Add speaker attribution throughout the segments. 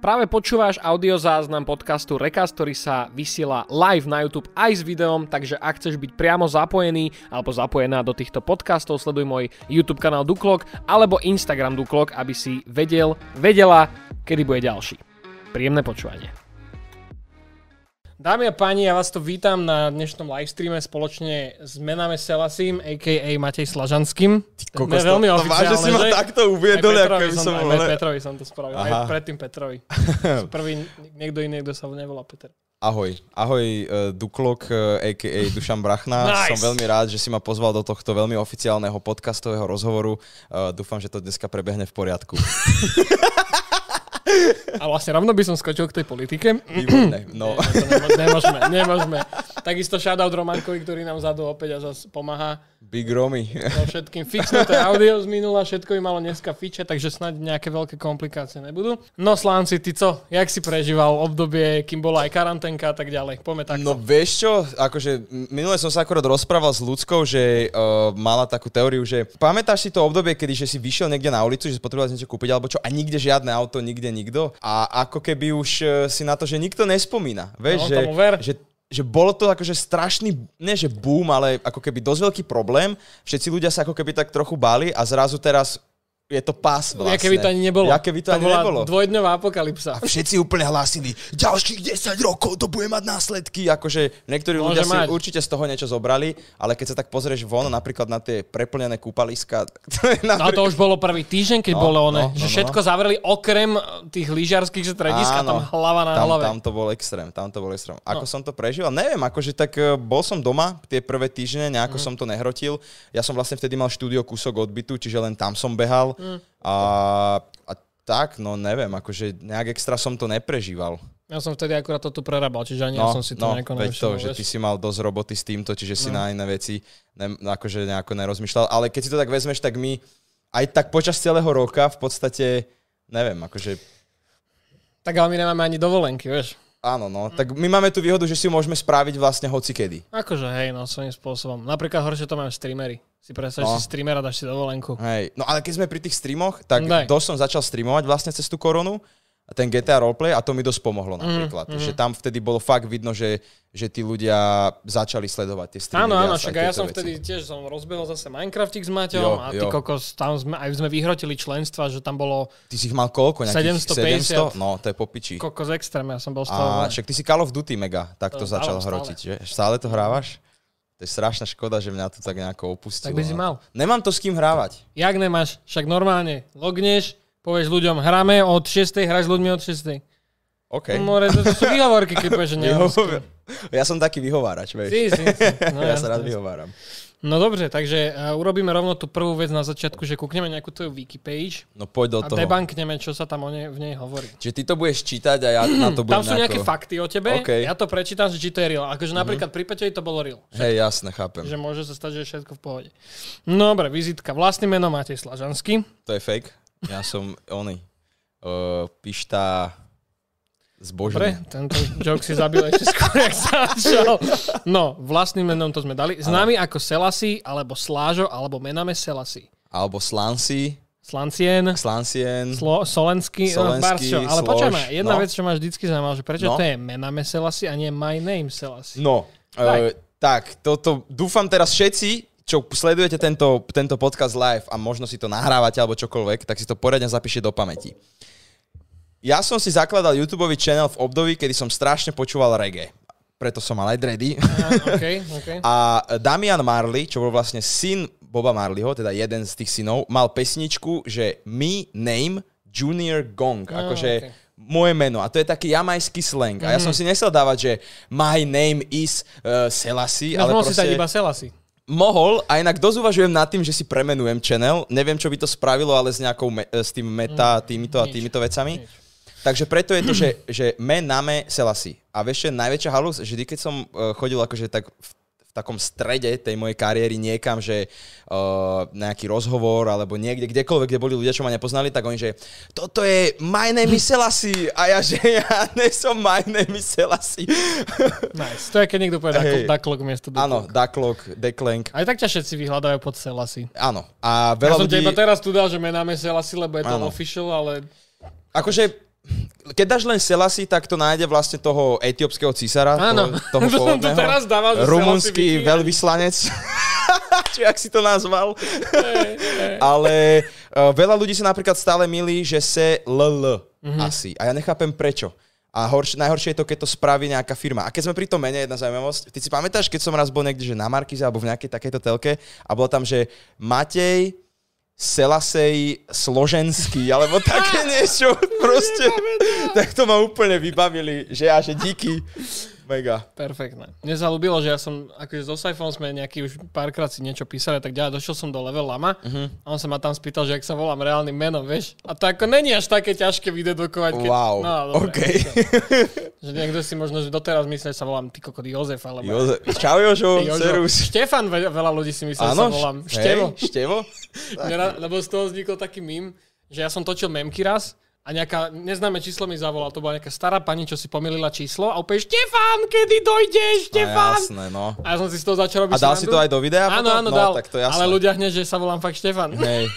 Speaker 1: Práve počúvaš audiozáznam podcastu Rekast, ktorý sa vysiela live na YouTube aj s videom, takže ak chceš byť priamo zapojený alebo zapojená do týchto podcastov, sleduj môj YouTube kanál Duklok alebo Instagram Duklok, aby si vedel, vedela, kedy bude ďalší. Príjemné počúvanie. Dámy a páni, ja vás tu vítam na dnešnom livestreame spoločne s Mename Selasím, a.k.a. Matej Slažanským.
Speaker 2: kokos, to- to No, vážne si ma takto uviedol, ako
Speaker 1: Petrovi
Speaker 2: by
Speaker 1: som,
Speaker 2: som
Speaker 1: aj
Speaker 2: bol, ne?
Speaker 1: Petrovi som to spravil, aj
Speaker 2: Aha.
Speaker 1: predtým Petrovi. Prvý, niekto iný, kto sa nevolá Peter.
Speaker 2: Ahoj, ahoj uh, Duklok, uh, a.k.a. Dušan Brachna.
Speaker 1: Nice.
Speaker 2: Som veľmi rád, že si ma pozval do tohto veľmi oficiálneho podcastového rozhovoru. Uh, dúfam, že to dneska prebehne v poriadku.
Speaker 1: A vlastne rovno by som skočil k tej politike.
Speaker 2: Výborné. No,
Speaker 1: Nie, to nemo- nemôžeme, nemôžeme. Takisto shoutout Romankovi, ktorý nám zadu opäť a zase pomáha
Speaker 2: Big Romy.
Speaker 1: so všetkým. Fixnuté audio z minula, všetko im malo dneska fiče, takže snáď nejaké veľké komplikácie nebudú. No Slánci, ty co? Jak si prežíval obdobie, kým bola aj karanténka a tak ďalej? Poďme takto.
Speaker 2: No vieš čo, akože m- minule som sa akorát rozprával s ľudskou, že uh, mala takú teóriu, že pamätáš si to obdobie, kedy že si vyšiel niekde na ulicu, že si potreboval niečo kúpiť alebo čo a nikde žiadne auto, nikde nikto a ako keby už uh, si na to, že nikto nespomína.
Speaker 1: No,
Speaker 2: Vieš, že,
Speaker 1: tomu ver.
Speaker 2: že že bolo to akože strašný, ne že boom, ale ako keby dosť veľký problém. Všetci ľudia sa ako keby tak trochu báli a zrazu teraz je to pás
Speaker 1: Ja
Speaker 2: vlastne.
Speaker 1: keby to ani nebolo.
Speaker 2: Ja keby to, ani
Speaker 1: bola
Speaker 2: nebolo.
Speaker 1: dvojdňová apokalypsa.
Speaker 2: Všetci úplne hlásili, ďalších 10 rokov to bude mať následky. Akože niektorí
Speaker 1: Môže
Speaker 2: ľudia si
Speaker 1: mať.
Speaker 2: určite z toho niečo zobrali, ale keď sa tak pozrieš von, napríklad na tie preplnené kúpaliska, to je na...
Speaker 1: No to už bolo prvý týždeň, keď no,
Speaker 2: No,
Speaker 1: bolo one, no,
Speaker 2: no,
Speaker 1: že
Speaker 2: no,
Speaker 1: všetko zavreli okrem eh, tých lyžiarských stredisk a tam
Speaker 2: Áno,
Speaker 1: hlava na
Speaker 2: tam,
Speaker 1: hlave. No.
Speaker 2: Tam to bol extrém, tam to bol extrém. Ako som to prežil? Neviem, akože tak e, bol som doma tie prvé týždne, nejako
Speaker 1: Mhm.
Speaker 2: som to nehrotil. Ja som vlastne vtedy mal štúdio kúsok odbytu, čiže len tam som behal.
Speaker 1: Mhm.
Speaker 2: A, a tak, no neviem, akože nejak extra som to neprežíval.
Speaker 1: Ja som vtedy akurát to tu prerabal, čiže ani no, ja som si to no, nejako
Speaker 2: veď to,
Speaker 1: nevšimol.
Speaker 2: že ty
Speaker 1: vieš. No.
Speaker 2: si mal dosť roboty s týmto, čiže si na iné veci ne, akože nejako nerozmýšľal. Ale keď si to tak vezmeš, tak my aj tak počas celého roka v podstate, neviem, akože
Speaker 1: Tak ale my nemáme ani dovolenky, vieš.
Speaker 2: áno, no. Tak my máme tú výhodu, že si ju môžeme spraviť vlastne hocikedy.
Speaker 1: Akože hej, no svojím spôsobom. Napríklad horšie to majú streamery. Si predstav,
Speaker 2: No.
Speaker 1: že si streamera dáš si dovolenku.
Speaker 2: Hej. No ale keď sme pri tých streamoch, tak
Speaker 1: Daj.
Speaker 2: dosť som začal streamovať vlastne cez tú koronu a ten GTA roleplay a to mi dosť
Speaker 1: Mhm,
Speaker 2: pomohlo napríklad. Mm, Že tam vtedy bolo fakt vidno, že, že tí ľudia začali sledovať tie streamy.
Speaker 1: Áno, áno,
Speaker 2: viac aj
Speaker 1: však aj ja
Speaker 2: tieto
Speaker 1: som
Speaker 2: veci.
Speaker 1: vtedy tiež som rozbehol zase Minecraftik s Maťom
Speaker 2: Jo,
Speaker 1: a ty
Speaker 2: jo.
Speaker 1: kokos, tam sme, aj sme vyhrotili členstva, že tam bolo
Speaker 2: Ty si ich mal koľko? Nejakých
Speaker 1: 750?
Speaker 2: 700? No, to je po piči.
Speaker 1: kokos extrém, ja som bol z toho.
Speaker 2: A
Speaker 1: úplne-
Speaker 2: však ty si Call of Duty mega takto
Speaker 1: To
Speaker 2: to
Speaker 1: hrávam
Speaker 2: začal
Speaker 1: stále.
Speaker 2: hrotiť, že? Stále to hrávaš? To je strašná škoda, že mňa to tak nejako opustilo.
Speaker 1: Tak by si
Speaker 2: no.
Speaker 1: mal.
Speaker 2: Nemám to s kým hrávať.
Speaker 1: Jak nemáš? Však normálne logneš, povieš ľuďom, hráme od 6, hraj s ľuďmi od 6.
Speaker 2: OK.
Speaker 1: Okay. More, to sú výhovorky, keď povieš, že nie.
Speaker 2: Vyhovor- ja som taký vyhovárač,
Speaker 1: no,
Speaker 2: vieš.
Speaker 1: Si, si, si. No,
Speaker 2: ja sa
Speaker 1: jasné,
Speaker 2: rád
Speaker 1: jasné.
Speaker 2: vyhováram.
Speaker 1: No dobre, takže uh, urobíme rovno tú prvú vec na začiatku, že kúkneme nejakú tvoju wiki page
Speaker 2: No poď do
Speaker 1: a
Speaker 2: toho.
Speaker 1: debankneme, čo sa tam o nej, v nej hovorí.
Speaker 2: Čiže ty to budeš čítať a ja na to budem
Speaker 1: Tam sú nejaké
Speaker 2: nejako-
Speaker 1: fakty o tebe,
Speaker 2: OK. Mhm.
Speaker 1: ja to prečítam, že či to je real. Akože napríklad pri Peťovi to bolo real.
Speaker 2: Hej, jasne, chápem.
Speaker 1: Že môže sa stať, že je všetko v pohode. No dobre, vizitka. Vlastný meno Matej Slažanský.
Speaker 2: To je fake. Ja som oný. Uh, pišta
Speaker 1: Dobre,
Speaker 2: zbožný.
Speaker 1: tento joke si zabil ešte skôr, jak sa začal. No, vlastným menom to sme dali. Známy ako Selassie, alebo Slážo, alebo mename Selassie.
Speaker 2: Alebo slanci.
Speaker 1: Slancien,
Speaker 2: Slancien.
Speaker 1: Slo, Solensky,
Speaker 2: Solenský,
Speaker 1: Baršo. Ale počkaj ma,
Speaker 2: Slož,
Speaker 1: jedna
Speaker 2: no.
Speaker 1: vec, čo ma vždycky zaujímalo, že prečo
Speaker 2: No.
Speaker 1: to je mename Selassie a nie my name Selassie.
Speaker 2: No,
Speaker 1: Daj.
Speaker 2: e, tak, toto dúfam teraz všetci, čo sledujete tento, tento podcast live a možno si to nahrávate alebo čokoľvek, tak si to poriadne zapíšte do pamäti. Ja som si zakladal YouTube channel v období, kedy som strašne počúval reggae. Preto som mal aj dready.
Speaker 1: Okay, okay.
Speaker 2: A Damian Marley, čo bol vlastne syn Boba Marleyho, teda jeden z tých synov, mal pesničku, že Me Name Junior Gong. akože
Speaker 1: okay.
Speaker 2: moje meno. A to je taký jamajský slang. A ja som si nesel dávať, že my name is uh, Selassie,
Speaker 1: Ja
Speaker 2: ale
Speaker 1: mohol si dať
Speaker 2: proste...
Speaker 1: iba Selassie.
Speaker 2: Mohol, a inak dosť uvažujem nad tým, že si premenujem channel. Neviem, čo by to spravilo, ale s nejakou me- e, s tým meta, týmito a
Speaker 1: Mm. nič,
Speaker 2: týmito vecami.
Speaker 1: nič.
Speaker 2: Takže preto je to, že, že me name Selassie. A vieš, čo je najväčšia halus? Že vždy, keď som eh, chodil akože tak v, v takom strede tej mojej kariéry niekam, že eh, nejaký rozhovor alebo niekde, kdekoľvek, kde boli ľudia, čo ma nepoznali, tak oni, že toto je my name is Selassie. A ja, že ja nie som my name is Selassie.
Speaker 1: Nice. To je, keď niekto povie
Speaker 2: Hej.
Speaker 1: Daklok miesto
Speaker 2: Áno,
Speaker 1: Duklok.
Speaker 2: Daklok, Deklenk.
Speaker 1: Aj tak ťa všetci vyhľadajú pod Selassie.
Speaker 2: Áno. A
Speaker 1: Ja
Speaker 2: veľa
Speaker 1: som ti
Speaker 2: ľudí...
Speaker 1: iba teraz tu dal, že mename Selassie, lebo je to
Speaker 2: Áno.
Speaker 1: official, ale
Speaker 2: Akože keď dáš len Selassie, tak to nájde vlastne toho etiópskeho císara,
Speaker 1: Áno.
Speaker 2: to, toho
Speaker 1: To som to
Speaker 2: pôvodného.
Speaker 1: teraz dával, že Selassie
Speaker 2: Rumunský
Speaker 1: Viking.
Speaker 2: veľvyslanec. Či ak si to nazval. Ale uh, veľa ľudí si napríklad stále milí, že se LL
Speaker 1: Mhm.
Speaker 2: asi. A ja nechápem prečo. A horš- najhoršie je to, keď to spraví nejaká firma. A keď sme pri tom mene, jedna zaujímavosť. Ty si pamätáš, keď som raz bol niekde že na Markize alebo v nejakej takejto telke a bolo tam, že Matej Selasej Složenský, alebo také niečo. Proste, tak to ma úplne vybavili, že ja, že díky. Mega.
Speaker 1: Perfektné. Mne sa ľúbilo, že ja som, akože so Saifom sme nejaký už párkrát si niečo písali a tak ďalej, došiel som do level lama
Speaker 2: Mhm.
Speaker 1: a on sa ma tam spýtal, že ak sa volám reálnym menom, vieš. A to ako není až také ťažké vydedukovať. Keď...
Speaker 2: Wow,
Speaker 1: No, dobre,
Speaker 2: OK.
Speaker 1: Že niekto si možno, že doteraz myslí, že sa volám ty kokot Jozef, alebo...
Speaker 2: Joze- Čau Jožo,
Speaker 1: Jožo.
Speaker 2: serus.
Speaker 1: Štefan ve- veľa ľudí si myslí, že sa
Speaker 2: Áno,
Speaker 1: volám
Speaker 2: š-
Speaker 1: Števo.
Speaker 2: hej, Števo? Tak.
Speaker 1: Mňa, lebo z toho vznikol taký mím, že ja som točil memky raz a nejaká neznáme číslo mi zavolala. To bola nejaká stará pani, čo si pomýlila číslo a opäť Štefan, kedy dojdeš,
Speaker 2: No,
Speaker 1: Štefan?
Speaker 2: jasné, no.
Speaker 1: A ja som si z toho začal robiť
Speaker 2: A dal si
Speaker 1: srandu.
Speaker 2: to aj do videa?
Speaker 1: Áno,
Speaker 2: potom?
Speaker 1: áno,
Speaker 2: no,
Speaker 1: dal.
Speaker 2: tak to je jasné.
Speaker 1: Ale ľudia hneď, že sa volám fakt Štefan.
Speaker 2: Hej,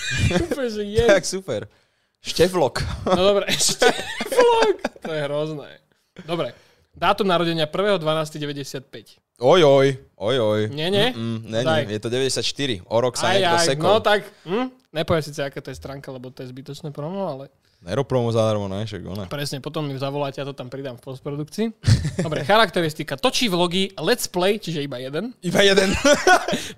Speaker 1: Úplne, že je.
Speaker 2: tak super. Števlok.
Speaker 1: No dobre, Šteflok. To je hrozné. Dobre. Dátum narodenia 1.12.95.
Speaker 2: Ojoj, ojoj.
Speaker 1: Nie, nie?
Speaker 2: Mm, ne,
Speaker 1: Daj.
Speaker 2: nie, je to 94. O rok sa
Speaker 1: Aj,
Speaker 2: niekto
Speaker 1: aj,
Speaker 2: sekol.
Speaker 1: no tak, hm? nepoviem síce, aká to je stránka, lebo to je zbytočné promo, ale
Speaker 2: Neropromo zadarmo, ne? Však ona.
Speaker 1: presne, potom mi zavoláte, ja to tam pridám v postprodukcii. Dobre, charakteristika. Točí vlogy, let's play, čiže iba jeden,
Speaker 2: Iba jeden.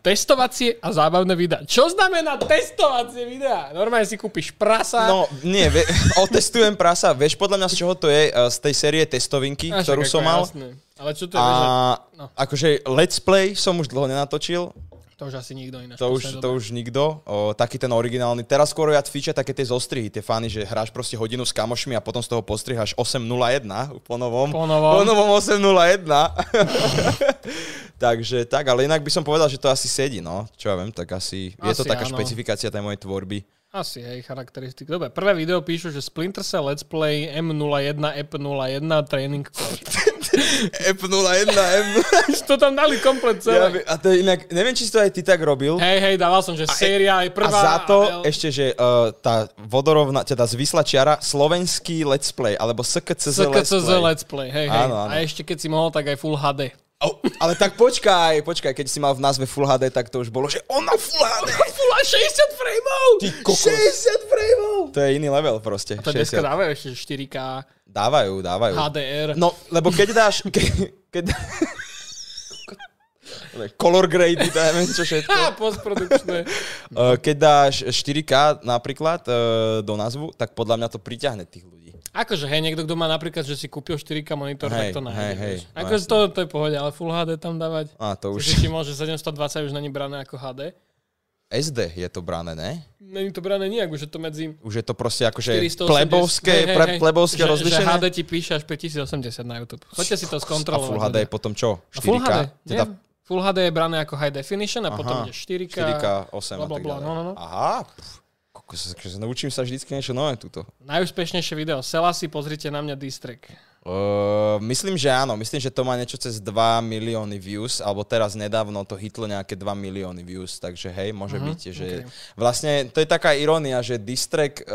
Speaker 1: testovacie a zábavné videá. Čo znamená testovacie videá? Normálne si kúpiš prasa,
Speaker 2: No, nie, ve, otestujem prasa. Vieš podľa mňa, z čoho to je? Eh, Z tej série testovinky,
Speaker 1: A však
Speaker 2: ktorú
Speaker 1: ako
Speaker 2: som mal.
Speaker 1: Jasné. Ale čo to je, že
Speaker 2: A
Speaker 1: No.
Speaker 2: akože let's play som už dlho nenatočil,
Speaker 1: to už asi nikto ináč.
Speaker 2: to už, to už nikto, o, taký ten originálny. Teraz skôr viac fíčia také tie zostrihy, tie fany, že hráš proste hodinu s kamošmi a potom z toho postriháš 8.01 po novom.
Speaker 1: Po novom.
Speaker 2: Po novom 8.01. Takže tak, ale inak by som povedal, že to asi sedí, no. Čo ja viem, tak asi, je to
Speaker 1: Asi
Speaker 2: taká
Speaker 1: áno.
Speaker 2: špecifikácia tej mojej tvorby.
Speaker 1: Asi, hej, charakteristik. Dobre, prvé video píšu, že Splinter Cell Let's Play M01, EP01, Training Course.
Speaker 2: F01, M...
Speaker 1: to tam dali komplet celé.
Speaker 2: Ja, by- a to je inak, neviem, či si to aj ty tak robil.
Speaker 1: Hej, hej, dával som, že séria je prvá.
Speaker 2: a za to
Speaker 1: a-
Speaker 2: ešte, že uh, tá vodorovná, teda zvislá čiara, slovenský let's play, alebo SKCZ, let's
Speaker 1: SKCZ
Speaker 2: play.
Speaker 1: Let's Play, hej, hej.
Speaker 2: Áno, áno.
Speaker 1: A ešte keď si mohol, tak aj Full HD.
Speaker 2: Oh, ale tak počkaj, počkaj, keď si mal v názve Full HD, tak to už bolo, že ona Full HD,
Speaker 1: Full 60 frameov!
Speaker 2: ty kokos. 60 frameov. To je iný level proste.
Speaker 1: To dneska
Speaker 2: 60.
Speaker 1: dávajú ešte že 4K,
Speaker 2: Dávajú, dávajú.
Speaker 1: HDR.
Speaker 2: No, lebo keď dáš... Ke, keď... Color grade, to neviem čo všetko.
Speaker 1: Ha, postprodukčné.
Speaker 2: Eh, Keď dáš 4K napríklad eh, do názvu, tak podľa mňa to priťahne tých ľudí.
Speaker 1: Akože, hej, niekto, kto má napríklad, že si kúpil 4K monitor,
Speaker 2: Hej,
Speaker 1: tak to nájde.
Speaker 2: hej,
Speaker 1: Hej,
Speaker 2: hej,
Speaker 1: hej, akože to, to je pohode, ale Full HD tam dávať.
Speaker 2: A to
Speaker 1: Už.
Speaker 2: už...
Speaker 1: ti môže 720 už není brané ako HD.
Speaker 2: SD je to brané, ne?
Speaker 1: Není to brané nijak, už je to medzi
Speaker 2: Už je to proste akože
Speaker 1: 480...
Speaker 2: plebovské, pre, plebovské
Speaker 1: že,
Speaker 2: rozlišenie.
Speaker 1: Že HD ti píše až 5080 na YouTube. Choďte si to
Speaker 2: a
Speaker 1: skontrolovať. teda.
Speaker 2: Full HD je potom čo? 4K?
Speaker 1: A Full HD,
Speaker 2: Teda
Speaker 1: nie? Full HD je brané ako high definition a potom
Speaker 2: Aha,
Speaker 1: je 4K.
Speaker 2: 4K, 8 a
Speaker 1: bla,
Speaker 2: tak
Speaker 1: bla,
Speaker 2: ďalej.
Speaker 1: no, no, no.
Speaker 2: Aha, pf, kokos, akože naučím sa vždycky niečo nové tuto.
Speaker 1: Najúspešnejšie video. Sela si, pozrite na mňa distrek.
Speaker 2: Uh, myslím, že áno. Myslím, že to má niečo cez 2 milióny views, alebo teraz nedávno to hitlo nejaké 2 milióny views, takže hej, môže
Speaker 1: Mhm,
Speaker 2: byť, že vlastne to je taká irónia, že distrek,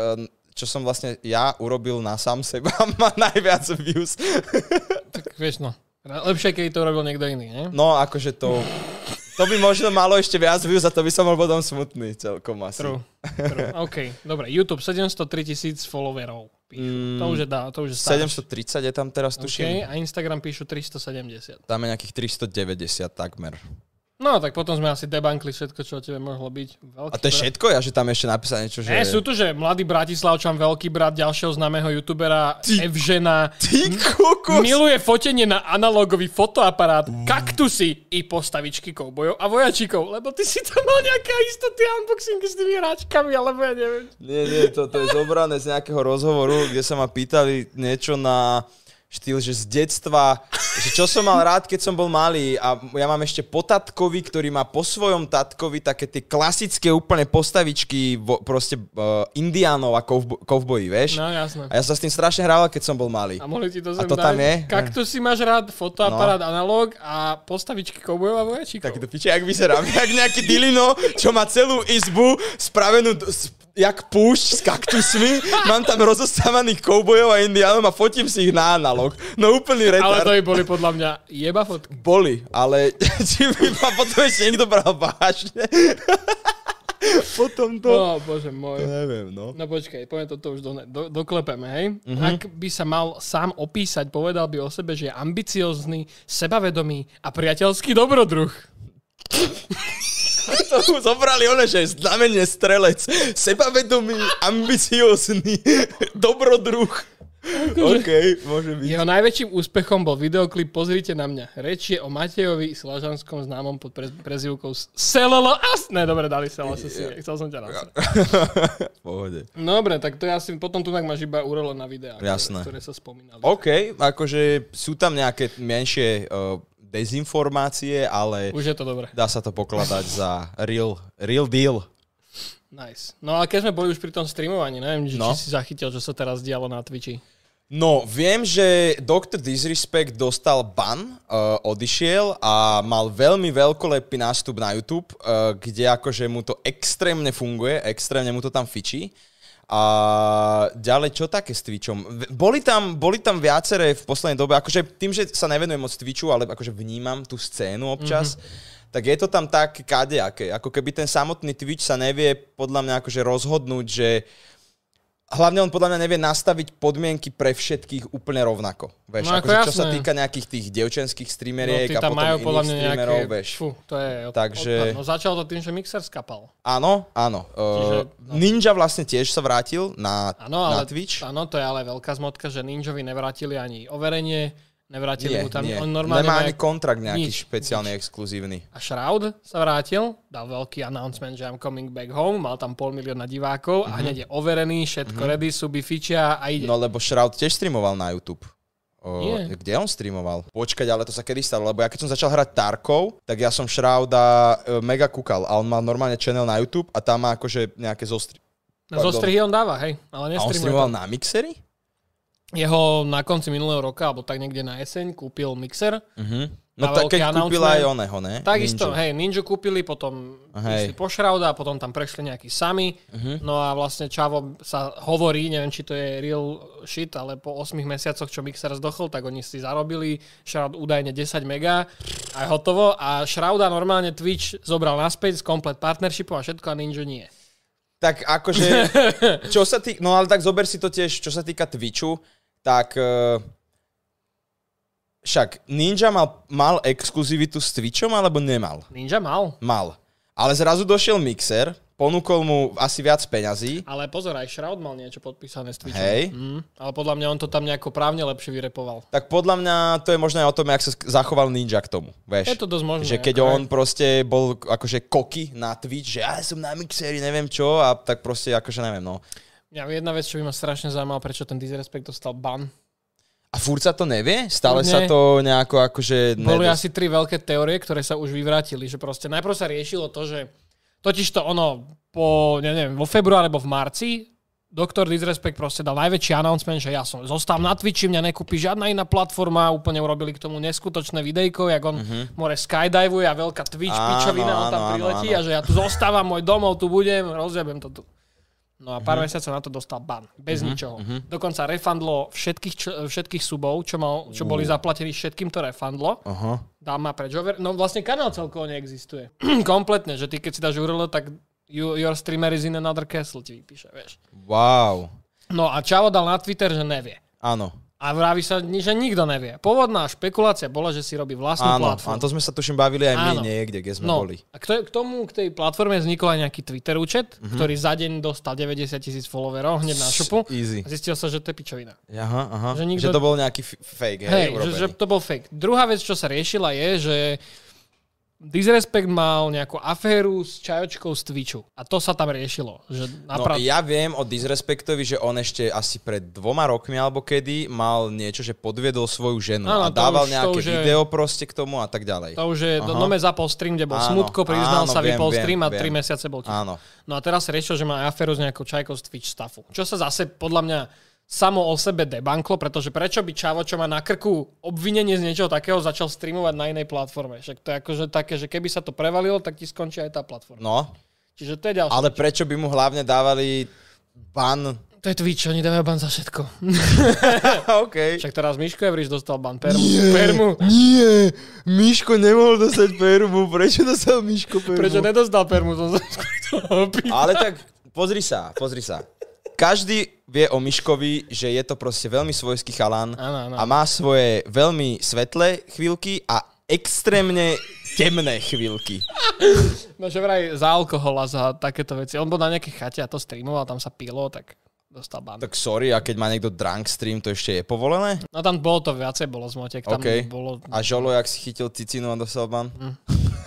Speaker 2: čo som vlastne ja urobil na sám seba, má najviac views.
Speaker 1: Tak vieš no. Lepšie, keď to robil niekto iný, ne?
Speaker 2: No, akože to... To by možno malo ešte viac views a to by som bol potom smutný celkom asi.
Speaker 1: True. True. OK, dobre. YouTube 703 tisíc followerov. Mm, to už je dá, to už je stále.
Speaker 2: 730 je tam teraz,
Speaker 1: OK,
Speaker 2: tuším.
Speaker 1: a Instagram píšu 370.
Speaker 2: Tam je nejakých 390 takmer.
Speaker 1: No, tak potom sme asi debankli všetko, čo o tebe mohlo byť. Veľký
Speaker 2: A to je
Speaker 1: brat.
Speaker 2: všetko? Ja, že tam ešte napísať niečo, že...
Speaker 1: Ne, sú tu, že mladý Bratislavčan, veľký brat ďalšieho známeho youtubera,
Speaker 2: Ty-
Speaker 1: Evžena,
Speaker 2: Ty kokos! Mm.
Speaker 1: miluje fotenie na analogový fotoaparát, kaktusy i postavičky koubojov a vojačikov, lebo ty si tam mal nejaké istoty unboxingy s tými hráčkami, alebo ja neviem.
Speaker 2: Nie, nie, toto je zobrané z nejakého rozhovoru, kde sa ma pýtali niečo na štýl, že z detstva že čo som mal rád, keď som bol malý a ja mám ešte po tatkovi, ktorý má po svojom tatkovi také tie klasické úplne postavičky vo, proste uh, indiánov a kovbo- kovboji, vieš?
Speaker 1: No jasné.
Speaker 2: A ja sa s tým strašne hrával, keď som bol malý.
Speaker 1: A mohli ti to
Speaker 2: A
Speaker 1: sem
Speaker 2: to tam
Speaker 1: dať.
Speaker 2: je? No.
Speaker 1: Kaktus si máš rád, fotoaparát, analóg a postavičky koubojov a vojačíkov.
Speaker 2: Tak do piče, jak vyzerám, jak nejaký dilino, čo má celú izbu spravenú d- s, jak púšť s kaktusmi, mám tam rozostávaných koubojov a indiánov a fotím si ich na analog. No úplný
Speaker 1: Ale
Speaker 2: retard.
Speaker 1: to by boli podľa mňa jeba fotky.
Speaker 2: Boli, ale či by ma potom ešte niekto bral vážne. potom to...
Speaker 1: No, bože môj.
Speaker 2: Neviem, no.
Speaker 1: No počkaj, poviem toto už do, do, doklepeme, hej?
Speaker 2: Mhm.
Speaker 1: Ak by sa mal sám opísať, povedal by o sebe, že je ambiciozný, sebavedomý a priateľský dobrodruh.
Speaker 2: To mu zobrali one, že je znamenie strelec, sebavedomý, ambiciózny, dobrodruh.
Speaker 1: Akože-
Speaker 2: OK, môže byť.
Speaker 1: Jeho najväčším úspechom bol videoklip Pozrite na mňa. Reč je o Matejovi Slažanskom známom pod prez, prezivkou S- Selelo As... Ne, dobre, dali Selelo As. Chcel som ťa nazvať.
Speaker 2: V pohode.
Speaker 1: Dobre, tak to ja si potom tu tak máš iba urolo na videá, ktoré-
Speaker 2: Jasné.
Speaker 1: ktoré sa spomínali.
Speaker 2: OK, akože sú tam nejaké menšie uh, dezinformácie, ale
Speaker 1: Už je to dobré.
Speaker 2: dá sa to pokladať za real, real deal.
Speaker 1: Nice. No ale keď sme boli už pri tom streamovaní, neviem, že
Speaker 2: No.
Speaker 1: či si zachytil, čo sa teraz dialo na Twitchi.
Speaker 2: No, viem, že Dr. Disrespect dostal ban, uh, odišiel a mal veľmi veľkolepý nástup na YouTube, uh, kde akože mu to extrémne funguje, extrémne mu to tam fičí. A ďalej, čo také s Twitchom? V- Boli tam, boli tam viaceré v poslednej dobe, akože tým, že sa nevenujem moc Twitchu, ale akože vnímam tú scénu občas, mm-hmm. tak je to tam tak kadejaké. Ako keby ten samotný Twitch sa nevie podľa mňa akože rozhodnúť, že hlavne on podľa mňa nevie nastaviť podmienky pre všetkých úplne rovnako.
Speaker 1: No
Speaker 2: Vieš, no,
Speaker 1: ako
Speaker 2: ako akože, čo
Speaker 1: jasné.
Speaker 2: sa týka nejakých tých devčenských
Speaker 1: No,
Speaker 2: streameriek
Speaker 1: tí
Speaker 2: a
Speaker 1: tam
Speaker 2: potom
Speaker 1: majú
Speaker 2: iných
Speaker 1: podľa mňa
Speaker 2: streamerov,
Speaker 1: nejaké...
Speaker 2: vieš.
Speaker 1: Fú, to je od,
Speaker 2: Takže-
Speaker 1: odpad. No začalo to tým, že mixer skapal.
Speaker 2: Áno, áno.
Speaker 1: Čiže, no.
Speaker 2: Čiže, Ninja vlastne tiež sa vrátil na,
Speaker 1: Áno, ale,
Speaker 2: na Twitch.
Speaker 1: Áno, to je ale veľká zmotka, že Ninjovi nevrátili ani overenie, nevrátili
Speaker 2: Nie,
Speaker 1: mu tam...
Speaker 2: nie.
Speaker 1: On normálne má
Speaker 2: Nemá ani kontrakt nejaký
Speaker 1: nič,
Speaker 2: špeciálny, exkluzívny.
Speaker 1: A Shroud sa vrátil, dal veľký announcement, že I'm coming back home, mal tam pol milióna divákov a hneď je overený, všetko ready, suby fičia a ide.
Speaker 2: Mhm. No lebo Shroud tiež streamoval na YouTube. O,
Speaker 1: Nie.
Speaker 2: kde on streamoval? Počkať, ale to sa kedy stalo, lebo ja keď som začal hrať Tarkov, tak ja som Shrouda e, mega kúkal a on mal normálne channel na YouTube a tam má akože nejaké zostri...
Speaker 1: No, zo
Speaker 2: pardon.
Speaker 1: strihy on dáva, hej, ale
Speaker 2: A on
Speaker 1: nestreamuje. to.
Speaker 2: streamoval na mixery?
Speaker 1: Jeho na konci minulého roka, alebo tak niekde na jeseň, kúpil mixer.
Speaker 2: Mhm. No
Speaker 1: Na
Speaker 2: tak
Speaker 1: veľký
Speaker 2: keď kúpila aj
Speaker 1: announcement.
Speaker 2: oneho, ne?
Speaker 1: Takisto,
Speaker 2: Ninja.
Speaker 1: hej, Ninja kúpili, potom
Speaker 2: Hej. Mhm.
Speaker 1: išli po Shrouda, potom tam prešli nejakí sami. No a vlastne Čavo sa hovorí, neviem, či to je real shit, ale po 8 mesiacoch, čo Mixer zdochol, tak oni si zarobili Shroud údajne 10 mega a je hotovo. A Shrouda normálne Twitch zobral naspäť s komplet partnershipom a všetko a Ninja nie.
Speaker 2: Tak akože, čo sa týka, no ale tak zober si to tiež, čo sa týka Twitchu, tak eh, však Ninja mal, mal exkluzivitu s Twitchom alebo nemal?
Speaker 1: Ninja mal.
Speaker 2: Mal. Ale zrazu došiel Mixer, ponúkol mu asi viac peňazí.
Speaker 1: Ale pozor, aj Shroud mal niečo podpísané s Twitchom.
Speaker 2: Hej.
Speaker 1: Mm, ale podľa mňa on to tam nejako právne lepšie vyrepoval.
Speaker 2: Tak podľa mňa to je možno aj o tom, jak sa sk- zachoval Ninja k tomu. Vieš?
Speaker 1: Je to dosť možné.
Speaker 2: Že keď
Speaker 1: ako
Speaker 2: on proste bol akože koky na Twitch, že ja som na mixeri, neviem čo, a tak proste akože neviem, no.
Speaker 1: Ja jedna vec, čo by ma strašne zaujímalo, prečo ten Disrespect dostal ban.
Speaker 2: A furt sa to nevie? Stále
Speaker 1: Kľudne.
Speaker 2: sa to nejako akože...
Speaker 1: Boli
Speaker 2: nedos-
Speaker 1: asi tri veľké teórie, ktoré sa už vyvrátili, že proste najprv sa riešilo to, že totiž to ono po, ja neviem, vo februári alebo v marci Doktor Disrespect proste dal najväčší announcement, že ja som zostal na Twitchi, mňa nekúpi žiadna iná platforma, úplne urobili k tomu neskutočné videjko, jak on more skydivuje a veľká Twitch
Speaker 2: Mhm. Áno,
Speaker 1: pičovina, on tam
Speaker 2: áno, áno,
Speaker 1: priletí a
Speaker 2: áno.
Speaker 1: že ja tu zostávam, môj domov, tu budem, rozjebem to tu. No a pár mm-hmm.
Speaker 2: Mhm.
Speaker 1: mesiacov na to dostal ban. Bez mm-hmm. ničoho. Mm-hmm. Dokonca refundlo všetkých, č- všetkých subov, čo, mal, čo boli zaplatení všetkým, to refundlo.
Speaker 2: Aha.
Speaker 1: Dá ma preč. Over- No vlastne kanál celkovo neexistuje. Kompletne, že ty keď si dáš URL, tak you, your streamer is in another castle ti vypíše, vieš.
Speaker 2: Wow.
Speaker 1: No a Čavo dal na Twitter, že nevie.
Speaker 2: Áno.
Speaker 1: A vraví sa, ni- že nikto nevie. Pôvodná špekulácia bola, že si robí vlastnú
Speaker 2: Áno, áno,
Speaker 1: platformu.
Speaker 2: to sme sa tuším bavili aj my
Speaker 1: Áno.
Speaker 2: niekde, kde sme
Speaker 1: No,
Speaker 2: boli.
Speaker 1: a k, to- k tomu, k tej platforme vznikol aj nejaký Twitter účet,
Speaker 2: Mhm.
Speaker 1: mm-hmm. ktorý za deň dostal 90 tisíc followerov hneď na šupu.
Speaker 2: Easy.
Speaker 1: A zistil sa, že to je pičovina.
Speaker 2: Aha, aha.
Speaker 1: Že
Speaker 2: Že,
Speaker 1: nikto-
Speaker 2: to bol nejaký f- fake, hej,
Speaker 1: Hej,
Speaker 2: urobený.
Speaker 1: že, že to bol fake. Druhá vec, čo sa riešila je, že Disrespect mal nejakú aféru s čajočkou z Twitchu. A to sa tam riešilo. Že
Speaker 2: No
Speaker 1: napra-
Speaker 2: ja viem o Disrespectovi, že on ešte asi pred dvoma rokmi alebo kedy mal niečo, že podviedol svoju ženu
Speaker 1: Áno,
Speaker 2: a
Speaker 1: to
Speaker 2: dával
Speaker 1: už- to
Speaker 2: nejaké
Speaker 1: už je-
Speaker 2: video proste k tomu a tak ďalej.
Speaker 1: To už je, no,
Speaker 2: Aha.
Speaker 1: do, nome zapol stream, kde bol
Speaker 2: Áno,
Speaker 1: smutko, priznal
Speaker 2: áno,
Speaker 1: sa,
Speaker 2: viem,
Speaker 1: vypol
Speaker 2: viem,
Speaker 1: stream a
Speaker 2: viem.
Speaker 1: 3 mesiace bol ticho.
Speaker 2: Áno.
Speaker 1: No a teraz riešil, že má aféru s nejakou čajkou z Twitch staffu. Čo sa zase podľa mňa samo o sebe debanklo, pretože prečo by Čavo, čo má na krku obvinenie z niečoho takého, začal streamovať na inej platforme. Však to je akože také, že keby sa to prevalilo, tak ti skončí aj tá platforma.
Speaker 2: No,
Speaker 1: Čiže to je ďalšie.
Speaker 2: ale prečo by mu hlavne dávali ban?
Speaker 1: To je Twitch, oni dávajú ban za všetko.
Speaker 2: OK.
Speaker 1: Hm. Však teraz Miško Evriš dostal ban permu. Permu.
Speaker 2: Nie, Miško nemohol dostať permu. Prečo dostal Miško permu?
Speaker 1: Prečo nedostal permu? To som skôr toho pýtal.
Speaker 2: Ale tak pozri sa, pozri sa. Každý vie o Miškovi, že je to proste veľmi svojský chalan
Speaker 1: Áno, áno.
Speaker 2: a má svoje veľmi svetlé chvíľky a extrémne temné chvíľky.
Speaker 1: No že vraj za alkohol a za takéto veci. On bol na nejakej chate a to streamoval, tam sa pilo, tak dostal ban.
Speaker 2: Tak sorry, a keď má niekto drunk stream, to ešte je povolené?
Speaker 1: No tam bolo to viacej, bolo zmotek, tam
Speaker 2: OK.
Speaker 1: bolo...
Speaker 2: A Žolo, jak si chytil cicinu a dostal ban?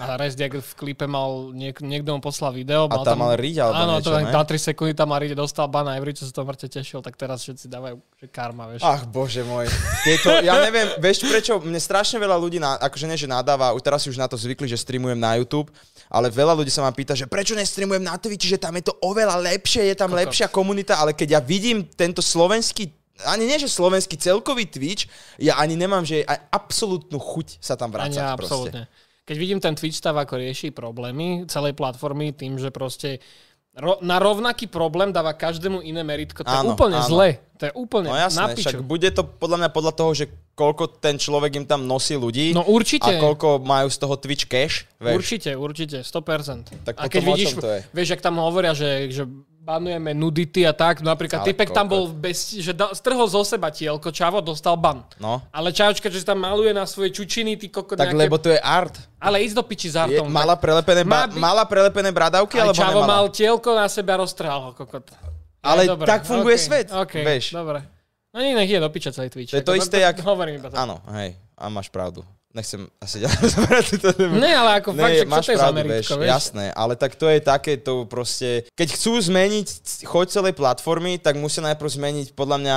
Speaker 1: A Rezdiak v klipe mal, niek- niekto mu poslal video.
Speaker 2: A tam mal riť alebo
Speaker 1: Áno, to
Speaker 2: niečo, ne?
Speaker 1: na 3 sekundy tam mal riť, dostal ban a Evry, čo sa to mŕte tešil, tak teraz všetci dávajú že karma, vieš.
Speaker 2: Ach, bože môj. Tieto, ja neviem, vieš prečo, mne strašne veľa ľudí, na, akože nie, že nadáva, už teraz si už na to zvykli, že streamujem na YouTube, ale veľa ľudí sa ma pýta, že prečo nestreamujem na Twitch, že tam je to oveľa lepšie, je tam lepšia komunita, ale keď ja vidím tento slovenský ani nie, že slovenský celkový Twitch, ja ani nemám, že aj absolútnu chuť sa tam
Speaker 1: Ani
Speaker 2: vrácať.
Speaker 1: ja,
Speaker 2: proste.
Speaker 1: absolútne. Keď vidím ten Twitch stav, ako rieši problémy celej platformy tým, že proste ro- na rovnaký problém dáva každému iné meritko. To je
Speaker 2: Áno,
Speaker 1: úplne
Speaker 2: áno.
Speaker 1: zle. To je úplne
Speaker 2: No
Speaker 1: na
Speaker 2: jasné,
Speaker 1: piču.
Speaker 2: však bude to podľa mňa podľa toho, že koľko ten človek im tam nosí ľudí
Speaker 1: No určite.
Speaker 2: a koľko majú z toho Twitch cash. Vieš.
Speaker 1: Určite, určite, 100%.
Speaker 2: Tak
Speaker 1: a
Speaker 2: potom
Speaker 1: keď
Speaker 2: o čom
Speaker 1: vidíš,
Speaker 2: to je?
Speaker 1: vieš, ak tam hovoria, že, že banujeme nudity a tak, no napríklad
Speaker 2: Ale
Speaker 1: typek tam bol
Speaker 2: kokot.
Speaker 1: bez, že da, strhol zo seba tielko, čavo, dostal ban.
Speaker 2: No.
Speaker 1: Ale čajočka, že si tam maluje na svoje čučiny, ty koko
Speaker 2: Tak
Speaker 1: nejaké...
Speaker 2: lebo to je art.
Speaker 1: Ale ísť do piči s
Speaker 2: Je,
Speaker 1: Artom.
Speaker 2: mala, prelepené
Speaker 1: Má
Speaker 2: ba-
Speaker 1: byť-
Speaker 2: mala prelepené bradavky,
Speaker 1: Ale
Speaker 2: alebo
Speaker 1: Čavo
Speaker 2: nemala?
Speaker 1: mal tielko na sebe a roztrhal ho kokot.
Speaker 2: Ale tak funguje svet,
Speaker 1: OK,
Speaker 2: vieš.
Speaker 1: dobre. No nie, nech je do piče celý Twitch.
Speaker 2: To je
Speaker 1: Ako,
Speaker 2: to isté, jak-
Speaker 1: Hovorím iba to.
Speaker 2: Áno, hej, a máš pravdu. Nechcem asi ďalej rozoberať túto tému.
Speaker 1: Ne, ale ako fakt, že čo
Speaker 2: máš
Speaker 1: to je za
Speaker 2: pravdu,
Speaker 1: meritko, vieš? No
Speaker 2: vieš, jasné, ale tak to je také, to proste, keď chcú zmeniť choď celej platformy, tak musia najprv zmeniť podľa mňa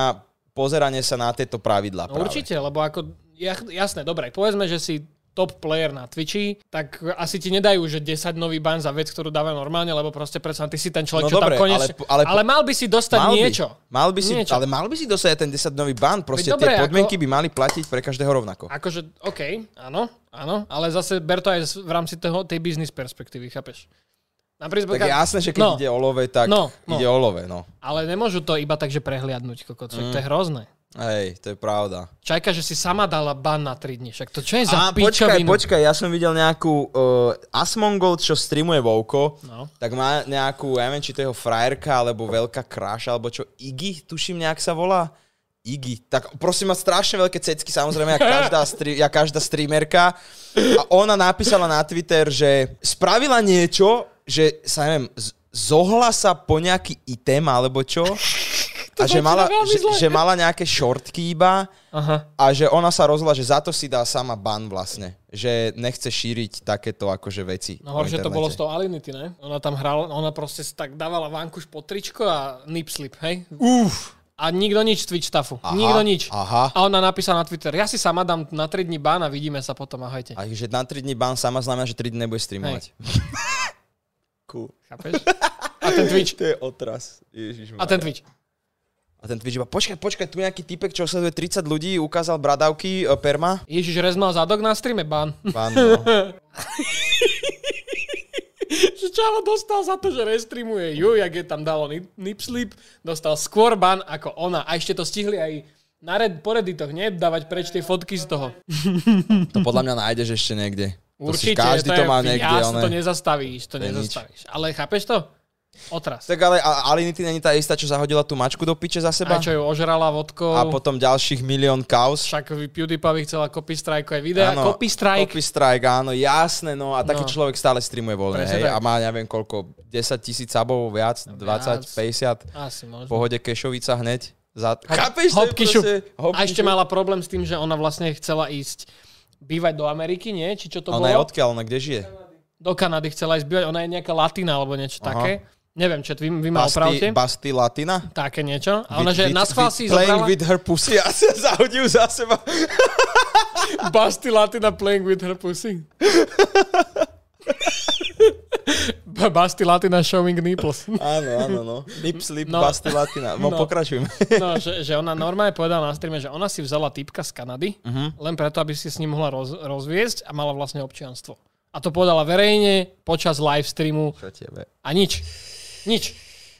Speaker 2: pozeranie sa na tieto pravidlá.
Speaker 1: No
Speaker 2: práve.
Speaker 1: určite, lebo ako, ja- jasné, dobre, povedzme, že si top player na Twitchi, tak asi ti nedajú, že 10 nový ban za vec, ktorú dáva normálne, lebo proste predsa ty si ten človek,
Speaker 2: No
Speaker 1: čo
Speaker 2: dobre,
Speaker 1: tam konečne...
Speaker 2: ale- ale-
Speaker 1: mal by si dostať
Speaker 2: Mal by,
Speaker 1: niečo.
Speaker 2: Mal by si,
Speaker 1: Niečo.
Speaker 2: ale mal by si dostať aj ten 10 nový ban, proste
Speaker 1: dobre,
Speaker 2: tie
Speaker 1: ako-
Speaker 2: podmienky by mali platiť pre každého rovnako.
Speaker 1: Akože, OK, áno, áno, ale zase ber to aj z- v rámci toho, tej biznis perspektívy, chápeš? Napríklad,
Speaker 2: Tak je jasné, že
Speaker 1: No.
Speaker 2: keď ide o love, tak
Speaker 1: No, no.
Speaker 2: ide o love, no.
Speaker 1: ale nemôžu to iba tak, že prehliadnúť, kokot, mm. to je hrozné.
Speaker 2: Hej, to je pravda.
Speaker 1: Čajka, že si sama dala ban na 3 dní, však to čo je za
Speaker 2: Á, počkaj,
Speaker 1: pičovinu?
Speaker 2: počkaj, ja som videl nejakú uh, Asmongold, čo streamuje Vouko,
Speaker 1: No.
Speaker 2: tak má nejakú, ja neviem, či to je jeho frajerka, alebo veľká kráša, alebo čo, Iggy, tuším, nejak sa volá. Iggy. Tak prosím ma strašne veľké cecky, samozrejme, ja každá, stri- ja každá streamerka. A ona napísala na Twitter, že spravila niečo, že sa neviem, z- zohla sa po nejaký item, alebo čo. A že
Speaker 1: začína
Speaker 2: mala,
Speaker 1: veľmi
Speaker 2: že,
Speaker 1: zle.
Speaker 2: že mala nejaké šortky iba
Speaker 1: Aha.
Speaker 2: a že ona sa rozhodla, že za to si dá sama ban vlastne. Že nechce šíriť takéto akože veci.
Speaker 1: No horšie
Speaker 2: po
Speaker 1: to
Speaker 2: internete.
Speaker 1: bolo s tou Alinity, ne? Ona tam hrala, ona proste si tak dávala vankuš po tričko a nip slip, hej? Uf! A nikto nič z Twitch staffu.
Speaker 2: Aha,
Speaker 1: Nikto nič.
Speaker 2: aha.
Speaker 1: A ona napísala na Twitter, ja si sama dám na 3 dní bán a vidíme sa potom, ahojte.
Speaker 2: A že na 3 dní ban sama znamená, že 3 dní nebude streamovať. Cool.
Speaker 1: Chápeš? A ten Twitch.
Speaker 2: To je otras.
Speaker 1: A
Speaker 2: Ježišmarja.
Speaker 1: ten Twitch.
Speaker 2: a ten Twitch iba, počkaj, počkaj, tu nejaký typek, čo sleduje 30 ľudí, ukázal bradavky, e, perma.
Speaker 1: Ježiš, Rez mal zadok na streame, bán.
Speaker 2: Ban, no.
Speaker 1: Že Čavo dostal za to, že restreamuje ju, jak je tam dalo nip, nip slip, dostal skôr ban ako ona. A ešte to stihli aj na red, po redditoch, nie? Dávať preč tie fotky z toho.
Speaker 2: To podľa mňa nájdeš ešte niekde.
Speaker 1: Určite,
Speaker 2: to si, každý to,
Speaker 1: je
Speaker 2: má niekde.
Speaker 1: Jasne,
Speaker 2: one.
Speaker 1: to nezastavíš, to,
Speaker 2: To je nič.
Speaker 1: nezastavíš. Ale chápeš to? Otras.
Speaker 2: Tak ale a- Alinity není tá istá, čo zahodila tú mačku do piče
Speaker 1: A
Speaker 2: za seba.
Speaker 1: čo ju ožrala vodkou,
Speaker 2: A potom ďalších milión kaos.
Speaker 1: však vy PewDiePie chcela copy strike aj videa,
Speaker 2: Áno,
Speaker 1: Teda copy strike.
Speaker 2: Copy strike, áno, jasné, no a taký
Speaker 1: No.
Speaker 2: človek stále streamuje voľne,
Speaker 1: Presne
Speaker 2: hej,
Speaker 1: tak.
Speaker 2: a má neviem koľko, 10 tisíc subov, viac, 20, 50,
Speaker 1: Asi možno.
Speaker 2: pohode Kešovica hneď. Za... Chápeš, to je
Speaker 1: Hopky šup.
Speaker 2: proste-
Speaker 1: A
Speaker 2: hopky
Speaker 1: ešte
Speaker 2: šup.
Speaker 1: mala problém s tým, že ona vlastne chcela ísť bývať do Ameriky, nie? Či čo to
Speaker 2: A ona
Speaker 1: bolo?
Speaker 2: je odkiaľ, ona kde žije?
Speaker 1: Do Kanady chcela ísť bývať, ona je nejaká latina alebo niečo
Speaker 2: Aha.
Speaker 1: také. Neviem, čo vy, vy ma No,
Speaker 2: Basti,
Speaker 1: opravte.
Speaker 2: Basti Latina?
Speaker 1: Také niečo. A ona,
Speaker 2: With-
Speaker 1: že
Speaker 2: with-
Speaker 1: na schvál
Speaker 2: with
Speaker 1: si
Speaker 2: Playing
Speaker 1: zobrala...
Speaker 2: with her pussy a sa zahodil za seba.
Speaker 1: Basti Latina playing with her pussy. Ba- Basti Latina showing nipples.
Speaker 2: Áno, áno, no. Nip slip
Speaker 1: No.
Speaker 2: Basti Latina. No,
Speaker 1: No.
Speaker 2: pokračujme.
Speaker 1: No, že, že ona normálne povedala na streame, že ona si vzala typka z Kanady,
Speaker 2: Mhm.
Speaker 1: uh-huh. len preto, aby si s ním mohla roz, rozviesť a mala vlastne občianstvo. A to povedala verejne počas live streamu
Speaker 2: Čo tebe?
Speaker 1: a nič. Nič.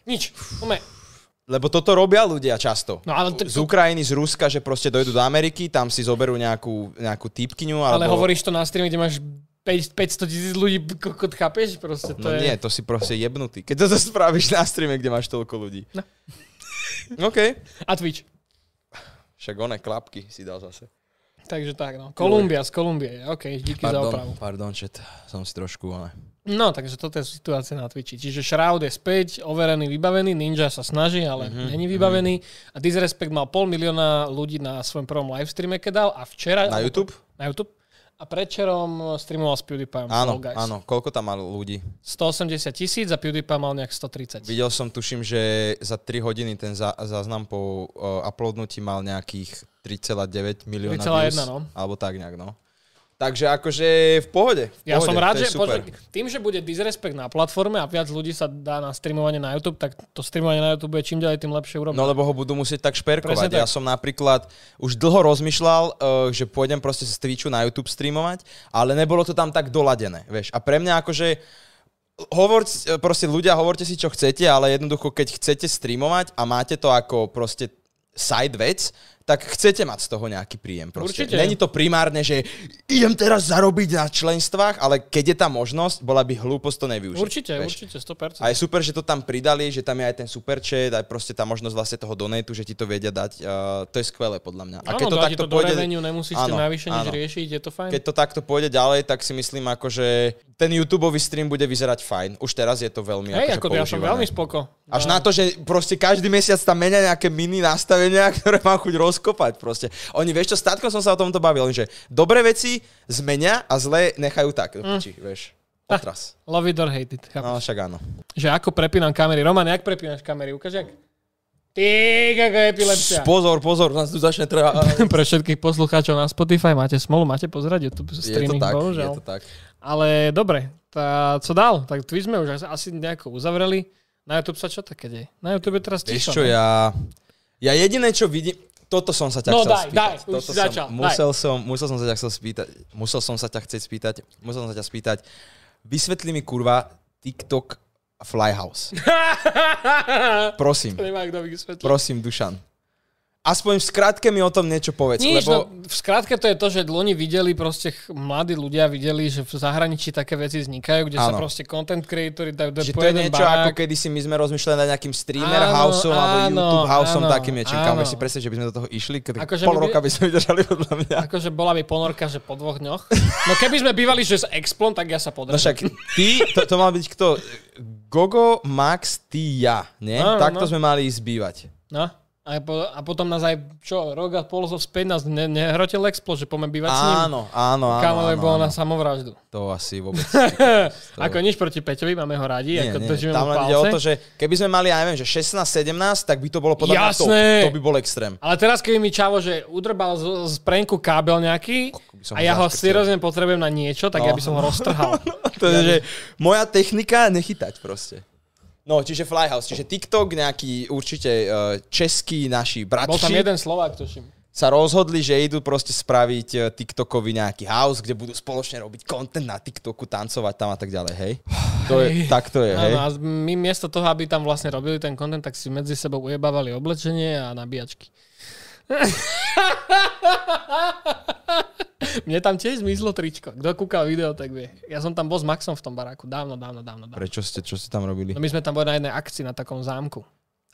Speaker 1: Nič. Ume.
Speaker 2: Lebo toto robia ľudia často.
Speaker 1: No ale t-
Speaker 2: z Ukrajiny, z Ruska, že proste dojdú do Ameriky, tam si zoberú nejakú, nejakú týpkyňu, alebo...
Speaker 1: Ale hovoríš to na streame, kde máš 5 500 tisíc ľudí, kokot, chápeš? Proste to
Speaker 2: No
Speaker 1: je...
Speaker 2: nie, to si proste jebnutý. Keď to spravíš na streame, kde máš toľko ľudí.
Speaker 1: No.
Speaker 2: OK.
Speaker 1: A Twitch.
Speaker 2: Však one klapky si dal zase.
Speaker 1: Takže tak, no. Kolumbia z Kolumbie. OK, díky za opravu.
Speaker 2: pardon, čet, som si trošku, ale...
Speaker 1: No, takže toto je situácia na Twitchi. Čiže Shroud je späť, overený, vybavený, Ninja sa snaží, ale
Speaker 2: Mhm,
Speaker 1: mm-hmm, není vybavený. Mm-hmm. A Disrespect mal pol milióna ľudí na svojom prvom livestreame, keď dal a včera...
Speaker 2: Na YouTube?
Speaker 1: Na YouTube. A predčerom streamoval s PewDiePie.
Speaker 2: Áno,
Speaker 1: Fall Guys.
Speaker 2: áno. Koľko tam mal ľudí?
Speaker 1: 180 tisíc a PewDiePie mal nejak 130.
Speaker 2: Videl som, tuším, že za 3 hodiny ten zá, záznam po uh, uploadnutí mal nejakých 3,9 milióna
Speaker 1: 3,1,
Speaker 2: views.
Speaker 1: no.
Speaker 2: Alebo tak nejak, no. Takže akože v pohode. V pohode
Speaker 1: Ja som rád,
Speaker 2: to je
Speaker 1: že
Speaker 2: super.
Speaker 1: pozri, tým, že bude disrespect na platforme a viac ľudí sa dá na streamovanie na YouTube, tak to streamovanie na YouTube je čím ďalej tým lepšie urobené.
Speaker 2: No lebo ho budú musieť tak
Speaker 1: Presne
Speaker 2: šperkovať.
Speaker 1: tak.
Speaker 2: Ja som napríklad už dlho rozmýšľal, uh, že pôjdem proste z Twitchu na YouTube streamovať, ale nebolo to tam tak doladené, vieš. A pre mňa akože hovor, e, proste ľudia, hovorte si, čo chcete, ale jednoducho, keď chcete streamovať a máte to ako proste side vec, tak chcete mať z toho nejaký príjem. Proste.
Speaker 1: Určite.
Speaker 2: Není to primárne, že idem teraz zarobiť na členstvách, ale keď je tá možnosť, bola by hlúposť to nevyužiť.
Speaker 1: určite,
Speaker 2: vieš.
Speaker 1: určite, 100%.
Speaker 2: A je super, že to tam pridali, že tam je aj ten super chat, aj proste tá možnosť vlastne toho donatu, že ti to vedia dať. Uh, to je skvelé podľa mňa.
Speaker 1: Áno,
Speaker 2: A keď to
Speaker 1: dá ti
Speaker 2: takto
Speaker 1: to
Speaker 2: pôjde,
Speaker 1: do revenue, nemusíš
Speaker 2: Áno,
Speaker 1: áno, navyše nič
Speaker 2: áno.
Speaker 1: riešiť, je to fajn.
Speaker 2: keď to takto pôjde ďalej, tak si myslím ako, že ten YouTube stream bude vyzerať fajn. Už teraz je to veľmi
Speaker 1: Hej,
Speaker 2: akože
Speaker 1: ako ja som
Speaker 2: používané.
Speaker 1: veľmi No. spoko.
Speaker 2: Až na to, že proste každý mesiac tam menia nejaké mini nastavenia, ktoré mám chuť rozkopať proste. Oni, vieš čo, s Tatkom som sa o tomto bavil, že dobré veci zmenia a zlé nechajú tak. Mm. Či, vieš, otras.
Speaker 1: Love it or hate it, chápem.
Speaker 2: No však áno.
Speaker 1: Že ako prepínam kamery. Roman, jak prepínaš kamery? Ukáž jak? Ty, ako epilepsia.
Speaker 2: Pozor, pozor, nás tu začne treba...
Speaker 1: Pre všetkých poslucháčov na Spotify máte smolu, máte pozerať YouTube streamy, bohužiaľ.
Speaker 2: tak.
Speaker 1: Ale dobre, tá, co dal? Tak Twitch sme už asi nejako uzavreli. Na YouTube sa čo také deje? Na YouTube je teraz
Speaker 2: Vieš
Speaker 1: ticho.
Speaker 2: čo,
Speaker 1: ne?
Speaker 2: ja... Ja jediné, čo vidím... Toto som sa ťa
Speaker 1: No
Speaker 2: chcel
Speaker 1: daj,
Speaker 2: spýtať.
Speaker 1: daj, už
Speaker 2: Toto
Speaker 1: si
Speaker 2: som,
Speaker 1: začal, daj.
Speaker 2: musel, som, musel som sa ťa chcel spýtať. Musel som sa ťa chcieť spýtať. Musel som sa ťa spýtať. Vysvetli mi, kurva, TikTok a Flyhouse.
Speaker 1: To
Speaker 2: Prosím,
Speaker 1: nemá kto vysvetliť.
Speaker 2: prosím, Dušan. Aspoň v skratke mi o tom niečo povedz,
Speaker 1: Nič, no,
Speaker 2: lebo...
Speaker 1: v skratke to je to, že dloni videli, proste ch- mladí ľudia videli, že v zahraničí také veci vznikajú, kde sa
Speaker 2: Áno.
Speaker 1: proste content creatori dajú do
Speaker 2: Že
Speaker 1: po
Speaker 2: to je
Speaker 1: jeden
Speaker 2: niečo, ako
Speaker 1: barák. Ke...
Speaker 2: kedysi my sme rozmýšľali nad nejakým streamer
Speaker 1: Áno,
Speaker 2: houseom alebo
Speaker 1: áno,
Speaker 2: YouTube houseom,
Speaker 1: áno,
Speaker 2: takým niečím. Kam
Speaker 1: áno.
Speaker 2: si presne, že by sme do toho išli, kedy
Speaker 1: Akože
Speaker 2: pol
Speaker 1: my by-
Speaker 2: roka by sme vydržali podľa mňa.
Speaker 1: Akože bola by ponorka, že po dvoch dňoch. No keby sme bývali, že s Explom, tak ja sa podržím.
Speaker 2: No však ty, to, to mal byť kto? Gogo, Max, ty, ja, nie?
Speaker 1: Áno,
Speaker 2: Takto
Speaker 1: no.
Speaker 2: sme mali ísť bývať.
Speaker 1: No. A, po, a potom nás aj, čo, rok a pol zo späť nás ne, nehrotil Explo, že poďme bývať s ním.
Speaker 2: Áno, áno, áno.
Speaker 1: Kámo,
Speaker 2: áno,
Speaker 1: bolo na
Speaker 2: áno.
Speaker 1: samovraždu.
Speaker 2: To asi vôbec.
Speaker 1: Ako nič proti Peťovi, máme ho radi,
Speaker 2: Nie,
Speaker 1: ako
Speaker 2: nie,
Speaker 1: držíme mu
Speaker 2: tam len
Speaker 1: palce.
Speaker 2: ide o to, že keby sme mali, ja neviem, že 16-17, tak by to bolo podľa mňa top.
Speaker 1: Jasné.
Speaker 2: To by bol extrém.
Speaker 1: Ale teraz, keď mi Čavo, že udrbal z, z prenku kábel nejaký
Speaker 2: by som
Speaker 1: a
Speaker 2: ho
Speaker 1: ja ho
Speaker 2: zaškrtil.
Speaker 1: seriózne potrebujem na niečo, tak ja
Speaker 2: No.
Speaker 1: by som ho roztrhal.
Speaker 2: To je, že moja technika nechytať proste. No, čiže Flyhouse, čiže TikTok, nejaký určite eh, český naši bratši.
Speaker 1: Bol tam jeden Slovák, tuším.
Speaker 2: sa rozhodli, že idú proste spraviť e, TikTokový nejaký house, kde budú spoločne robiť content na TikToku, tancovať tam a tak ďalej, hej? To je,
Speaker 1: Hej.
Speaker 2: tak to je, hej?
Speaker 1: Áno, a my miesto toho, aby tam vlastne robili ten kontent, tak si medzi sebou ujebávali oblečenie a nabíjačky. Mne tam tiež zmizlo tričko. Kto kúkal video, tak vie. Ja som tam bol s Maxom v tom baráku. Dávno, dávno, dávno. dávno.
Speaker 2: Prečo ste, čo ste tam robili?
Speaker 1: No my sme tam boli na jednej akcii na takom zámku.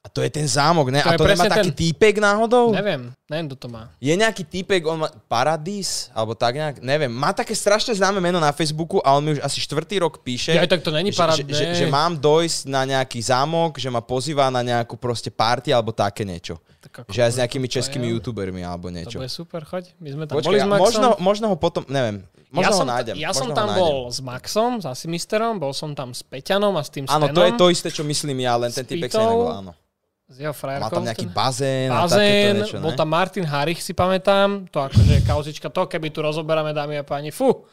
Speaker 2: A to je ten zámok, ne?
Speaker 1: To
Speaker 2: a
Speaker 1: je
Speaker 2: to nemá
Speaker 1: presne ten-
Speaker 2: taký týpek náhodou?
Speaker 1: Neviem, neviem, kto to má.
Speaker 2: Je nejaký týpek, on má Paradis, alebo tak nejak, neviem. Má také strašne známe meno na Facebooku a on mi už asi štvrtý rok píše,
Speaker 1: Ja, tak to není
Speaker 2: že, že,
Speaker 1: Paradis.
Speaker 2: že, že mám dojsť na nejaký zámok, že ma pozýva na nejakú proste party alebo také niečo.
Speaker 1: Tak ako-
Speaker 2: Že aj s nejakými českými
Speaker 1: To je-
Speaker 2: youtubermi alebo
Speaker 1: To
Speaker 2: niečo.
Speaker 1: bude super, choď. My sme tam boli
Speaker 2: Počkaj,
Speaker 1: s
Speaker 2: a
Speaker 1: Maxom.
Speaker 2: možno, možno ho potom, neviem,
Speaker 1: ja
Speaker 2: možno ho
Speaker 1: som, t-
Speaker 2: nájdem.
Speaker 1: ja
Speaker 2: možno
Speaker 1: som
Speaker 2: ho
Speaker 1: tam
Speaker 2: nájdem.
Speaker 1: bol s Maxom, s Asimisterom, bol som tam s Peťanom a s tým
Speaker 2: Áno,
Speaker 1: Stenom.
Speaker 2: to je to isté, čo myslím ja, len ten
Speaker 1: no? S
Speaker 2: typek sa
Speaker 1: Pitou.
Speaker 2: nevolá, áno.
Speaker 1: S jeho frajerkou.
Speaker 2: Má tam nejaký
Speaker 1: ten-
Speaker 2: bazén, a takéto
Speaker 1: bazén,
Speaker 2: niečo, ne?
Speaker 1: bol tam Martin Harich, si pamätám. To akože kauzička, to keby tu rozoberáme, dámy a páni, fú.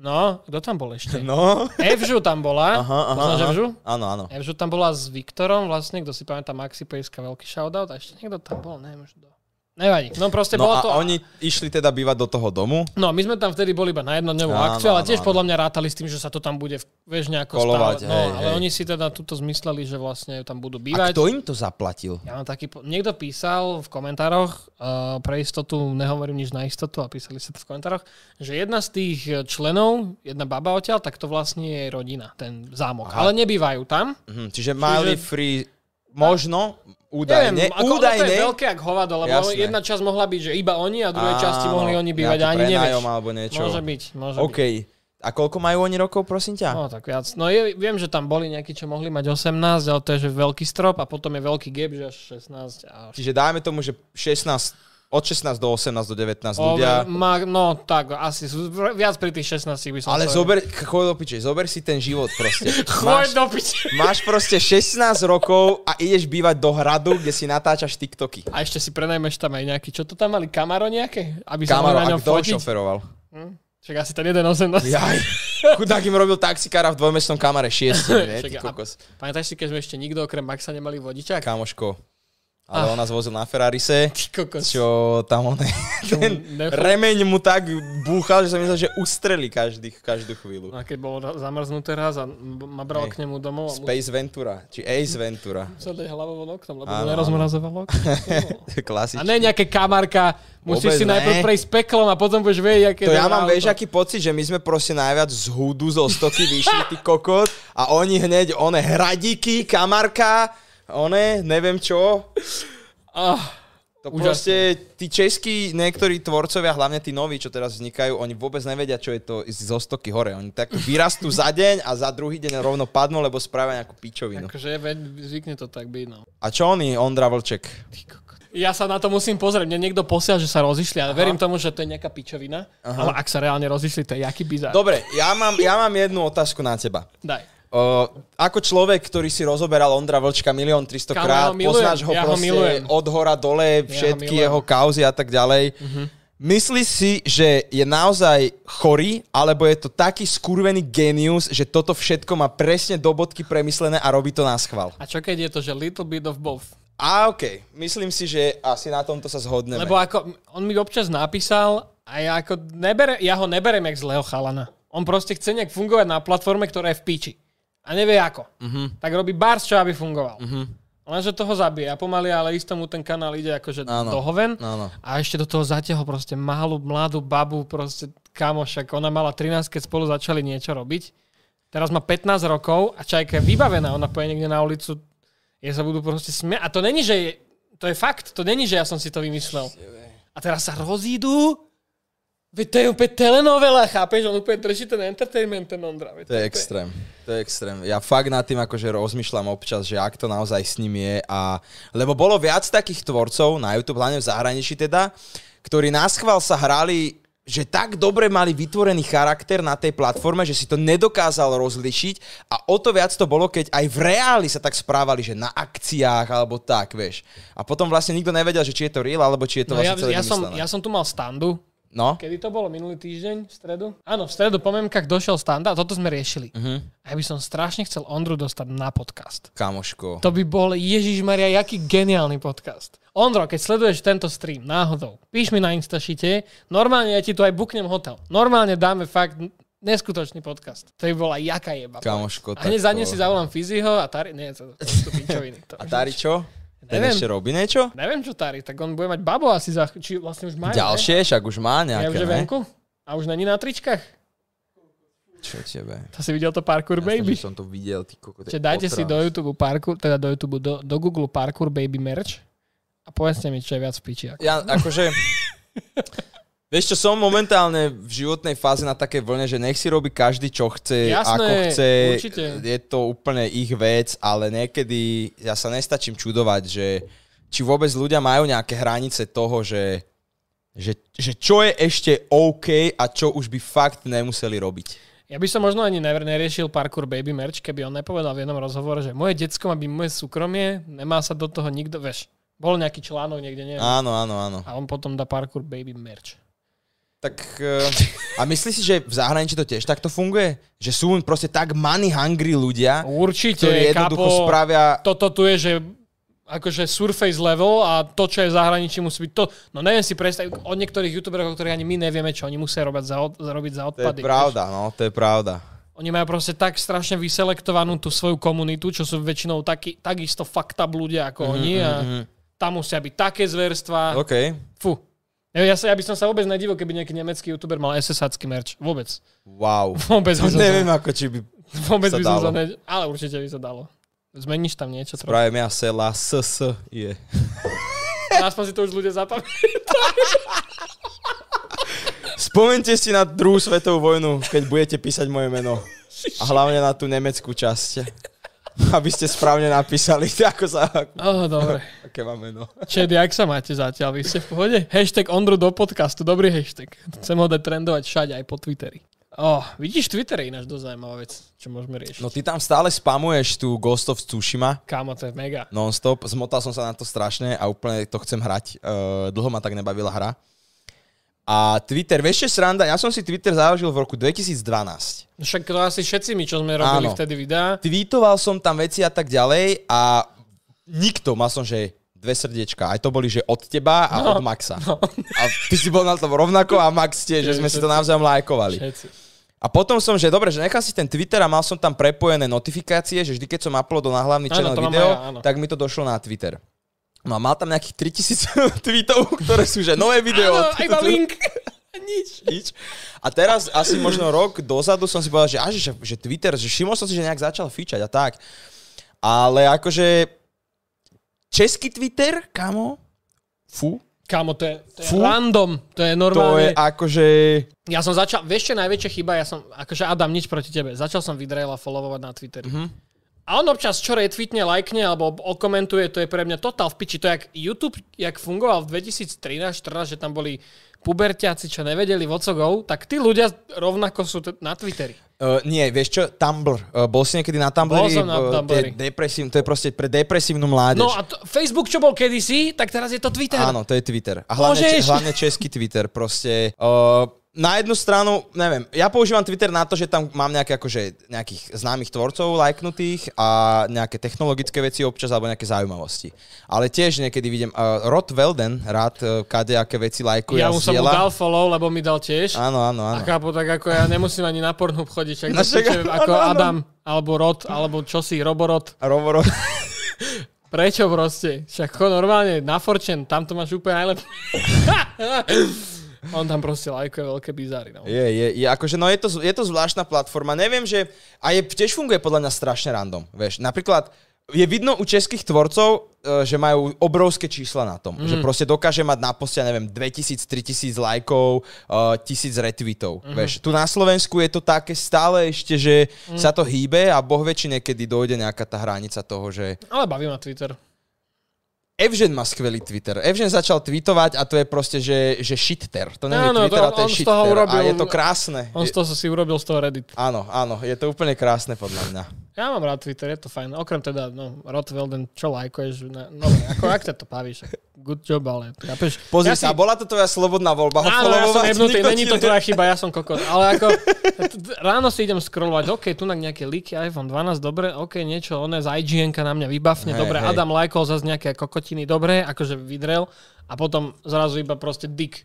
Speaker 1: No, kto tam bol ešte?
Speaker 2: No,
Speaker 1: Evžu tam bola.
Speaker 2: aha, aha,
Speaker 1: Poznáš
Speaker 2: aha.
Speaker 1: Evžu?
Speaker 2: Áno, áno.
Speaker 1: Evžu tam bola s Viktorom, vlastne, kto si pamätá Maxi Pejska, veľký shoutout. A ešte niekto tam bol, neviem, už kto. Nevadí. No proste
Speaker 2: No
Speaker 1: bolo
Speaker 2: a
Speaker 1: to...
Speaker 2: oni išli teda bývať do toho domu,
Speaker 1: No, my sme tam vtedy boli iba na jednodňovú
Speaker 2: Áno,
Speaker 1: akciu, ale
Speaker 2: áno,
Speaker 1: tiež
Speaker 2: áno.
Speaker 1: podľa mňa rátali s tým, že sa to tam bude, vieš, nejako stále.
Speaker 2: Kolovať,
Speaker 1: No,
Speaker 2: hej,
Speaker 1: ale
Speaker 2: hej.
Speaker 1: oni si teda tuto zmysleli, že vlastne tam budú
Speaker 2: A
Speaker 1: bývať.
Speaker 2: kto im to zaplatil?
Speaker 1: Ja mám taký... Po... Niekto písal v komentároch, uh, pre istotu nehovorím nič na istotu, a písali sa to v komentároch, že jedna z tých eh, členov, jedna baba odtiaľ, tak to vlastne je rodina, ten zámok.
Speaker 2: Aha.
Speaker 1: Ale nebývajú tam.
Speaker 2: Mhm, čiže mali free, možno,
Speaker 1: Neviem,
Speaker 2: údajne,
Speaker 1: ako, ono to
Speaker 2: údajne.
Speaker 1: je veľké ako hovado, lebo
Speaker 2: Jasné.
Speaker 1: jedna časť mohla byť, že iba oni a druhej časti
Speaker 2: Áno,
Speaker 1: mohli oni bývať,
Speaker 2: nejaký
Speaker 1: ani nevieš.
Speaker 2: prenájom alebo niečo.
Speaker 1: Môže byť, môže byť.
Speaker 2: OK. A koľko majú oni rokov, prosím ťa?
Speaker 1: No tak viac. No je, viem, že tam boli nejakí, čo mohli mať 18, ale to je že veľký strop a potom je veľký gap, že až 16 a
Speaker 2: Čiže dajme tomu, že 16, od 16 do 18 do 19
Speaker 1: O,
Speaker 2: ľudia.
Speaker 1: Ma, no tak, asi sú v- viac pri tých 16 by som
Speaker 2: Ale
Speaker 1: povedal.
Speaker 2: zober, choď do piče, zober si ten život proste.
Speaker 1: Choď
Speaker 2: Máš,
Speaker 1: do piče.
Speaker 2: máš proste 16 rokov a ideš bývať do hradu, kde si natáčaš TikToky.
Speaker 1: A ešte si prenajmeš tam aj nejaký, čo to tam mali, kamaro nejaké? Aby sa mohli
Speaker 2: Kamaro,
Speaker 1: na
Speaker 2: a
Speaker 1: ňom
Speaker 2: kto ho
Speaker 1: fotiť?
Speaker 2: šoferoval?
Speaker 1: Však asi ten jeden 18.
Speaker 2: Jaj, chudák im robil taxikára v dvojmestnom kamare 6, ne,
Speaker 1: Čakaj,
Speaker 2: ty
Speaker 1: a-
Speaker 2: kokos.
Speaker 1: Pamätáš si, keď sme ešte nikto okrem Maxa nemali vodičák?
Speaker 2: Kamoško. Ale
Speaker 1: Ach.
Speaker 2: on nás vozil na Ferrarise,
Speaker 1: Ty kokos.
Speaker 2: čo tam on
Speaker 1: Čo,
Speaker 2: ten
Speaker 1: necho-
Speaker 2: remeň mu tak búchal, že som myslel, že ustreli každý, každú chvíľu.
Speaker 1: A keď bolo zamrznuté raz a m- ma bral
Speaker 2: Hej.
Speaker 1: k nemu domov a
Speaker 2: Space Ventura, či Ace Ventura.
Speaker 1: musel dať hlavou von oknom, lebo to
Speaker 2: Áno,
Speaker 1: nerozmrazovalo. okno. No. A
Speaker 2: Klasičný.
Speaker 1: ne nejaké kamarka, musíš
Speaker 2: Vôbec
Speaker 1: si
Speaker 2: ne.
Speaker 1: najprv prejsť peklom a potom budeš vedieť, aké...
Speaker 2: To
Speaker 1: dobré
Speaker 2: ja mám,
Speaker 1: auto.
Speaker 2: vieš, aký pocit, že my sme proste najviac z hudu, zo stoky vyšli, ty kokot, a oni hneď, one hradíky, kamarka, one, neviem čo.
Speaker 1: Ah,
Speaker 2: To
Speaker 1: Úžasné.
Speaker 2: proste, tí českí niektorí tvorcovia, hlavne tí noví, čo teraz vznikajú, oni vôbec nevedia, čo je to ísť zo stoky hore. Oni tak vyrastú za deň a za druhý deň rovno padnú, lebo spravia nejakú pičovinu.
Speaker 1: akože veď zvykne to tak byť, no.
Speaker 2: A čo oni, Ondra Vlček?
Speaker 1: Ty kokot. Ja sa na to musím pozrieť. Mne niekto posiel, že sa rozišli, ale verím tomu, že to je nejaká pičovina. Ale ak sa reálne rozišli, to je jaký bizar.
Speaker 2: Dobre, ja mám, ja mám jednu otázku na teba.
Speaker 1: Daj.
Speaker 2: O, ako človek, ktorý si rozoberal Ondra Vlčka milión 300
Speaker 1: Kámo, ja
Speaker 2: krát,
Speaker 1: ho milujem,
Speaker 2: poznáš ho
Speaker 1: ja ho
Speaker 2: proste
Speaker 1: milujem.
Speaker 2: od hora dole, všetky
Speaker 1: milujem. Mhm.
Speaker 2: jeho kauzy a tak ďalej. Myslíš si, že je naozaj chorý, alebo je to taký skurvený genius, že toto všetko má presne do bodky premyslené a robí to na schvál?
Speaker 1: A čo keď je to, že little bit of both?
Speaker 2: A okej, myslím si, že asi na tomto sa zhodneme.
Speaker 1: Lebo ako, on mi občas napísal a ja, ako nebere, ja ho neberem jak zlého chalana. On proste chce nejak fungovať na platforme, ktorá je v piči. A nevie ako. Tak robí bars, čo aby fungoval. Lenže toho zabije. A pomaly, ale isto mu ten kanál ide akože
Speaker 2: Áno.
Speaker 1: dohoven.
Speaker 2: Áno.
Speaker 1: A ešte do toho zatiahol proste malú, mladú babu, proste kamošak. Ona mala 13, keď spolu začali niečo robiť. Teraz má 15 rokov a čajka je vybavená. Ona poje niekde na ulicu, je sa budú proste smiať. A to není, že je, to je fakt. To není, že ja som si to vymyslel. A teraz sa rozídu. Veď to je úplne telenovela, chápeš? On úplne drží ten entertainment, ten Ondra. Veď
Speaker 2: To je extrém. To je extrém. Ja fakt nad tým akože rozmýšľam občas, že ak to naozaj s ním je. A... Lebo bolo viac takých tvorcov na YouTube, hlavne v zahraničí teda, ktorí na schvál sa hrali že tak dobre mali vytvorený charakter na tej platforme, že si to nedokázal rozlišiť a o to viac to bolo, keď aj v reáli sa tak správali, že na akciách alebo tak, vieš. A potom vlastne nikto nevedel, že či je to real alebo či je to
Speaker 1: No, ja,
Speaker 2: vlastne celé
Speaker 1: ja, som,
Speaker 2: vymyslené.
Speaker 1: ja som tu mal standu,
Speaker 2: No,
Speaker 1: Kedy to bolo? Minulý týždeň? V stredu? Áno, v stredu po memkách došiel standa a toto sme riešili. Uh-huh.
Speaker 2: Mhm.
Speaker 1: A ja by som strašne chcel Ondru dostať na podcast.
Speaker 2: kamoško.
Speaker 1: To by bol Ježiš Maria, jaký geniálny podcast. Ondro, keď sleduješ tento stream náhodou, píš mi na Instašite, normálne ja ti tu aj buknem hotel. Normálne dáme fakt neskutočný podcast. To by bola jaká jeba. a
Speaker 2: Kamoško,
Speaker 1: hneď za ne
Speaker 2: takto.
Speaker 1: si zavolám Fiziho a Tari... Nie, to, to, sú pičoviny. to
Speaker 2: A Tari čo? Ten
Speaker 1: Neviem.
Speaker 2: ešte robí niečo?
Speaker 1: Neviem, čo Tari, tak on bude mať babo asi za... ch- Či vlastne už majú, ne?
Speaker 2: Ďalšie, však už má
Speaker 1: Ja
Speaker 2: nejaké,
Speaker 1: už je
Speaker 2: ne?
Speaker 1: venku? A už není na tričkách?
Speaker 2: Čo tebe?
Speaker 1: To si videl to Parkour
Speaker 2: Jasné,
Speaker 1: Baby?
Speaker 2: že som to videl, ty kokot.
Speaker 1: Čiže dajte si do YouTube parkour, teda do YouTube, do, do Google parkour baby merch a povedzte mi, čo je viac v piči. ako-
Speaker 2: Ja akože... Vieš čo, som momentálne v životnej fáze na také vlne, že nech si robi každý, čo chce,
Speaker 1: Jasné,
Speaker 2: ako chce.
Speaker 1: určite.
Speaker 2: Je to úplne ich vec, ale niekedy ja sa nestačím čudovať, že či vôbec ľudia majú nejaké hranice toho, že, že, že čo je ešte OK a čo už by fakt nemuseli robiť.
Speaker 1: Ja by som možno ani never neriešil parkour baby merch, keby on nepovedal v jednom rozhovore, že moje decko má byť moje súkromie, nemá sa do toho nikto, veš, bol nejaký článok niekde, neviem. A,
Speaker 2: Áno, áno, áno.
Speaker 1: a on potom dá parkour baby merch.
Speaker 2: Tak, e, a myslíš si, že v zahraničí to tiež takto funguje? Že sú proste tak money hungry ľudia,
Speaker 1: Určite,
Speaker 2: ktorí jednoducho
Speaker 1: kapo,
Speaker 2: spravia
Speaker 1: toto tu je, že akože surface level a to, čo je v zahraničí, musí byť to. No neviem si predstaviť od niektorých youtuberov, o ktorých ani my nevieme, čo oni musia robiť za, od, robiť za
Speaker 2: To je
Speaker 1: odpady.
Speaker 2: pravda, no, to je pravda.
Speaker 1: Oni majú proste tak strašne vyselektovanú tú svoju komunitu, čo sú väčšinou taký, takisto fucked up ľudia ako oni a tam musia byť také zverstva.
Speaker 2: Mhm, OK.
Speaker 1: Fú. Ja, ja, sa, ja by som sa vôbec nedivil, keby nejaký nemecký youtuber mal SSácky merch. Vôbec.
Speaker 2: Wow.
Speaker 1: Vôbec by som
Speaker 2: To
Speaker 1: sa,
Speaker 2: neviem, ako či by...
Speaker 1: vôbec
Speaker 2: sa
Speaker 1: by som sa
Speaker 2: dalo.
Speaker 1: ne... Ale určite by sa dalo. Zmeníš tam niečo. Trochu.
Speaker 2: Práve mňa sela SS je.
Speaker 1: Aspoň si to už ľudia zapamätajú.
Speaker 2: Spomente si na druhú svetovú vojnu, keď budete písať moje meno. A hlavne na tú nemeckú časť. Aby ste správne napísali, ako sa...
Speaker 1: Oh, dobre.
Speaker 2: Aké mám meno.
Speaker 1: Čed, jak sa máte zatiaľ? Vy ste v pohode? Hashtag Ondru do podcastu, dobrý hashtag. Chcem ho dať trendovať všade, aj po Twitteri. Oh, vidíš, Twitter je ináč dosť zaujímavá vec, čo môžeme riešiť.
Speaker 2: No
Speaker 1: No.
Speaker 2: ty tam stále spamuješ tú Ghost of Tsushima
Speaker 1: Kámo, to je mega.
Speaker 2: non-stop. Zmotal som sa na to strašne a úplne to chcem hrať. Uh, dlho ma tak nebavila hra. A Twitter, vieš čo je sranda? Ja som si Twitter založil v roku 2012.
Speaker 1: No Však to asi všetci my, čo sme robili
Speaker 2: Áno.
Speaker 1: vtedy videá.
Speaker 2: tweetoval som tam veci a tak ďalej a nikto, mal som, že dve srdiečka. Aj to boli, že od teba a
Speaker 1: No.
Speaker 2: od Maxa. A ty si bol na tom rovnako a Max tiež, že sme si to navzájom lajkovali.
Speaker 1: Všetci.
Speaker 2: A potom som, že dobre, že nechal si ten Twitter a mal som tam prepojené notifikácie, že vždy, keď som uploadol na hlavný
Speaker 1: Áno,
Speaker 2: channel
Speaker 1: to mám
Speaker 2: video,
Speaker 1: aj ja, áno.
Speaker 2: tak mi to došlo na Twitter. No a mal tam nejakých 3000 tweetov, ktoré sú, že nové video.
Speaker 1: Áno,
Speaker 2: od-
Speaker 1: iba link. Nič.
Speaker 2: nič. A teraz asi možno rok dozadu som si povedal, že, á, že, že Twitter, že všimol som si, že nejak začal fičať a tak. Ale akože český Twitter, kamo, fú,
Speaker 1: Kámo, to je, to je
Speaker 2: Fú.
Speaker 1: random. To je
Speaker 2: to je
Speaker 1: normálne.
Speaker 2: akože...
Speaker 1: Ja som začal, vieš čo je najväčšia chyba, ja som, akože Adam, nič proti tebe, začal som Vidrela followovať na Twitteri.
Speaker 2: Mhm.
Speaker 1: Mm-hmm. A on občas čo retweetne, lajkne alebo ob- okomentuje, to je pre mňa totál v piči. To jak YouTube, jak fungoval v 2013-14, že tam boli puberťáci, čo nevedeli vocogov, tak tí ľudia rovnako sú t- na Twitteri.
Speaker 2: Uh, nie, vieš čo, Tumblr. Uh, bol si niekedy na Tumblri?
Speaker 1: Bol som na
Speaker 2: Eh,
Speaker 1: Tumblri.
Speaker 2: To je, depresívne, to je proste pre depresívnu mládež.
Speaker 1: No a to, Facebook, čo bol kedysi, tak teraz je to Twitter.
Speaker 2: Áno, to je Twitter. A hlavne,
Speaker 1: Môžeš?
Speaker 2: če, hlavne český Twitter. Proste, uh, na jednu stranu, neviem, ja používam Twitter na to, že tam mám nejaké, akože, nejakých známych tvorcov lajknutých a nejaké technologické veci občas alebo nejaké zaujímavosti. Ale tiež niekedy vidím, uh, Rod Velden rád uh, kadejaké veci lajkuje
Speaker 1: ja
Speaker 2: a
Speaker 1: mu som mu
Speaker 2: zdieľa.
Speaker 1: dal follow, lebo mi dal tiež.
Speaker 2: Áno, áno,
Speaker 1: A
Speaker 2: áno.
Speaker 1: chápu, tak ako ja nemusím ani na Pornhub chodiť, no,
Speaker 2: No
Speaker 1: ako
Speaker 2: však- áno, áno.
Speaker 1: Adam, alebo Rod, alebo čosi, Roborod.
Speaker 2: Rovoro.
Speaker 1: Prečo proste? Však chod normálne na Forčen, tam to máš úplne najlepšie. On tam proste lajkuje veľké bizary. No.
Speaker 2: Je, je, je, akože, no je to, je to zvláštna platforma. Neviem, že... A je, tiež funguje podľa mňa strašne random. Vieš, napríklad je vidno u českých tvorcov, e, že majú obrovské čísla na tom. Mm.
Speaker 1: Mhm.
Speaker 2: Že proste dokáže mať na poste, ja neviem, 2000, 3000 lajkov, e, 1000
Speaker 1: Mhm.
Speaker 2: retweetov. Mm. Vieš, tu na Slovensku je to také stále ešte, že
Speaker 1: Mhm.
Speaker 2: mm. sa to hýbe a boh vie, či niekedy dojde nejaká tá hranica toho, že...
Speaker 1: Ale baví ma Twitter.
Speaker 2: Evžen má skvelý Twitter. Evžen začal tweetovať a to je proste, že, že shitter. To nie je
Speaker 1: Áno, to
Speaker 2: Twitter, a to
Speaker 1: on
Speaker 2: je
Speaker 1: z
Speaker 2: shitter.
Speaker 1: toho
Speaker 2: a
Speaker 1: urobil-
Speaker 2: je to krásne.
Speaker 1: On z toho si urobil z toho Reddit.
Speaker 2: Áno, áno, je to úplne krásne podľa mňa.
Speaker 1: Ja mám rád Twitter, je to fajn. Okrem teda, no, Rod Velden, čo lajkuješ? Na, no, ako ak ťa to baví, však. Good job, ale... Chápeš?
Speaker 2: Pozri
Speaker 1: ja
Speaker 2: sa,
Speaker 1: si-
Speaker 2: bola to tvoja slobodná voľba. ho
Speaker 1: Áno, ja som
Speaker 2: followovať?
Speaker 1: jebnutý,
Speaker 2: Nikto
Speaker 1: není
Speaker 2: ti
Speaker 1: to
Speaker 2: ne-
Speaker 1: tvoja chyba, ja som kokot. Ale ako, t- t- ráno si idem scrollovať, OK, tu na nejaké leaky, iPhone 12, dobre, OK, niečo, ono z ign na mňa vybafne,
Speaker 2: Hej,
Speaker 1: dobre,
Speaker 2: hej.
Speaker 1: Adam lajkol zase nejaké kokotiny, dobre, akože vydrel a potom zrazu iba proste dick.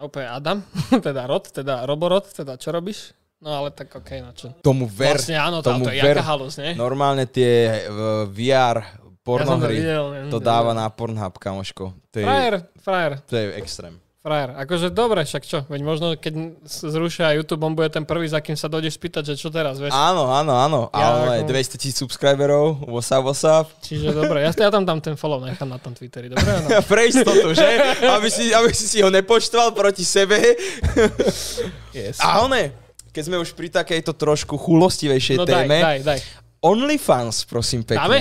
Speaker 1: Opäť Adam, teda Rod, teda Roborod, teda čo robíš? No ale tak OK, na čo.
Speaker 2: Tomu ver.
Speaker 1: Vlastne áno, tá,
Speaker 2: tomu
Speaker 1: to je
Speaker 2: ver.
Speaker 1: jaká halus, nie?
Speaker 2: Normálne tie eh, VR
Speaker 1: ja som to
Speaker 2: pornohry.
Speaker 1: videl. ja som
Speaker 2: to dáva na Pornhub, kamoško. To je,
Speaker 1: Frajer, frajer.
Speaker 2: to je extrém.
Speaker 1: Frajer, akože dobre, však čo, veď možno keď zrušia YouTube, on bude ten prvý, za kým sa dojdeš spýtať, že čo teraz, vieš.
Speaker 2: Áno, áno, áno.
Speaker 1: Ja
Speaker 2: Ale
Speaker 1: ako-
Speaker 2: 200 tisíc subscriberov, whatsapp, whatsapp.
Speaker 1: Čiže dobre, ja, ja tam dám ten follow, nechám na tom Twitteri, dobre? No.
Speaker 2: Pre istotu, že? Aby si, aby si si ho nepoštval proti sebe.
Speaker 1: Yes.
Speaker 2: A one, keď sme už pri takejto trošku chulostivejšej
Speaker 1: No daj,
Speaker 2: téme.
Speaker 1: daj, daj.
Speaker 2: OnlyFans, prosím pekne.
Speaker 1: Dáme?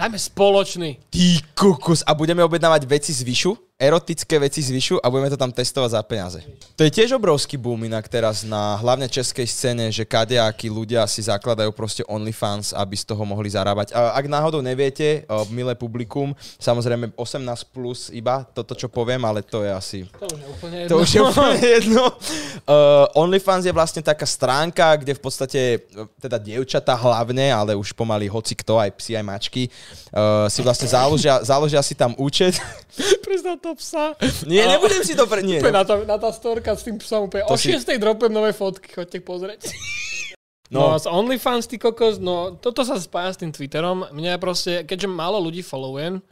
Speaker 1: Dajme spoločný.
Speaker 2: Ty kokos. A budeme objednávať veci z Vyšu, erotické veci z Vyšu a budeme to tam testovať za peniaze. To je tiež obrovský boom inak teraz na hlavne českej scéne, že kadejakí ľudia si zakladajú proste OnlyFans, aby z toho mohli zarábať. A ak náhodou neviete, o, milé publikum, samozrejme 18 plus iba toto, čo poviem, ale to je asi
Speaker 1: To už je úplne jedno.
Speaker 2: to už je úplne jedno. Uh, OnlyFans je vlastne taká stránka, kde v podstate, eh, teda dievčatá hlavne, ale už pomaly hoci kto, aj psi, aj mačky, uh, si vlastne založia, založia si tam účet.
Speaker 1: Priznal to psa.
Speaker 2: nie, nebudem si to pre... Nie,
Speaker 1: No.
Speaker 2: no.
Speaker 1: Úplne na, to, na tá storka s tým psom úplne.
Speaker 2: To
Speaker 1: O
Speaker 2: si-
Speaker 1: 6. dropujem nové fotky, chodte pozrieť. No,
Speaker 2: No.
Speaker 1: no z OnlyFans, ty kokos, no toto sa spája s tým Twitterom. Mňa proste, keďže málo ľudí followujem,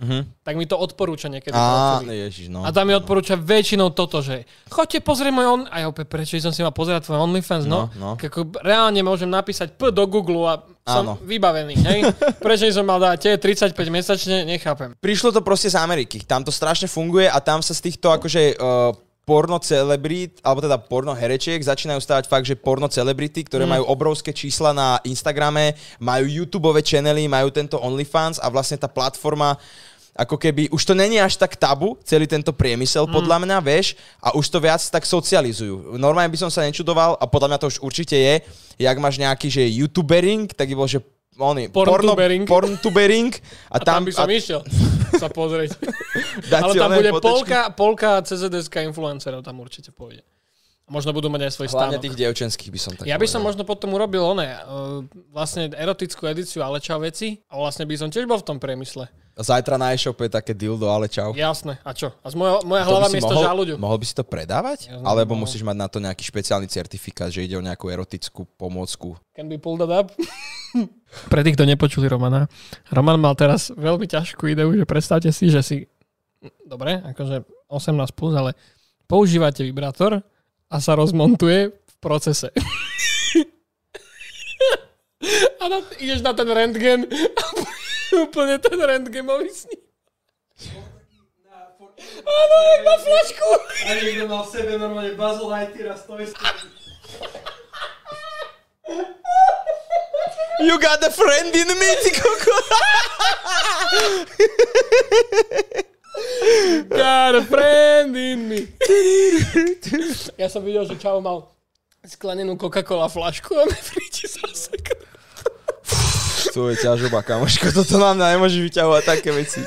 Speaker 1: tak mi to odporúča niekedy.
Speaker 2: Mhm. Á,
Speaker 1: profily.
Speaker 2: ježiš, no.
Speaker 1: A tam mi odporúča väčšinou toto, že chodte pozrieť môj on... A ja opäť, prečo som si mal pozerať tvoj OnlyFans? No,
Speaker 2: No, no.
Speaker 1: Kako, reálne môžem napísať P do Google a som
Speaker 2: Áno.
Speaker 1: vybavený, hej? prečo som mal dať tie 35 mesačne, nechápem.
Speaker 2: Prišlo to proste z Ameriky. Tam to strašne funguje a tam sa z týchto akože uh, porno celebrít, alebo teda porno herečiek, začínajú stávať fakt, že porno celebrity, ktoré
Speaker 1: Mm.
Speaker 2: majú obrovské čísla na Instagrame, majú YouTube channely, majú tento OnlyFans a vlastne tá platforma ako keby, už to není až tak tabu, celý tento priemysel,
Speaker 1: Mm.
Speaker 2: podľa mňa, vieš, a už to viac tak socializujú. Normálne by som sa nečudoval, a podľa mňa to už určite je, jak máš nejaký, že youtubering, tak by bol, že oni,
Speaker 1: Porntubering.
Speaker 2: porno, porntubering, a,
Speaker 1: A tam, by som
Speaker 2: a
Speaker 1: išiel sa pozrieť.
Speaker 2: dať
Speaker 1: Ale
Speaker 2: si
Speaker 1: tam
Speaker 2: oné
Speaker 1: bude
Speaker 2: fotečky.
Speaker 1: polka, polka CZSK influencerov, tam určite pôjde. A možno budú mať aj svoj
Speaker 2: Hlavne
Speaker 1: stánok.
Speaker 2: tých dievčenských by som tak
Speaker 1: Ja by som možno
Speaker 2: povedal.
Speaker 1: potom urobil oné, uh, vlastne erotickú edíciu ale čau veci a vlastne by som tiež bol v tom priemysle.
Speaker 2: Zajtra na e-shope je také dildo, ale čau.
Speaker 1: Jasné, a čo? A z moja, moja
Speaker 2: To by
Speaker 1: hlava
Speaker 2: si
Speaker 1: miesto
Speaker 2: mohol,
Speaker 1: žalúďu.
Speaker 2: mohol by si to predávať?
Speaker 1: Ja znam, no.
Speaker 2: Alebo
Speaker 1: mohol.
Speaker 2: musíš mať na to nejaký špeciálny certifikát, že ide o nejakú erotickú pomôcku.
Speaker 1: Can be pulled that up? Pre tých, kto nepočuli Romana, Roman mal teraz veľmi ťažkú ideu, že predstavte si, že si, dobre, akože 18+, plus, ale používate vibrátor a sa rozmontuje v procese. a na, ideš na ten rentgen a úplne ten rentgen sní. Áno, jak má flašku.
Speaker 3: A niekto mal v sebe normálne Buzz Lightyear a stojí sa.
Speaker 2: You got a friend in me, ty koko.
Speaker 1: Got a friend in me. Ja som videl, že Čavo mal sklenenú Coca-Cola flašku a mi príde zase.
Speaker 2: To je ťažoba, kamoško, toto nám nemôže vyťahovať také veci.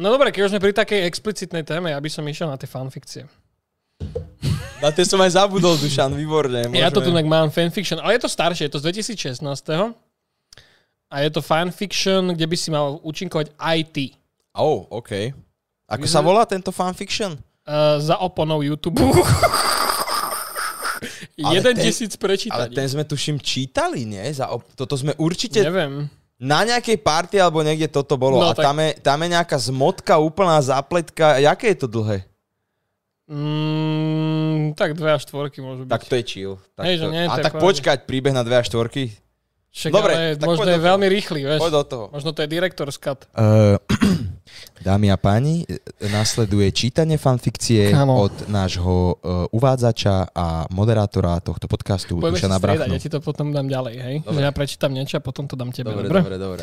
Speaker 1: No dobre, keď už sme pri takej explicitnej téme, ja by som išiel na tie fanfikcie.
Speaker 2: Na tie som aj zabudol, Dušan, výborne.
Speaker 1: Ja to tu
Speaker 2: môžeme-
Speaker 1: tak mám fanfiction, ale je to staršie, je to z 2016. A je to fanfiction, kde by si mal účinkovať eh, aj ty.
Speaker 2: Oh, OK. Ako sa volá tento fanfiction?
Speaker 1: Uh, za oponou YouTube.
Speaker 2: Ale
Speaker 1: Jeden
Speaker 2: ten-
Speaker 1: tisíc
Speaker 2: Ale
Speaker 1: prečítaní.
Speaker 2: ten sme tuším čítali, nie? Za ob... Toto sme určite
Speaker 1: Neviem.
Speaker 2: Na nejakej party alebo niekde toto bolo.
Speaker 1: No,
Speaker 2: No, a
Speaker 1: tak-
Speaker 2: tam je, tam je nejaká zmotka, úplná zápletka. Jaké je to dlhé?
Speaker 1: Mm, tak dve až štvorky môžu byť.
Speaker 2: Tak to je chill. Tak
Speaker 1: Hej, že
Speaker 2: to...
Speaker 1: nie, to
Speaker 2: a
Speaker 1: je
Speaker 2: tak
Speaker 1: pohode.
Speaker 2: počkať, príbeh na dve a štvorky.
Speaker 1: Však
Speaker 2: Dobre,
Speaker 1: ale
Speaker 2: tak
Speaker 1: možno
Speaker 2: poď
Speaker 1: je
Speaker 2: do toho.
Speaker 1: veľmi rýchly, vieš.
Speaker 2: Poď do toho.
Speaker 1: Možno to je director cut.
Speaker 2: Uh, dámy a páni, e, nasleduje čítanie fanfikcie
Speaker 1: Kámo.
Speaker 2: od nášho uh, uvádzača a moderátora tohto podcastu
Speaker 1: Poďme si striedať,
Speaker 2: Dušana Brachnu.
Speaker 1: ja ti to potom dám ďalej, hej? Dobre.
Speaker 2: Dobre.
Speaker 1: Že ja prečítam niečo a potom to dám tebe, dobre? Dobre,
Speaker 2: dobre, dobre.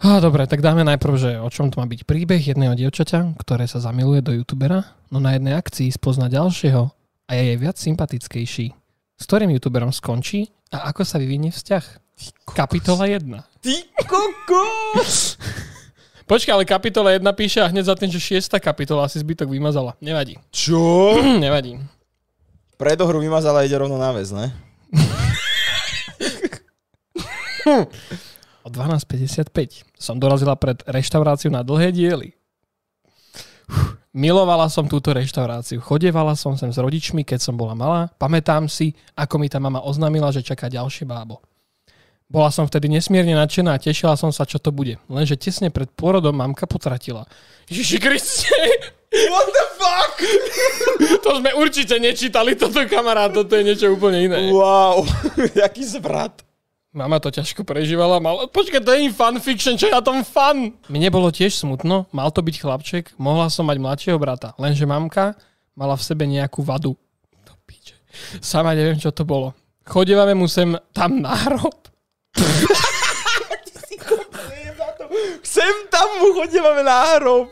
Speaker 1: Á, dobre tak dáme najprv, že o čom to má byť príbeh jedného dievčaťa, ktoré sa zamiluje do youtubera, no na jednej akcii spozna ďalšieho a je jej viac sympatickejší. S ktorým youtuberom skončí a ako sa vyvinie vzťah? Kapitola 1.
Speaker 2: Ty kokos!
Speaker 1: Počkaj, ale kapitola 1 píše a hneď za tým, že 6. kapitola asi zbytok vymazala. Nevadí.
Speaker 2: Čo?
Speaker 1: Nevadí.
Speaker 2: Predohru vymazala ide rovno na väz, ne?
Speaker 1: O 12.55 som dorazila pred reštauráciu na dlhé diely. Uf, Milovala som túto reštauráciu. Chodevala som sem s rodičmi, keď som bola malá. Pamätám si, ako mi tá mama oznámila, že čaká ďalšie bábo. Bola som vtedy nesmierne nadšená a tešila som sa, čo to bude. Lenže tesne pred pôrodom mamka potratila. Ježiši Kriste!
Speaker 2: What the fuck?
Speaker 1: To sme určite nečítali, toto kamarát, toto je niečo úplne iné.
Speaker 2: Wow, jaký zvrat.
Speaker 1: Mama to ťažko prežívala, mal... Počkaj, to je im fanfiction, čo je na tom fan? Mne bolo tiež smutno, mal to byť chlapček, mohla som mať mladšieho brata, lenže mamka mala v sebe nejakú vadu. To piče. Sama neviem, čo to bolo. Chodevame mu sem tam na hrob.
Speaker 2: Sem tam mu chodívame na hrob.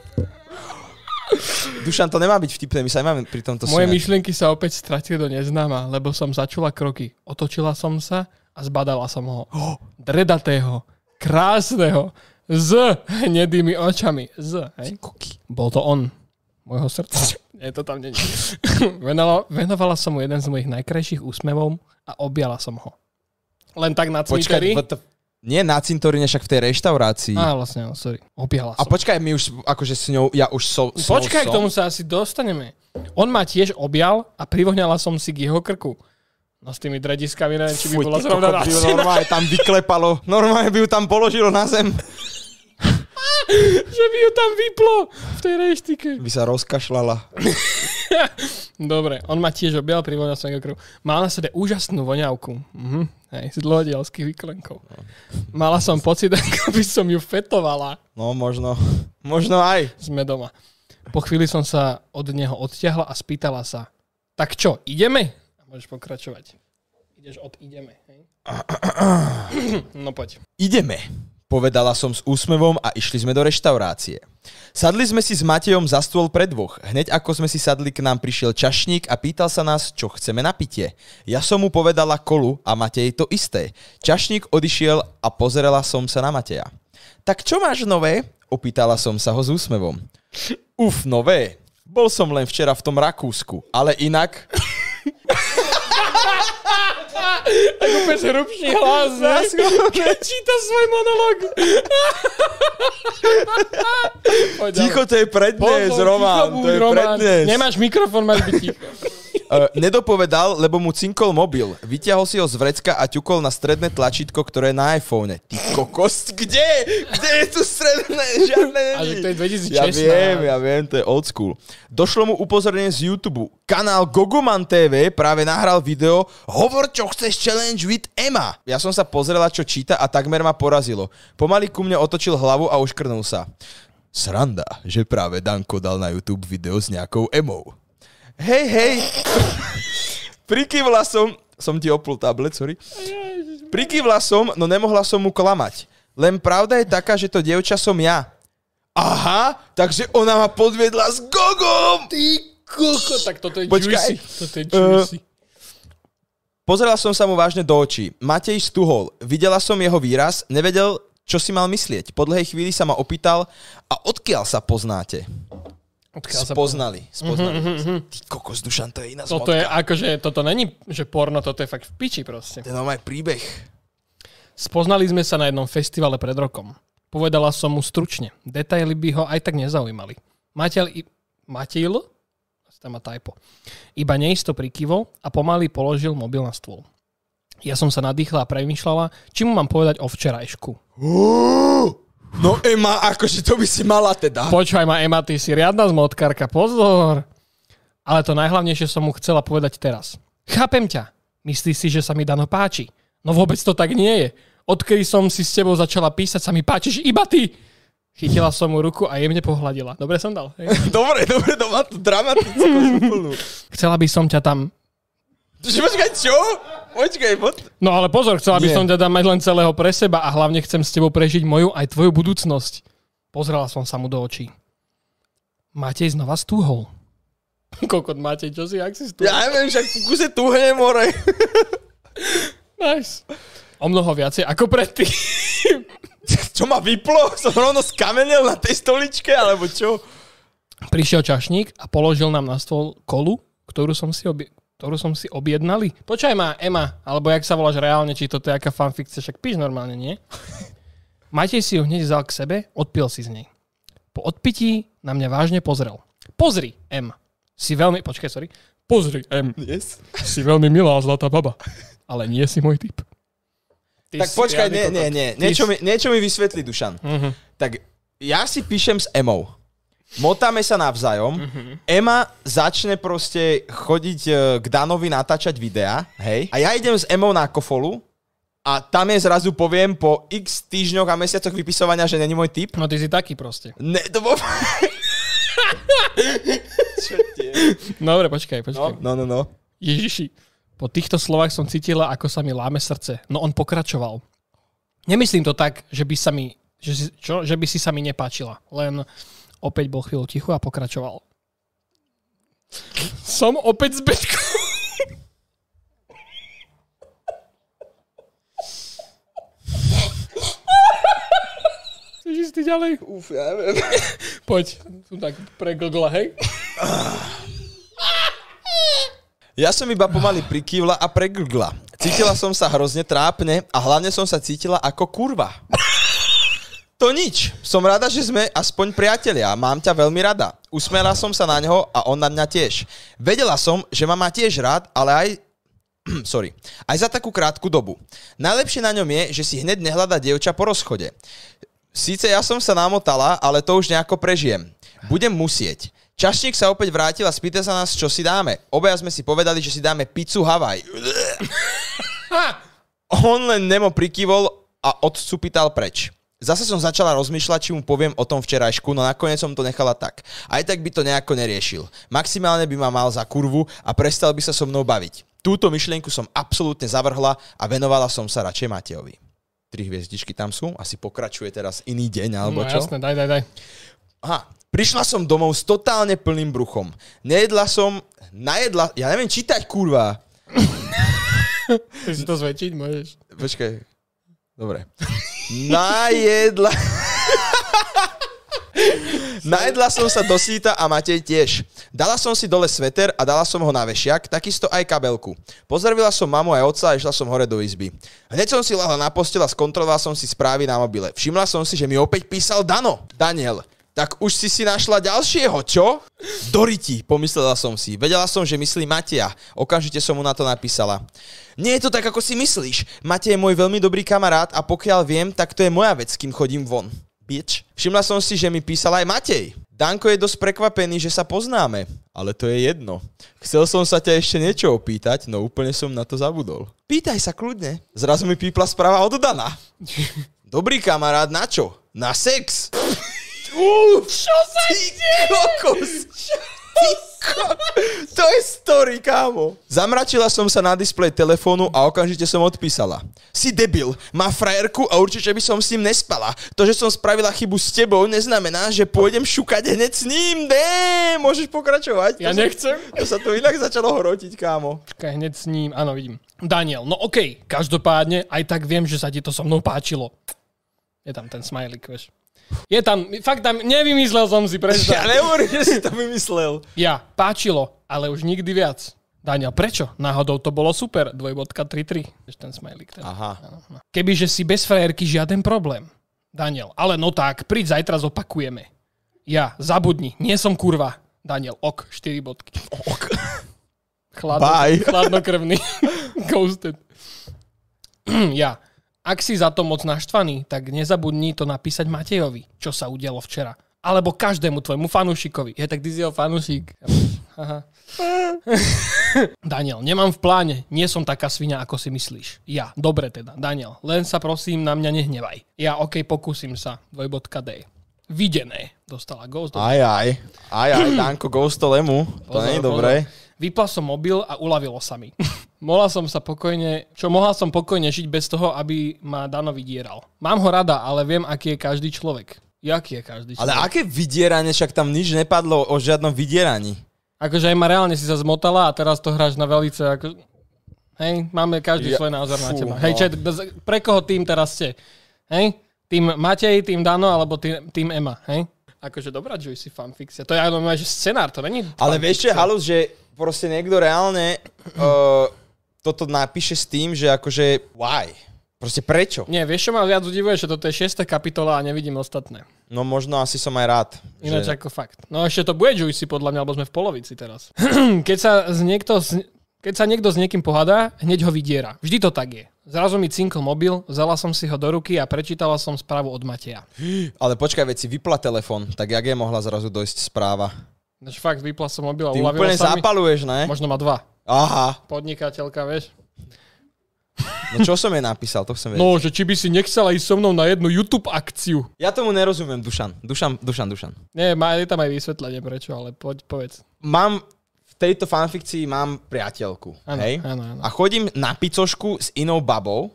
Speaker 2: Dušan, to nemá byť vtipné, my sa nemáme pri tomto
Speaker 1: Moje
Speaker 2: smiať.
Speaker 1: myšlienky sa opäť stratili do neznáma, lebo som začula kroky. Otočila som sa a zbadala som ho. Oh, dredatého, krásneho, s hnedými očami. Z, hej? Bol to on. Mojho srdca. Nie, to tam není. Venovala, venovala som mu jeden z mojich najkrajších úsmevov a objala som ho. Len tak na
Speaker 2: Počkaj,
Speaker 1: cviteri.
Speaker 2: what the... Nie na cintoríne, však v tej reštaurácii.
Speaker 1: Á, vlastne, no, sorry. Objala
Speaker 2: A
Speaker 1: som.
Speaker 2: počkaj, my už, akože s ňou, ja už som... s ňou
Speaker 1: Počkaj, k
Speaker 2: som.
Speaker 1: tomu sa asi dostaneme. On ma tiež objal a privoňala som si k jeho krku. No s tými drediskami, neviem, či by
Speaker 2: Fuj,
Speaker 1: bola
Speaker 2: ty
Speaker 1: zrovna
Speaker 2: kokot, by ju
Speaker 1: na
Speaker 2: Normálne tam vyklepalo. Normálne by ju tam položilo na zem.
Speaker 1: že by ju tam vyplo v tej reštike.
Speaker 2: By sa rozkašľala.
Speaker 1: Dobre, on ma tiež objal, privoňal som jeho krku. Mal na sebe úžasnú voňavku. Mhm. Hej, z dlhodielských vyklenkov. Mala som pocit, ako by som ju fetovala.
Speaker 2: No možno, možno aj.
Speaker 1: Sme doma. Po chvíli som sa od neho odtiahla a spýtala sa, tak čo, ideme? A môžeš pokračovať. Ideš od ideme. Hej? No poď.
Speaker 2: Ideme, povedala som s úsmevom a išli sme do reštaurácie. Sadli sme si s Matejom za stôl pre dvoch. Hneď ako sme si sadli, k nám prišiel čašník a pýtal sa nás, čo chceme na pitie. Ja som mu povedala kolu a Matej to isté. Čašník odišiel a pozerala som sa na Mateja. Tak čo máš nové? Opýtala som sa ho s úsmevom. Uf, nové. Bol som len včera v tom Rakúsku, ale inak...
Speaker 1: Bez hrubší hlas, ne? keď číta svoj monológ. Poď ďalej.
Speaker 2: Ticho, to je prednes,
Speaker 1: Pozor,
Speaker 2: Roman.
Speaker 1: ticho buď,
Speaker 2: To je
Speaker 1: Roman.
Speaker 2: prednes.
Speaker 1: Nemáš mikrofón, máš byť ticho.
Speaker 2: Eh, nedopovedal, lebo mu cinkol mobil. Vyťahol si ho z vrecka a ťukol na stredné tlačítko, ktoré je na iPhone. Ty kokos, kde? Kde je tu stredné? Žiadne
Speaker 1: A že to je 2016.
Speaker 2: Ja viem, ja viem, to je old school. Došlo mu upozornenie z YouTube. Kanál Gogoman TV práve nahral video Hovor, čo chceš challenge with Emma. Ja som sa pozrela, čo číta a takmer ma porazilo. Pomaly ku mne otočil hlavu a uškrnul sa. Sranda, že práve Danko dal na YouTube video s nejakou Emou. Hej, hej, Prikývla som, som ti opul tablet, sorry. Prikývla som, no nemohla som mu klamať. Len pravda je taká, že to dievča som ja. Aha, takže ona ma podviedla s gogom. Ty
Speaker 1: Koko, tak toto je
Speaker 2: Počkaj.
Speaker 1: juicy. Toto je juicy.
Speaker 2: Pozrela som sa mu vážne do očí. Matej stuhol. Videla som jeho výraz, nevedel, čo si mal myslieť. Po dlhej chvíli sa ma opýtal, a odkiaľ sa poznáte?
Speaker 1: Odkiaľ sa Mhm,
Speaker 2: Spoznali. Spoznali. Ty kokos, Dušan, to je iná
Speaker 1: toto
Speaker 2: zmotka.
Speaker 1: je akože, toto není, že porno, toto je fakt v piči proste.
Speaker 2: To je normálny príbeh.
Speaker 1: Spoznali sme sa na jednom festivale pred rokom. Povedala som mu stručne. Detaily by ho aj tak nezaujímali. Mateľ i... Matejl? Asi Tam má typo. Iba neisto prikyvol a pomaly položil mobil na stôl. Ja som sa nadýchla a premýšľala, či mu mám povedať o včerajšku.
Speaker 2: No Ema, akože to by si mala teda.
Speaker 1: Počúvaj ma, Ema, ty si riadna zmotkárka, pozor. Ale to najhlavnejšie som mu chcela povedať teraz. Chápem ťa. Myslíš si, že sa mi Dano páči? No vôbec to tak nie je. Odkedy som si s tebou začala písať, sa mi páčiš iba ty. Chytila som mu ruku a jemne pohľadila. Dobre som dal. Hej.
Speaker 2: Dobre, dobre, to má tu dramatickú úplnú.
Speaker 1: Chcela by som ťa tam...
Speaker 2: Že Počkaj, čo? Počkaj, pod...
Speaker 1: No ale pozor, chcela by
Speaker 2: Nie.
Speaker 1: som ťa tam mať len celého pre seba a hlavne chcem s tebou prežiť moju aj tvoju budúcnosť. Pozrela som sa mu do očí. Matej znova stúhol. Kokot Matej, čo si, jak si stúhol?
Speaker 2: Ja neviem, však v kuse tuhne more.
Speaker 1: Nice. O mnoho viacej ako predtým.
Speaker 2: Čo ma vyplo? Som rovno skamenel na tej stoličke, alebo čo?
Speaker 1: Prišiel čašník a položil nám na stôl kolu, ktorú som si, obje- ktorú som si objednali. Počkaj ma, Ema, alebo jak sa voláš reálne, či toto je aká fanfikcia, však píš normálne, nie? Matej si ju hneď vzal k sebe, odpil si z nej. Po odpití na mňa vážne pozrel. Pozri, M. Si veľmi... Počkaj, sorry. Pozri, M.
Speaker 2: Yes.
Speaker 1: Si veľmi milá zlatá baba. Ale nie si môj typ. Ty
Speaker 2: Tak
Speaker 1: si
Speaker 2: počkaj,
Speaker 1: riadny
Speaker 2: nie,
Speaker 1: kokot.
Speaker 2: nie, nie.
Speaker 1: Ty
Speaker 2: Niečo
Speaker 1: si-
Speaker 2: mi, niečo mi vysvetlí, Dušan. Tak ja si píšem s Emou. motáme sa navzájom, Ema začne proste chodiť e, k Danovi natáčať videá, hej, a ja idem s Emou na kofolu a tam je zrazu poviem po x týždňoch a mesiacoch vypisovania, že není môj typ.
Speaker 1: No ty si taký proste.
Speaker 2: Ne, to bol...
Speaker 1: Dobre, počkaj, počkaj.
Speaker 2: No, no, no.
Speaker 1: Ježiši, po týchto slovách som cítila, ako sa mi láme srdce. No on pokračoval. Nemyslím to tak, že by sa mi, že, si, čo, že by si sa mi nepáčila. Len opäť bol chvíľu ticho a pokračoval. Som opäť z Betko. Chceš ísť ty ďalej? Uf, ja neviem. Poď, tu tak pre Google, hej?
Speaker 2: Ja som iba pomaly prikývla a pregrgla. Cítila som sa hrozne trápne a hlavne som sa cítila ako kurva. To nič. Som rada, že sme aspoň priatelia. Mám ťa veľmi rada. Usmela som sa na ňo a on na mňa tiež. Vedela som, že ma má tiež rád, ale aj... Sorry. Aj za takú krátku dobu. Najlepšie na ňom je, že si hneď nehľada dievča po rozchode. Síce ja som sa namotala, ale to už nejako prežijem. Budem musieť. Čašník sa opäť vrátil a spýta sa nás, čo si dáme. Obaja sme si povedali, že si dáme pizzu Havaj. On len nemo prikývol a otcu pýtal preč. Zase som začala rozmýšľať, či mu poviem o tom včerajšku, no nakoniec som to nechala tak. Aj tak by to nejako neriešil. Maximálne by ma mal za kurvu a prestal by sa so mnou baviť. Túto myšlienku som absolútne zavrhla a venovala som sa radšej Matejovi. Tri hviezdičky tam sú, asi pokračuje teraz iný deň alebo
Speaker 1: no
Speaker 2: čo?
Speaker 1: jasné, daj, daj, daj.
Speaker 2: Aha, prišla som domov s totálne plným bruchom. Nejedla som, najedla, ja neviem čítať, kurva.
Speaker 1: Chceš si to zväčšiť, môžeš.
Speaker 2: Počkaj, dobre. Najedla... Najedla som sa do síta a Matej tiež. Dala som si dole sveter a dala som ho na vešiak, takisto aj kabelku. Pozdravila som mamu aj otca a išla som hore do izby. Hneď som si lahla na postel a skontrolovala som si správy na mobile. Všimla som si, že mi opäť písal Dano. Daniel, tak už si si našla ďalšieho, čo? Doriti, pomyslela som si. Vedela som, že myslí Matia. Okamžite som mu na to napísala. Nie je to tak, ako si myslíš. Matej je môj veľmi dobrý kamarát a pokiaľ viem, tak to je moja vec, kým chodím von. Bitch. Všimla som si, že mi písal aj Matej. Danko je dosť prekvapený, že sa poznáme, ale to je jedno. Chcel som sa ťa ešte niečo opýtať, no úplne som na to zabudol. Pýtaj sa kľudne. Zrazu mi pípla správa od Dana. Dobrý kamarát, na čo? Na sex. Uf, čo sa ty kokos. Ty ko- To je story, kámo. Zamračila som sa na displej telefónu a okamžite som odpísala. Si debil, má frajerku a určite by som s ním nespala. To, že som spravila chybu s tebou, neznamená, že pôjdem šukať hneď s ním. Dé, môžeš pokračovať.
Speaker 1: Ja
Speaker 2: To sa-
Speaker 1: nechcem.
Speaker 2: To sa tu inak začalo hrotiť, kámo.
Speaker 1: Počkaj, hneď s ním, áno, vidím. Daniel, no okej, každopádne, aj tak viem, že sa ti to so mnou páčilo. Je tam ten smajlik, vieš. Je tam, fakt tam, nevymyslel som si,
Speaker 2: Ja
Speaker 1: prečo.
Speaker 2: nehovorím, že si to vymyslel.
Speaker 1: Ja, páčilo, ale už nikdy viac. Daniel, prečo? Náhodou to bolo super, dvojbodka 3-3. Vieš ten smajlik. Ten.
Speaker 2: Aha.
Speaker 1: Kebyže si bez frajerky žiaden problém. Daniel, ale no tak, príď zajtra zopakujeme. Ja, zabudni, nie som kurva. Daniel, ok, 4 bodky.
Speaker 2: Ok.
Speaker 1: Chladno,
Speaker 2: Bye.
Speaker 1: Chladnokrvný. Ghosted. ja. Ak si za to moc naštvaný, tak nezabudni to napísať Matejovi, čo sa udialo včera. Alebo každému tvojmu fanúšikovi. Je tak ty si jeho fanúšik. Aha. Daniel, nemám v pláne, nie som taká svinia, ako si myslíš. Ja, dobre teda, Daniel, len sa prosím na mňa nehnevaj. Ja, okej, pokúsim sa. Dvojbodka D. Videné. Dostala ghost.
Speaker 2: Aj, aj. Aj, aj, Danko, ghost to lemu. To
Speaker 1: Pozor,
Speaker 2: nie je dobré.
Speaker 1: pozor. Vypla som mobil a uľavilo sa mi. mohla som sa pokojne, čo mohla som pokojne žiť bez toho, aby ma Dano vydieral. Mám ho rada, ale viem, aký je každý človek. Jaký je každý
Speaker 2: Ale
Speaker 1: človek?
Speaker 2: aké vydieranie, však tam nič nepadlo o žiadnom vydieraní.
Speaker 1: Akože aj ma reálne si sa zmotala a teraz to hráš na velice ako... Hej, máme každý
Speaker 2: Ja-
Speaker 1: svoj názor na
Speaker 2: fú,
Speaker 1: teba.
Speaker 2: no.
Speaker 1: Hej, čet, bez- pre koho tým teraz ste? Hej? Tým Matej, tým Dano, alebo tým, tým Ema, hej? Akože dobrá Juicy fanfikcia. To je aj normálne, že scenár, to není...
Speaker 2: Ale vieš čo je halus, že proste niekto reálne uh, toto napíše s tým, že akože why? Proste prečo?
Speaker 1: Nie, vieš, čo ma viac udivuje, že toto je 6. kapitola a nevidím ostatné.
Speaker 2: No možno asi som aj rád.
Speaker 1: Ináč
Speaker 2: že...
Speaker 1: ako fakt. No ešte to bude juicy podľa mňa, lebo sme v polovici teraz. keď, sa z niekto, z- keď sa niekto s niekým pohádá, hneď ho vydiera. Vždy to tak je. Zrazu mi cinkol mobil, vzala som si ho do ruky a prečítala som správu od Mateja.
Speaker 2: Ale počkaj, veď si vypla telefon, tak jak je mohla zrazu dojsť správa?
Speaker 1: Takže fakt, vypla som mobil a
Speaker 2: Ty
Speaker 1: uľavilo
Speaker 2: úplne
Speaker 1: sa mi.
Speaker 2: zapaluješ, ne?
Speaker 1: Možno má dva.
Speaker 2: Aha,
Speaker 1: Podnikateľka, vieš.
Speaker 2: no čo som jej napísal, to chcem vedieť.
Speaker 1: No, že či by si nechcela ísť so mnou na jednu YouTube akciu.
Speaker 2: Ja tomu nerozumiem, Dušan. Dušan, Dušan, Dušan.
Speaker 1: Nie, má, je tam aj vysvetlenie prečo, ale poď, povedz.
Speaker 2: Mám, v tejto fanfikcii mám priateľku,
Speaker 1: Áno,
Speaker 2: hej?
Speaker 1: áno, áno.
Speaker 2: A chodím na picošku s inou babou,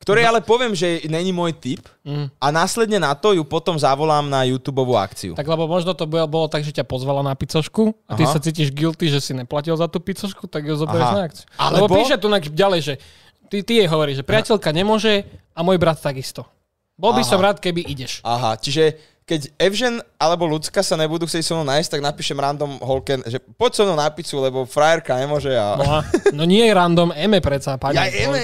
Speaker 2: ktorej ale poviem, že není môj typ
Speaker 1: Mm.
Speaker 2: a následne na to ju potom zavolám na YouTube akciu.
Speaker 1: Tak lebo možno to bolo, bolo tak, že ťa pozvala na picošku a ty
Speaker 2: Aha.
Speaker 1: sa cítiš guilty, že si neplatil za tú picošku, tak ju zoberieš
Speaker 2: Aha.
Speaker 1: na akciu.
Speaker 2: Alebo-
Speaker 1: Lebo píše tu inak ďalej, že ty, ty jej hovoríš, že priateľka nemôže a môj brat takisto. Bol by
Speaker 2: Aha.
Speaker 1: som rád, keby ideš.
Speaker 2: Aha, čiže keď Evžen alebo Lucka sa nebudú chcieť so mnou nájsť, tak napíšem random holke, že poď so mnou na picu, lebo frajerka nemôže a...
Speaker 1: No, a, no nie je random, eme predsa, pani.
Speaker 2: ja E jeme!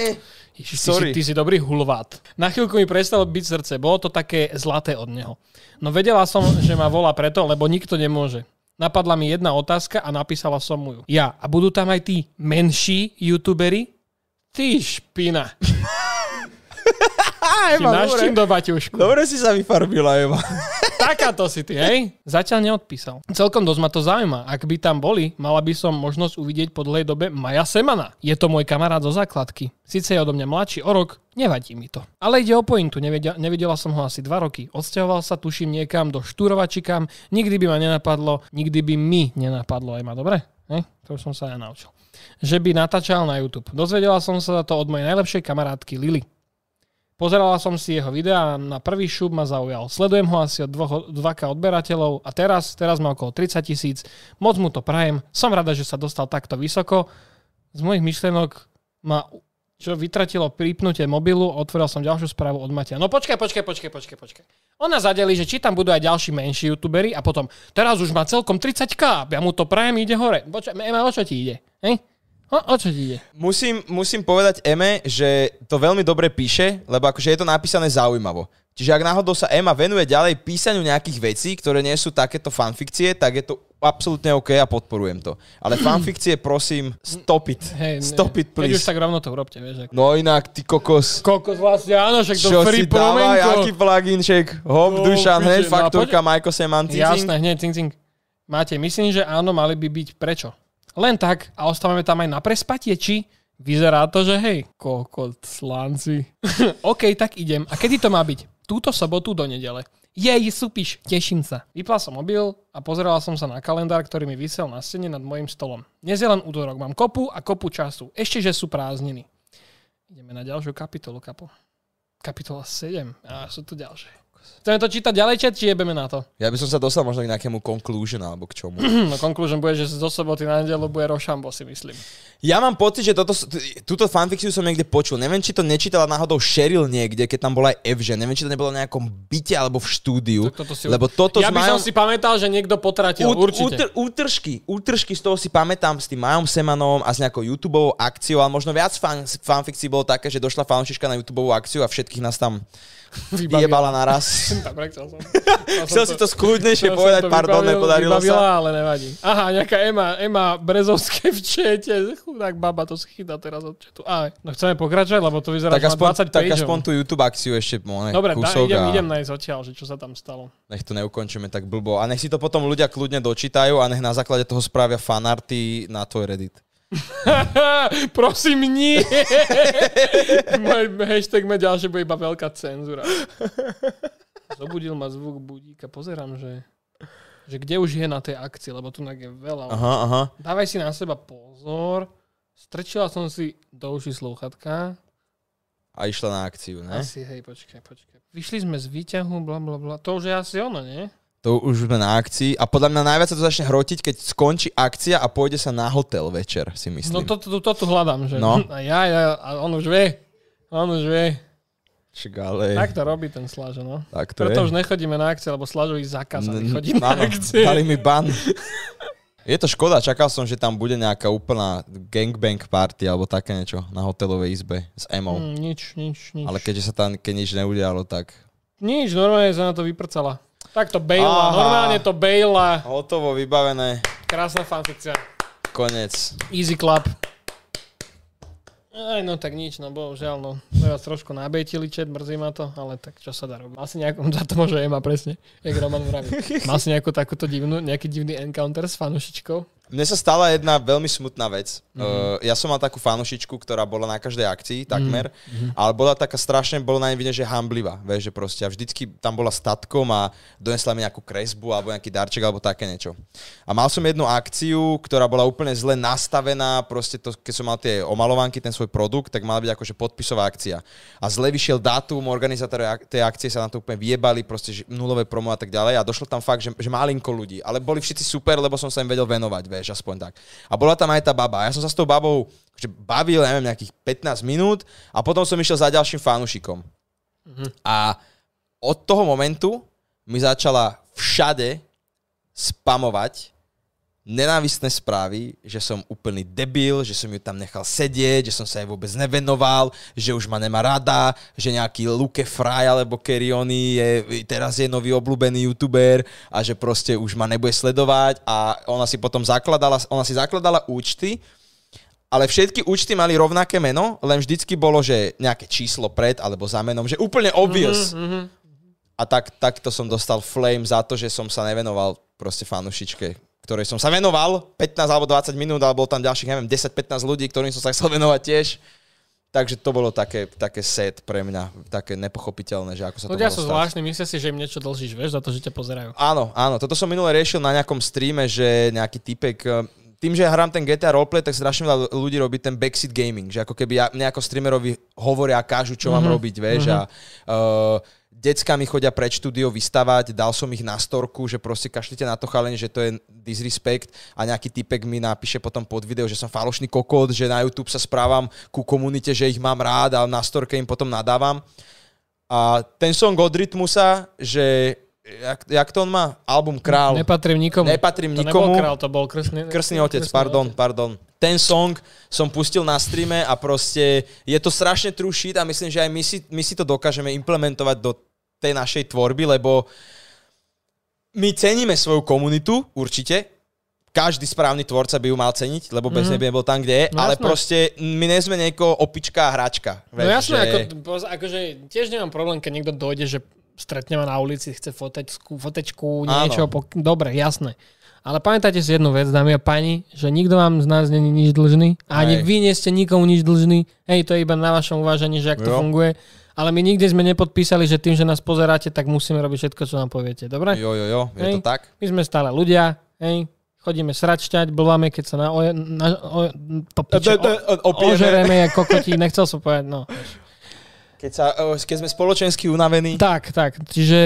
Speaker 1: Ježiš, ty, si,
Speaker 2: Sorry.
Speaker 1: ty si dobrý hulvát. Na chvíľku mi prestalo byť srdce, bolo to také zlaté od neho. No vedela som, že ma volá preto, lebo nikto nemôže. Napadla mi jedna otázka a napísala som mu ju. Ja, a budú tam aj tí menší youtuberi? Ty špina.
Speaker 2: Á,
Speaker 1: Ti naštím
Speaker 2: dobre.
Speaker 1: do baťušku.
Speaker 2: dobre si sa vyfarbila, Eva.
Speaker 1: Takáto si ty, hej? Zatiaľ neodpísal. Celkom dosť ma to zaujíma. Ak by tam boli, mala by som možnosť uvidieť po dlhej dobe Maja Semana. Je to môj kamarát zo základky. Sice je odo mňa mladší o rok, nevadí mi to. Ale ide o pointu, nevedela, nevedela som ho asi 2 roky. Odsťahoval sa, tuším, niekam do štúrovačikám. Nikdy by ma nenapadlo, nikdy by mi nenapadlo aj ma, dobre? Hej? To už som sa ja naučil. Že by natáčal na YouTube. Dozvedela som sa to od mojej najlepšej kamarátky Lily. Pozerala som si jeho videá a na prvý šup ma zaujal. Sledujem ho asi od 2K odberateľov a teraz, teraz má okolo 30 tisíc. Moc mu to prajem. Som rada, že sa dostal takto vysoko. Z mojich myšlenok ma čo vytratilo prípnutie mobilu, otvoril som ďalšiu správu od Matia. No počkaj, počkaj, počkaj, počkaj, počkaj. Ona zadeli, že či tam budú aj ďalší menší youtuberi a potom, teraz už má celkom 30k, ja mu to prajem, ide hore. Počkaj, Ema, o čo ti ide? Hej? O, o čo ti ide?
Speaker 2: Musím, musím povedať Eme, že to veľmi dobre píše, lebo akože je to napísané zaujímavo. Čiže ak náhodou sa Ema venuje ďalej písaniu nejakých vecí, ktoré nie sú takéto fanfikcie, tak je to absolútne OK a podporujem to. Ale fanfikcie prosím, stop it.
Speaker 1: Hej,
Speaker 2: Stop
Speaker 1: Keď
Speaker 2: it, please.
Speaker 1: už tak rovno to urobte, vieš. ako-
Speaker 2: No inak, ty kokos.
Speaker 1: Kokos vlastne, áno, však to
Speaker 2: Čo
Speaker 1: free
Speaker 2: si dávaj, aký
Speaker 1: promenko.
Speaker 2: pluginček? Hop,
Speaker 1: No,
Speaker 2: Dušan,
Speaker 1: piče,
Speaker 2: hneď
Speaker 1: no a
Speaker 2: faktúrka, Majko Semantici.
Speaker 1: Jasné, hneď, cing, cing. Máte, myslím, že áno, mali by byť. Prečo? Len tak a ostávame tam aj na prespatie, či? Vyzerá to, že hej, kokot slanci. OK, tak idem. A kedy to má byť? Túto sobotu do nedele. Jej, súpiš, teším sa. Vypla som mobil a pozerala som sa na kalendár, ktorý mi vysel na stene nad mojim stolom. Dnes je len útorok, mám kopu a kopu času. Ešte, že sú prázdniny. Ideme na ďalšiu kapitolu, kapo. Kapitola 7. A sú tu ďalšie. Chceme to čítať ďalej, čet, či jebeme na to?
Speaker 2: Ja by som sa dostal možno k nejakému conclusion alebo k čomu.
Speaker 1: No conclusion bude, že zo soboty na nedelu bude Rošambo, si myslím.
Speaker 2: Ja mám pocit, že toto, t- túto fanfixiu som niekde počul. Neviem, či to nečítala náhodou Cheryl niekde, keď tam bola aj Evže. Neviem, či to nebolo na nejakom byte alebo v štúdiu.
Speaker 1: Tak toto si...
Speaker 2: lebo toto
Speaker 1: ja
Speaker 2: s
Speaker 1: by
Speaker 2: Majom...
Speaker 1: som si pamätal, že niekto potratil,
Speaker 2: Út-
Speaker 1: určite.
Speaker 2: útr- útržky, útržky z toho si pamätám s tým Majom Semanom a s nejakou YouTube akciou, ale možno viac fan, fanfikcií bolo také, že došla fanšiška na YouTube akciu a všetkých nás tam
Speaker 1: Vybavil.
Speaker 2: vyjebala naraz.
Speaker 1: Dobre, chcel som.
Speaker 2: Chcel si to skľudnejšie
Speaker 1: chcel som
Speaker 2: povedať,
Speaker 1: to
Speaker 2: pardon,
Speaker 1: vybavil-
Speaker 2: nepodarilo
Speaker 1: vybavila,
Speaker 2: sa.
Speaker 1: ale nevadí. Aha, nejaká Ema, Ema Brezovské v čete. Chudák baba to schytá teraz od četu. Á, no chceme pokračovať, lebo to vyzerá, že má 20
Speaker 2: Tak aspoň, tak
Speaker 1: pageov.
Speaker 2: aspoň tú YouTube akciu ešte mo, ne,
Speaker 1: Dobre, dá,
Speaker 2: kúsok
Speaker 1: idem,
Speaker 2: a
Speaker 1: idem nájsť odtiaľ, že čo sa tam stalo.
Speaker 2: nech to neukončíme tak blbo. A nech si to potom ľudia kľudne dočítajú a nech na základe toho spravia fanarty na tvoj Reddit.
Speaker 1: Prosím, nie. Môj hashtag ma ďalšie bude iba veľká cenzúra. Zobudil ma zvuk budíka. Pozerám, že, že kde už je na tej akcii, lebo tu je veľa. Aha.
Speaker 2: Aha, aha.
Speaker 1: Dávaj si na seba pozor. Strčila som si do uši slúchatka.
Speaker 2: A išla na akciu, ne?
Speaker 1: Asi, hej, počkaj, počkaj. Vyšli sme z výťahu, bla, bla, bla. To už je asi ono, nie?
Speaker 2: To už sme na akcii a podľa mňa najviac sa to začne hrotiť, keď skončí akcia a pôjde sa na hotel večer, si
Speaker 1: No
Speaker 2: myslím.
Speaker 1: to, to, to, to tu hľadám, že?
Speaker 2: No.
Speaker 1: A ja, ja, a on už vie. On už vie.
Speaker 2: Čak, ale...
Speaker 1: Tak to robí ten sláže, no.
Speaker 2: tak to
Speaker 1: Preto
Speaker 2: je.
Speaker 1: už nechodíme na akcie, lebo Slažovi zakázaný
Speaker 2: N-
Speaker 1: chodí na
Speaker 2: áno,
Speaker 1: akcie.
Speaker 2: Dali mi ban. Je to škoda, čakal som, že tam bude nejaká úplná gangbang party alebo také niečo na hotelovej izbe s Emou.
Speaker 1: Mm, nič, nič, nič.
Speaker 2: no. Ale keďže sa tam keď nič neudialo, tak...
Speaker 1: Nič, normálne sa na to vyprcala. Tak to bejla,
Speaker 2: Aha.
Speaker 1: normálne to bejla.
Speaker 2: Hotovo, vybavené,
Speaker 1: Krásna fanfikcia.
Speaker 2: konec.
Speaker 1: Easy club. Aj, no tak nič, no bohužiaľ, no. Teraz trošku nabejtili čet, mrzí ma to, ale tak čo sa dá robiť. Mal si nejakú, za to môže Ema presne, jak Roman vraví. Mal si nejakú takúto divnú, nejaký divný encounter s fanušičkou?
Speaker 2: Mne sa stala jedna veľmi smutná vec. Mm-hmm. Uh, ja som mal takú fanušičku, ktorá bola na každej akcii takmer, mm-hmm. ale bola taká strašne, bola na nej vidieť, že hamblivá. Vieš, že proste a vždycky tam bola statkom a donesla mi nejakú kresbu alebo nejaký darček alebo také niečo. A mal som jednu akciu, ktorá bola úplne zle nastavená, proste to, keď som mal tie omalovanky, ten svoj produkt, tak mala byť akože podpisová akcia. A zle vyšiel dátum, organizátori ak- tej akcie sa na to úplne vyjebali, proste že nulové promo a tak ďalej a došlo tam fakt, že, že malinko ľudí, ale boli všetci super, lebo som sa im vedel venovať venovať, vieš, aspoň tak. A bola tam aj tá baba. Ja som sa s tou babou že bavil, neviem, nejakých 15 minút a potom som išiel za ďalším fanušikom. Mm-hmm. A od toho momentu mi začala všade spamovať nenávistné správy, že som úplný debil, že som ju tam nechal sedieť, že som sa jej vôbec nevenoval, že už ma nemá rada, že nejaký Luke Fry alebo Keriony je, teraz je nový obľúbený youtuber a že proste už ma nebude sledovať a ona si potom zakladala, ona si zakladala účty, ale všetky účty mali rovnaké meno, len vždycky bolo, že nejaké číslo pred alebo za menom, že úplne obvious. Mm-hmm. A tak, takto som dostal flame za to, že som sa nevenoval proste fanušičke ktorej som sa venoval 15 alebo 20 minút, alebo tam ďalších, neviem, 10-15 ľudí, ktorým som sa chcel venovať tiež. Takže to bolo také, také set pre mňa, také nepochopiteľné, že ako sa to
Speaker 1: Ľudia
Speaker 2: mohlo
Speaker 1: sú
Speaker 2: stať.
Speaker 1: zvláštni, myslia si, že im niečo dlžíš, vieš, za to, že ťa pozerajú.
Speaker 2: Áno, áno, toto som minule riešil na nejakom streame, že nejaký typek eh, tým, že ja hrám ten GTA roleplay, tak strašne veľa ľudí robí ten backseat gaming, že ako keby ja, mne ako streamerovi hovoria a kážu, čo mám robiť, vieš, a uh, decka mi chodia pred štúdio vystavať, dal som ich na storku, že proste kašlite na to chalene, že to je disrespect a nejaký typek mi napíše potom pod video, že som falošný kokot, že na YouTube sa správam ku komunite, že ich mám rád a na storke im potom nadávam. A ten song od Rytmusa, že jak, jak to on má? Album Král.
Speaker 1: Nepatrím nikomu.
Speaker 2: Nepatrím
Speaker 1: to
Speaker 2: nikomu.
Speaker 1: nebol král, to bol krstný...
Speaker 2: Krstný otec, pardon, pardon. Ten song som pustil na streame a proste je to strašne true shit a myslím, že aj my si, my si to dokážeme implementovať do tej našej tvorby, lebo my ceníme svoju komunitu, určite. Každý správny tvorca by ju mal ceniť, lebo bez mm. nej by nebol tam, kde je.
Speaker 1: No
Speaker 2: ale
Speaker 1: jasné.
Speaker 2: proste my nie sme nejako opička a hračka.
Speaker 1: No jasné, ako, poz- akože tiež nemám problém, keď niekto dojde, že stretne ma na ulici, chce fotečku, fotečku niečo.
Speaker 2: Áno.
Speaker 1: Pok- Dobre, jasné. Ale pamätajte si jednu vec, dámy a páni, že nikto vám z nás není nič dlžný a ani
Speaker 2: Hej.
Speaker 1: vy nie ste nikomu nič dlžný. Hej, to je iba na vašom uvážení, že ak to
Speaker 2: Jo.
Speaker 1: funguje. Ale my nikde sme nepodpísali, že tým, že nás pozeráte, tak musíme robiť všetko, čo nám poviete. Dobre?
Speaker 2: Jo, jo, jo, je
Speaker 1: Hej.
Speaker 2: to tak?
Speaker 1: My sme stále ľudia, hej, chodíme sračťať, blbáme, keď sa na, oje, na o, po piče,
Speaker 2: E, e, e,
Speaker 1: o,
Speaker 2: opijeme.
Speaker 1: ožereme, jak kokotí, nechcel som povedať, no.
Speaker 2: Keď, sa, eh, keď sme spoločensky unavení,
Speaker 1: Tak, tak, čiže,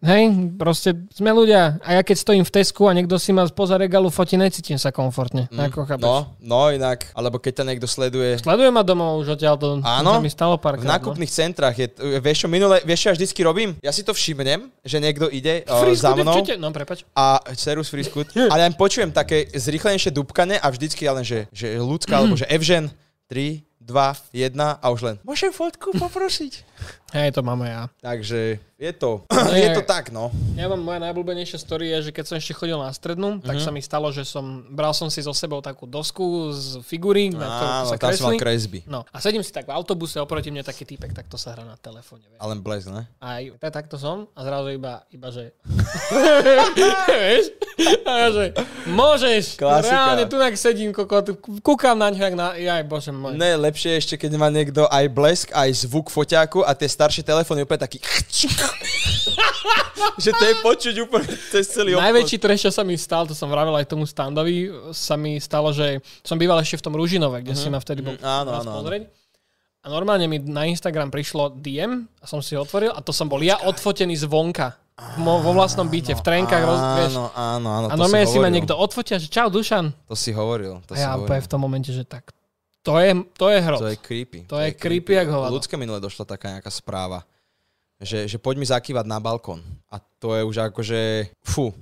Speaker 1: hej, proste sme ľudia a ja keď stojím v Tesku a niekto si ma spoza regálu fotí, necítim sa komfortne, mm, ako chápeš.
Speaker 2: no, no inak, alebo keď ťa niekto sleduje
Speaker 1: Sleduje ma domov už odtiaľ, to
Speaker 2: Áno, e,
Speaker 1: sa mi stalo
Speaker 2: V
Speaker 1: párkrát. no.
Speaker 2: nákupných centrách je, eh, vieš čo, minule, vieš čo ja vždycky robím? Ja si to všimnem, že niekto ide
Speaker 1: no.
Speaker 2: o,
Speaker 1: Frisku,
Speaker 2: za mnou
Speaker 1: devčate- No, prepač.
Speaker 2: a serus friskut, ale len počujem také zrýchlenejšie dúbkanie a vždycky ja len, že, že ľudská, alebo že Evžen, 3, 2, 1 a už len, môžem fotku poprosiť?
Speaker 1: Hej, to máme ja.
Speaker 2: Takže je to, je to tak, no.
Speaker 1: Ja mám moja najblúbenejšia story je, že keď som ešte chodil na strednú, mm-hmm. tak
Speaker 2: Mhm.
Speaker 1: sa mi stalo, že som, bral som si so sebou takú dosku z figurín, na ktorú
Speaker 2: Áno,
Speaker 1: sa
Speaker 2: tam som mal
Speaker 1: kreslí.
Speaker 2: kresby.
Speaker 1: No a sedím si tak v autobuse, oproti mne taký týpek, tak to sa hrá na telefóne. Vieš.
Speaker 2: A len blesk, ne?
Speaker 1: A aj- tak, takto som a zrazu iba, iba že... vieš? A ja že, môžeš,
Speaker 2: Klasika.
Speaker 1: reálne tu tak sedím, koko, tu kúkam na ňu, jak na... Jaj, bože môj.
Speaker 2: Ne, lepšie je ešte, keď má niekto aj blesk, aj zvuk foťáku a tie staršie telefóny úplne taký... že to je počuť úplne cez celý obchod.
Speaker 1: Najväčší treš, čo sa mi stal, to som vravel aj tomu standovi, sa mi stalo, že som býval ešte v tom Ružinove, kde mm-hmm. si ma vtedy bol
Speaker 2: Mhm, áno,
Speaker 1: raz
Speaker 2: áno, áno.
Speaker 1: pozrieť. A normálne mi na Instagram prišlo DM a som si ho otvoril a to som bol ja odfotený zvonka. V mo- vo vlastnom byte, v trenkách, roz, vieš.
Speaker 2: Áno, áno, áno.
Speaker 1: A
Speaker 2: to
Speaker 1: normálne si ma
Speaker 2: hovoril.
Speaker 1: niekto odfotia, že čau Dušan.
Speaker 2: To si hovoril. To
Speaker 1: A
Speaker 2: si
Speaker 1: ja
Speaker 2: hovoril.
Speaker 1: úplne v tom momente, že tak. To je, to je hrot.
Speaker 2: To je creepy.
Speaker 1: To je creepy, jak hovado.
Speaker 2: Ľudské minule došla taká nejaká správa, že, že poď mi zakývať na balkón. A to je už akože... Fú,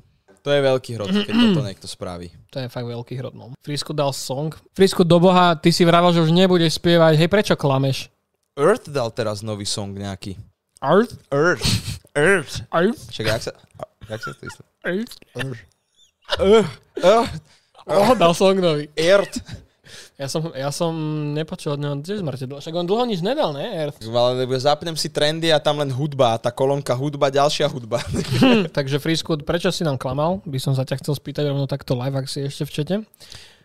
Speaker 2: to je veľký hrot, keď toto niekto spraví.
Speaker 1: To je fakt veľký hrot. No. Frisku dal song. Frisku do boha, ty si vravel, že už nebudeš spievať. Hej, prečo klameš?
Speaker 2: Earth dal teraz nový song nejaký.
Speaker 1: Earth,
Speaker 2: Earth. Earth.
Speaker 1: earth,
Speaker 2: Čak, jak sa... Jak sa to istá?
Speaker 1: earth.
Speaker 2: Earth.
Speaker 1: Oh, dal song nový.
Speaker 2: Earth.
Speaker 1: Ja som, ja som nepočul od neho tiež zmrte. Však on dlho nič nedal, ne? Earth.
Speaker 2: Ale zapnem si trendy a tam len hudba, tá kolónka hudba, ďalšia hudba.
Speaker 1: Hm. Takže Freescoot, prečo si nám klamal? By som sa ťa chcel spýtať rovno takto live, ak si ešte v čete.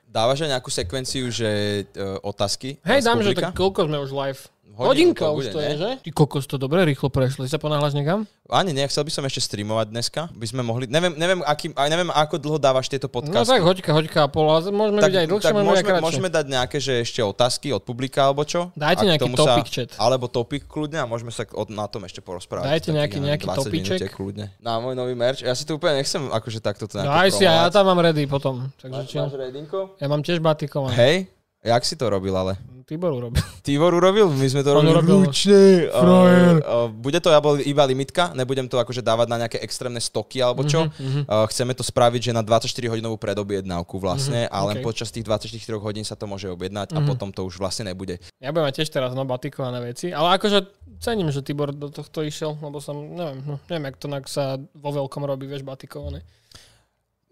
Speaker 2: Dávaš aj nejakú sekvenciu, že e, otázky?
Speaker 1: Hej,
Speaker 2: z
Speaker 1: dám, že
Speaker 2: publika?
Speaker 1: tak koľko sme už live?
Speaker 2: Hodinku
Speaker 1: Hodinka
Speaker 2: to
Speaker 1: už
Speaker 2: bude,
Speaker 1: to je,
Speaker 2: ne?
Speaker 1: že? Ty kokos to dobre, rýchlo prešli. Sa ponáhľaš niekam?
Speaker 2: Ani nie, chcel by som ešte streamovať dneska. By sme mohli... Neviem, neviem, aký, aj neviem ako dlho dávaš tieto
Speaker 1: No
Speaker 2: podcasty.
Speaker 1: tak hoďka, hoďka a pol. a Môžeme byť aj dlhšie,
Speaker 2: tak
Speaker 1: môžeme byť aj
Speaker 2: môžeme,
Speaker 1: kratšie.
Speaker 2: môžeme dať nejaké, že ešte otázky od publika alebo čo?
Speaker 1: Dajte
Speaker 2: A k
Speaker 1: nejaký
Speaker 2: tomu
Speaker 1: topic
Speaker 2: sa,
Speaker 1: chat.
Speaker 2: Alebo topik kľudne a môžeme sa k- od, na tom ešte porozprávať.
Speaker 1: Dajte
Speaker 2: Taký,
Speaker 1: nejaký-
Speaker 2: neviem,
Speaker 1: nejaký
Speaker 2: 20
Speaker 1: topiček.
Speaker 2: minútiek kľudne. Na môj nový merch. Ja si to úplne nechcem akože takto to
Speaker 1: Daj No, si, ja, ja tam mám ready potom. Takže
Speaker 2: Máš,
Speaker 1: čo?
Speaker 2: máš redinko?
Speaker 1: Ja mám tiež batikované.
Speaker 2: Hej, jak si to robil ale?
Speaker 1: Tibor urobil.
Speaker 2: Tivor urobil? My sme to
Speaker 1: On
Speaker 2: robili
Speaker 1: urobil.
Speaker 2: ručne. A-
Speaker 1: Frajer.
Speaker 2: a Bude to iba- iba limitka, nebudem to akože dávať na nejaké extrémne stoky alebo
Speaker 1: Mhm,
Speaker 2: čo. A Chceme to spraviť, že na 24-hodinovú predobjednávku vlastne a
Speaker 1: Mhm,
Speaker 2: len
Speaker 1: ok. Mhm.
Speaker 2: počas tých 24 hodín sa to môže objednať a potom to už vlastne nebude.
Speaker 1: Ja budem mať tiež teraz no batikované veci, ale akože cením, že Tibor do tohto išiel, lebo som, neviem, no, neviem, jak to nak sa vo veľkom robí, vieš, batikované.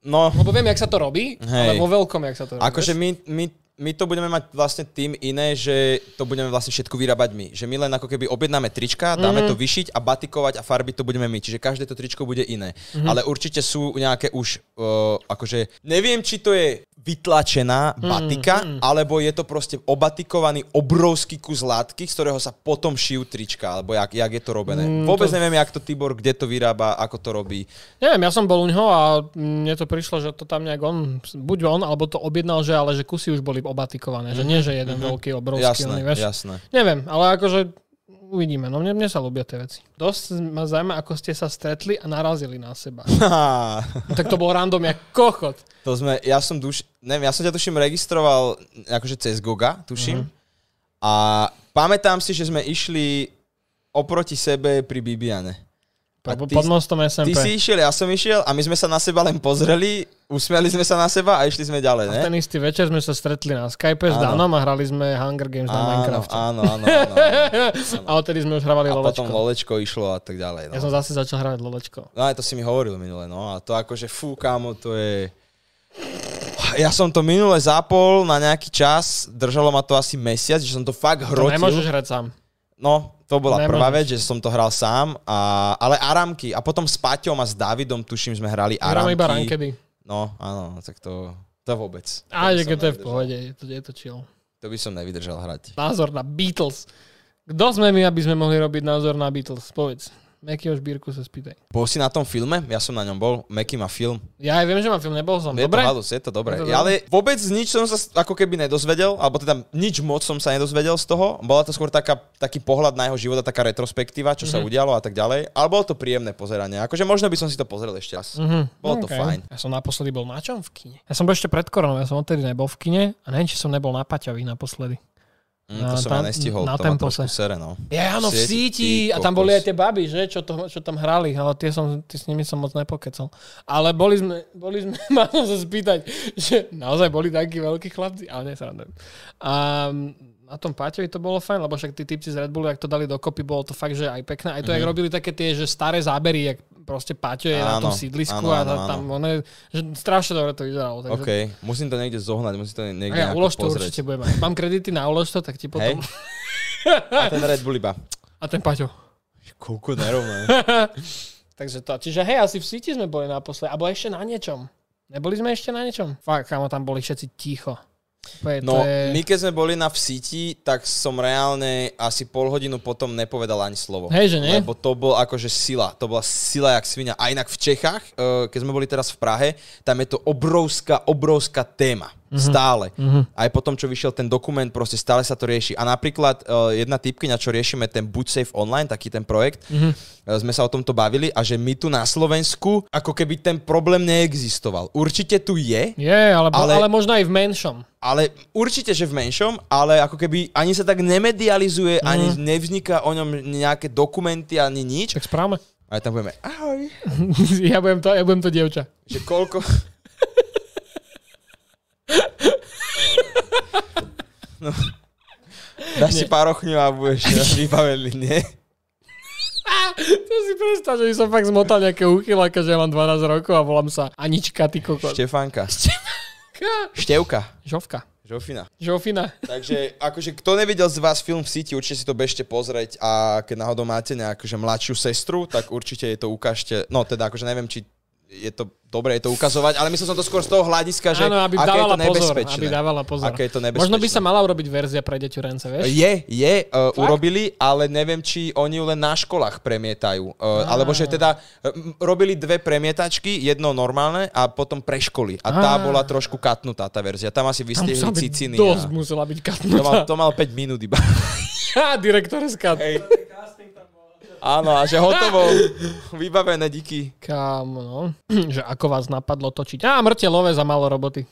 Speaker 2: No,
Speaker 1: Lebo viem, jak sa to robí, Hej. ale
Speaker 2: Hej.
Speaker 1: vo veľkom, jak sa to robí.
Speaker 2: akože
Speaker 1: No, vieš?
Speaker 2: my, my, my to budeme mať vlastne tým iné, že to budeme vlastne všetko vyrábať my. Že my len ako keby objednáme trička, dáme
Speaker 1: Mhm.
Speaker 2: to vyšiť a batikovať a farbiť to budeme my. Čiže každé to tričko bude iné.
Speaker 1: Mhm.
Speaker 2: Ale určite sú nejaké už, uh, akože neviem, či to je vytlačená
Speaker 1: Mhm,
Speaker 2: batika, alebo je to proste obatikovaný obrovský kus látky, z ktorého sa potom šijú trička, alebo jak, jak je to robené.
Speaker 1: Mm,
Speaker 2: Vôbec neviem, jak to Tibor, kde to vyrába, ako to robí.
Speaker 1: Neviem, ja som bol u ňoho a mne to prišlo, že to tam nejak on, buď on, alebo to objednal, že ale že kusy už boli obatikované, že nie, že jeden veľký, obrovský,
Speaker 2: Mhm, Jasné,
Speaker 1: oný, vieš.
Speaker 2: jasné.
Speaker 1: Neviem, ale akože uvidíme, no mne, mne sa ľúbia tie veci. Dosť ma zaujíma, ako ste sa stretli a narazili na seba. tak to bol random jak kochot.
Speaker 2: To sme, ja som duš, neviem, ja som ťa tuším registroval akože cez Goga,
Speaker 1: Mhm.
Speaker 2: tuším. A pamätám si, že sme išli oproti sebe pri Bibiane. A
Speaker 1: Po-
Speaker 2: ty-
Speaker 1: Pod mostom
Speaker 2: Ty
Speaker 1: SMP.
Speaker 2: si išiel, ja som išiel a my sme sa na seba len pozreli, usmiali sme sa na seba a išli sme ďalej,
Speaker 1: A v
Speaker 2: ne?
Speaker 1: ten istý večer sme sa stretli na Skype s
Speaker 2: Áno.
Speaker 1: Danom a hrali sme Hunger Games na
Speaker 2: Áno,
Speaker 1: Minecrafte.
Speaker 2: áno, áno, áno.
Speaker 1: A odtedy sme už hrávali
Speaker 2: A potom
Speaker 1: loločko.
Speaker 2: lolečko išlo a tak ďalej.
Speaker 1: Ja som
Speaker 2: No,
Speaker 1: zase začal hrávať loločko.
Speaker 2: no aj to si mi hovoril minule, no. A to akože fú, kámo, to je... Ja som to minule zapol na nejaký čas, držalo ma to asi mesiac, že som to fakt
Speaker 1: To
Speaker 2: hrotil.
Speaker 1: nemôžeš hrať sám.
Speaker 2: No, to bola
Speaker 1: Nemôžeš.
Speaker 2: prvá vec, že som to hral sám, a, ale aramky. A potom s Paťom a s Davidom, tuším, sme hrali
Speaker 1: Hráme
Speaker 2: aramky.
Speaker 1: iba rankedy.
Speaker 2: No, áno, tak to, to vôbec.
Speaker 1: Á,
Speaker 2: by
Speaker 1: že
Speaker 2: som
Speaker 1: keď to je v
Speaker 2: nevydržal.
Speaker 1: pohode, je to, je to chill.
Speaker 2: To by som nevydržal hrať.
Speaker 1: Názor na Beatles. Kto sme my, aby sme mohli robiť názor na Beatles? Povedz. Jakého šbírku sa spýtaj.
Speaker 2: Bol si na tom filme? Ja som na ňom bol. Meky má film.
Speaker 1: Ja aj viem, že mám film, nebol som.
Speaker 2: Je to
Speaker 1: Dobre?
Speaker 2: halus, je to dobré.
Speaker 1: Je to
Speaker 2: To
Speaker 1: dobré.
Speaker 2: ale vôbec nič som sa s- ako keby nedozvedel, alebo teda nič moc som sa nedozvedel z toho. Bola to skôr taká, taký pohľad na jeho života, taká retrospektíva, čo mm-hmm.
Speaker 1: Mhm.
Speaker 2: sa udialo a tak ďalej. Ale bolo to príjemné pozeranie. Akože možno by som si to pozrel ešte raz. Mm-hmm.
Speaker 1: Mhm.
Speaker 2: Bolo to
Speaker 1: Ok.
Speaker 2: fajn.
Speaker 1: Ja som naposledy bol na čom v kine? Ja som bol ešte pred koronou, ja som odtedy nebol v kine a neviem, či som nebol na Paťovi naposledy.
Speaker 2: Mm,
Speaker 1: Na
Speaker 2: to som
Speaker 1: No, tam-
Speaker 2: ja nestihol.
Speaker 1: na
Speaker 2: to ma
Speaker 1: tempose.
Speaker 2: trošku sere, no.
Speaker 1: Ja, áno, v
Speaker 2: Sieť,
Speaker 1: síti.
Speaker 2: ty
Speaker 1: A tam
Speaker 2: kokos.
Speaker 1: boli aj tie baby, že? Čo, to, čo tam hrali. Ale tie som, tie s nimi som moc nepokecal. Ale boli sme, boli sme, mal som sa spýtať, že naozaj boli takí veľkí chlapci. Ale nesrandujem. A na tom Páťovi to bolo fajn, lebo však tí typci z Red Bullu, ak to dali dokopy, bolo to fakt, že aj pekné. Aj to, mm-hmm.
Speaker 2: Mhm.
Speaker 1: jak robili také tie, že staré zábery, jak proste Páťo je na
Speaker 2: Áno,
Speaker 1: tom sídlisku
Speaker 2: áno,
Speaker 1: a
Speaker 2: áno,
Speaker 1: tam ono je, že strašne dobre to vyzeralo. Takže
Speaker 2: OK, musím to niekde zohnať, musím to niekde
Speaker 1: Ja,
Speaker 2: nejako
Speaker 1: ulož to
Speaker 2: pozrieť.
Speaker 1: určite budem mať. Mám kredity na ulož to, tak ti
Speaker 2: Hej?
Speaker 1: potom... Hej.
Speaker 2: A ten Red Bull iba.
Speaker 1: A ten Paťo.
Speaker 2: Koľko nerovné.
Speaker 1: Takže to, čiže hej, asi v síti sme boli naposledy, alebo ešte na niečom. Neboli sme ešte na niečom? Fakt, kamo, tam boli všetci ticho. To je,
Speaker 2: No,
Speaker 1: to je...
Speaker 2: my keď sme boli na v síti, tak som reálne asi pol hodinu potom nepovedal ani slovo.
Speaker 1: Hej, že nie?
Speaker 2: Lebo to bol akože sila. To bola sila jak svinia. A inak v Čechách, eh, keď sme boli teraz v Prahe, tam je to obrovská, obrovská téma.
Speaker 1: Mhm.
Speaker 2: Stále. Aj po tom, čo vyšiel ten dokument, proste stále sa to rieši. A napríklad eh, jedna typkyňa, čo riešime ten Buď Safe Online, taký ten projekt,
Speaker 1: Mhm.
Speaker 2: eh, sme sa o tomto bavili a že my tu na Slovensku, ako keby ten problém neexistoval. Určite tu je,
Speaker 1: Je, alebo, ale... ale
Speaker 2: Ale-
Speaker 1: možno aj v menšom.
Speaker 2: ale určite, že v menšom, ale ako keby ani sa tak nemedializuje, mm. ani nevzniká o ňom nejaké dokumenty, ani nič.
Speaker 1: Tak správame.
Speaker 2: A tam budeme, ahoj,
Speaker 1: ja, budem to, ja budem to dievča.
Speaker 2: že koľko... No. Dáš si pár ochňov a budeš vybavený, nie?
Speaker 1: To si predstav, že by som fakt zmotal nejaké uchyláka, že ja mám 12 rokov a volám sa Anička, ty kokot.
Speaker 2: Štefánka. Števka.
Speaker 1: Žovka.
Speaker 2: Žofina.
Speaker 1: Žofina.
Speaker 2: Takže akože kto nevidel z vás film v síti, určite si to bežte pozrieť a keď náhodou máte nejakú že mladšiu sestru, tak určite jej to ukážte. No teda akože neviem, či je to dobré jej to ukazovať, ale myslel som to skôr z toho hľadiska, že
Speaker 1: Áno, aby
Speaker 2: aké je
Speaker 1: dávala
Speaker 2: to
Speaker 1: pozor.
Speaker 2: nebezpečné.
Speaker 1: Aby dávala pozor.
Speaker 2: Aké je to nebezpečné.
Speaker 1: Možno by sa mala urobiť verzia pre deťurence, vieš?
Speaker 2: Je, je, uh, urobili, ale neviem, či oni ju len na školách premietajú. Uh, alebo že teda m, robili dve premietačky, jedno normálne a potom pre školy. A
Speaker 1: Á.
Speaker 2: tá bola trošku katnutá, tá verzia. Tam asi
Speaker 1: Tam
Speaker 2: vystihli
Speaker 1: sa by
Speaker 2: ciciny.
Speaker 1: dosť
Speaker 2: A...
Speaker 1: musela byť
Speaker 2: To mal,
Speaker 1: katnutá.
Speaker 2: to mal 5 minút iba.
Speaker 1: Ha, Direktorská.
Speaker 4: Casting tam bol.
Speaker 2: Áno, a že hotovo. Vybavené, díky.
Speaker 1: Kam, no. Že ako vás napadlo točiť. Á, mŕte love za malo roboty.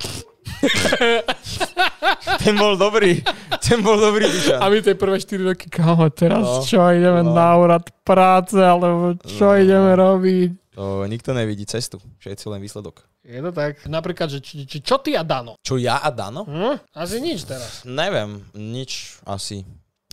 Speaker 2: Ten bol dobrý. Ten bol dobrý, Dušan.
Speaker 1: A my tie prvé 4 roky, kámo, teraz
Speaker 2: No,
Speaker 1: čo, ideme
Speaker 2: no.
Speaker 1: na úrad práce, alebo čo ideme robiť?
Speaker 2: To nikto nevidí cestu. Všetci len výsledok.
Speaker 1: Je to tak. Napríklad, že či, či, čo ty a Dano?
Speaker 2: Čo ja a Dano?
Speaker 1: Hm? Asi nič teraz.
Speaker 2: Neviem, nič asi.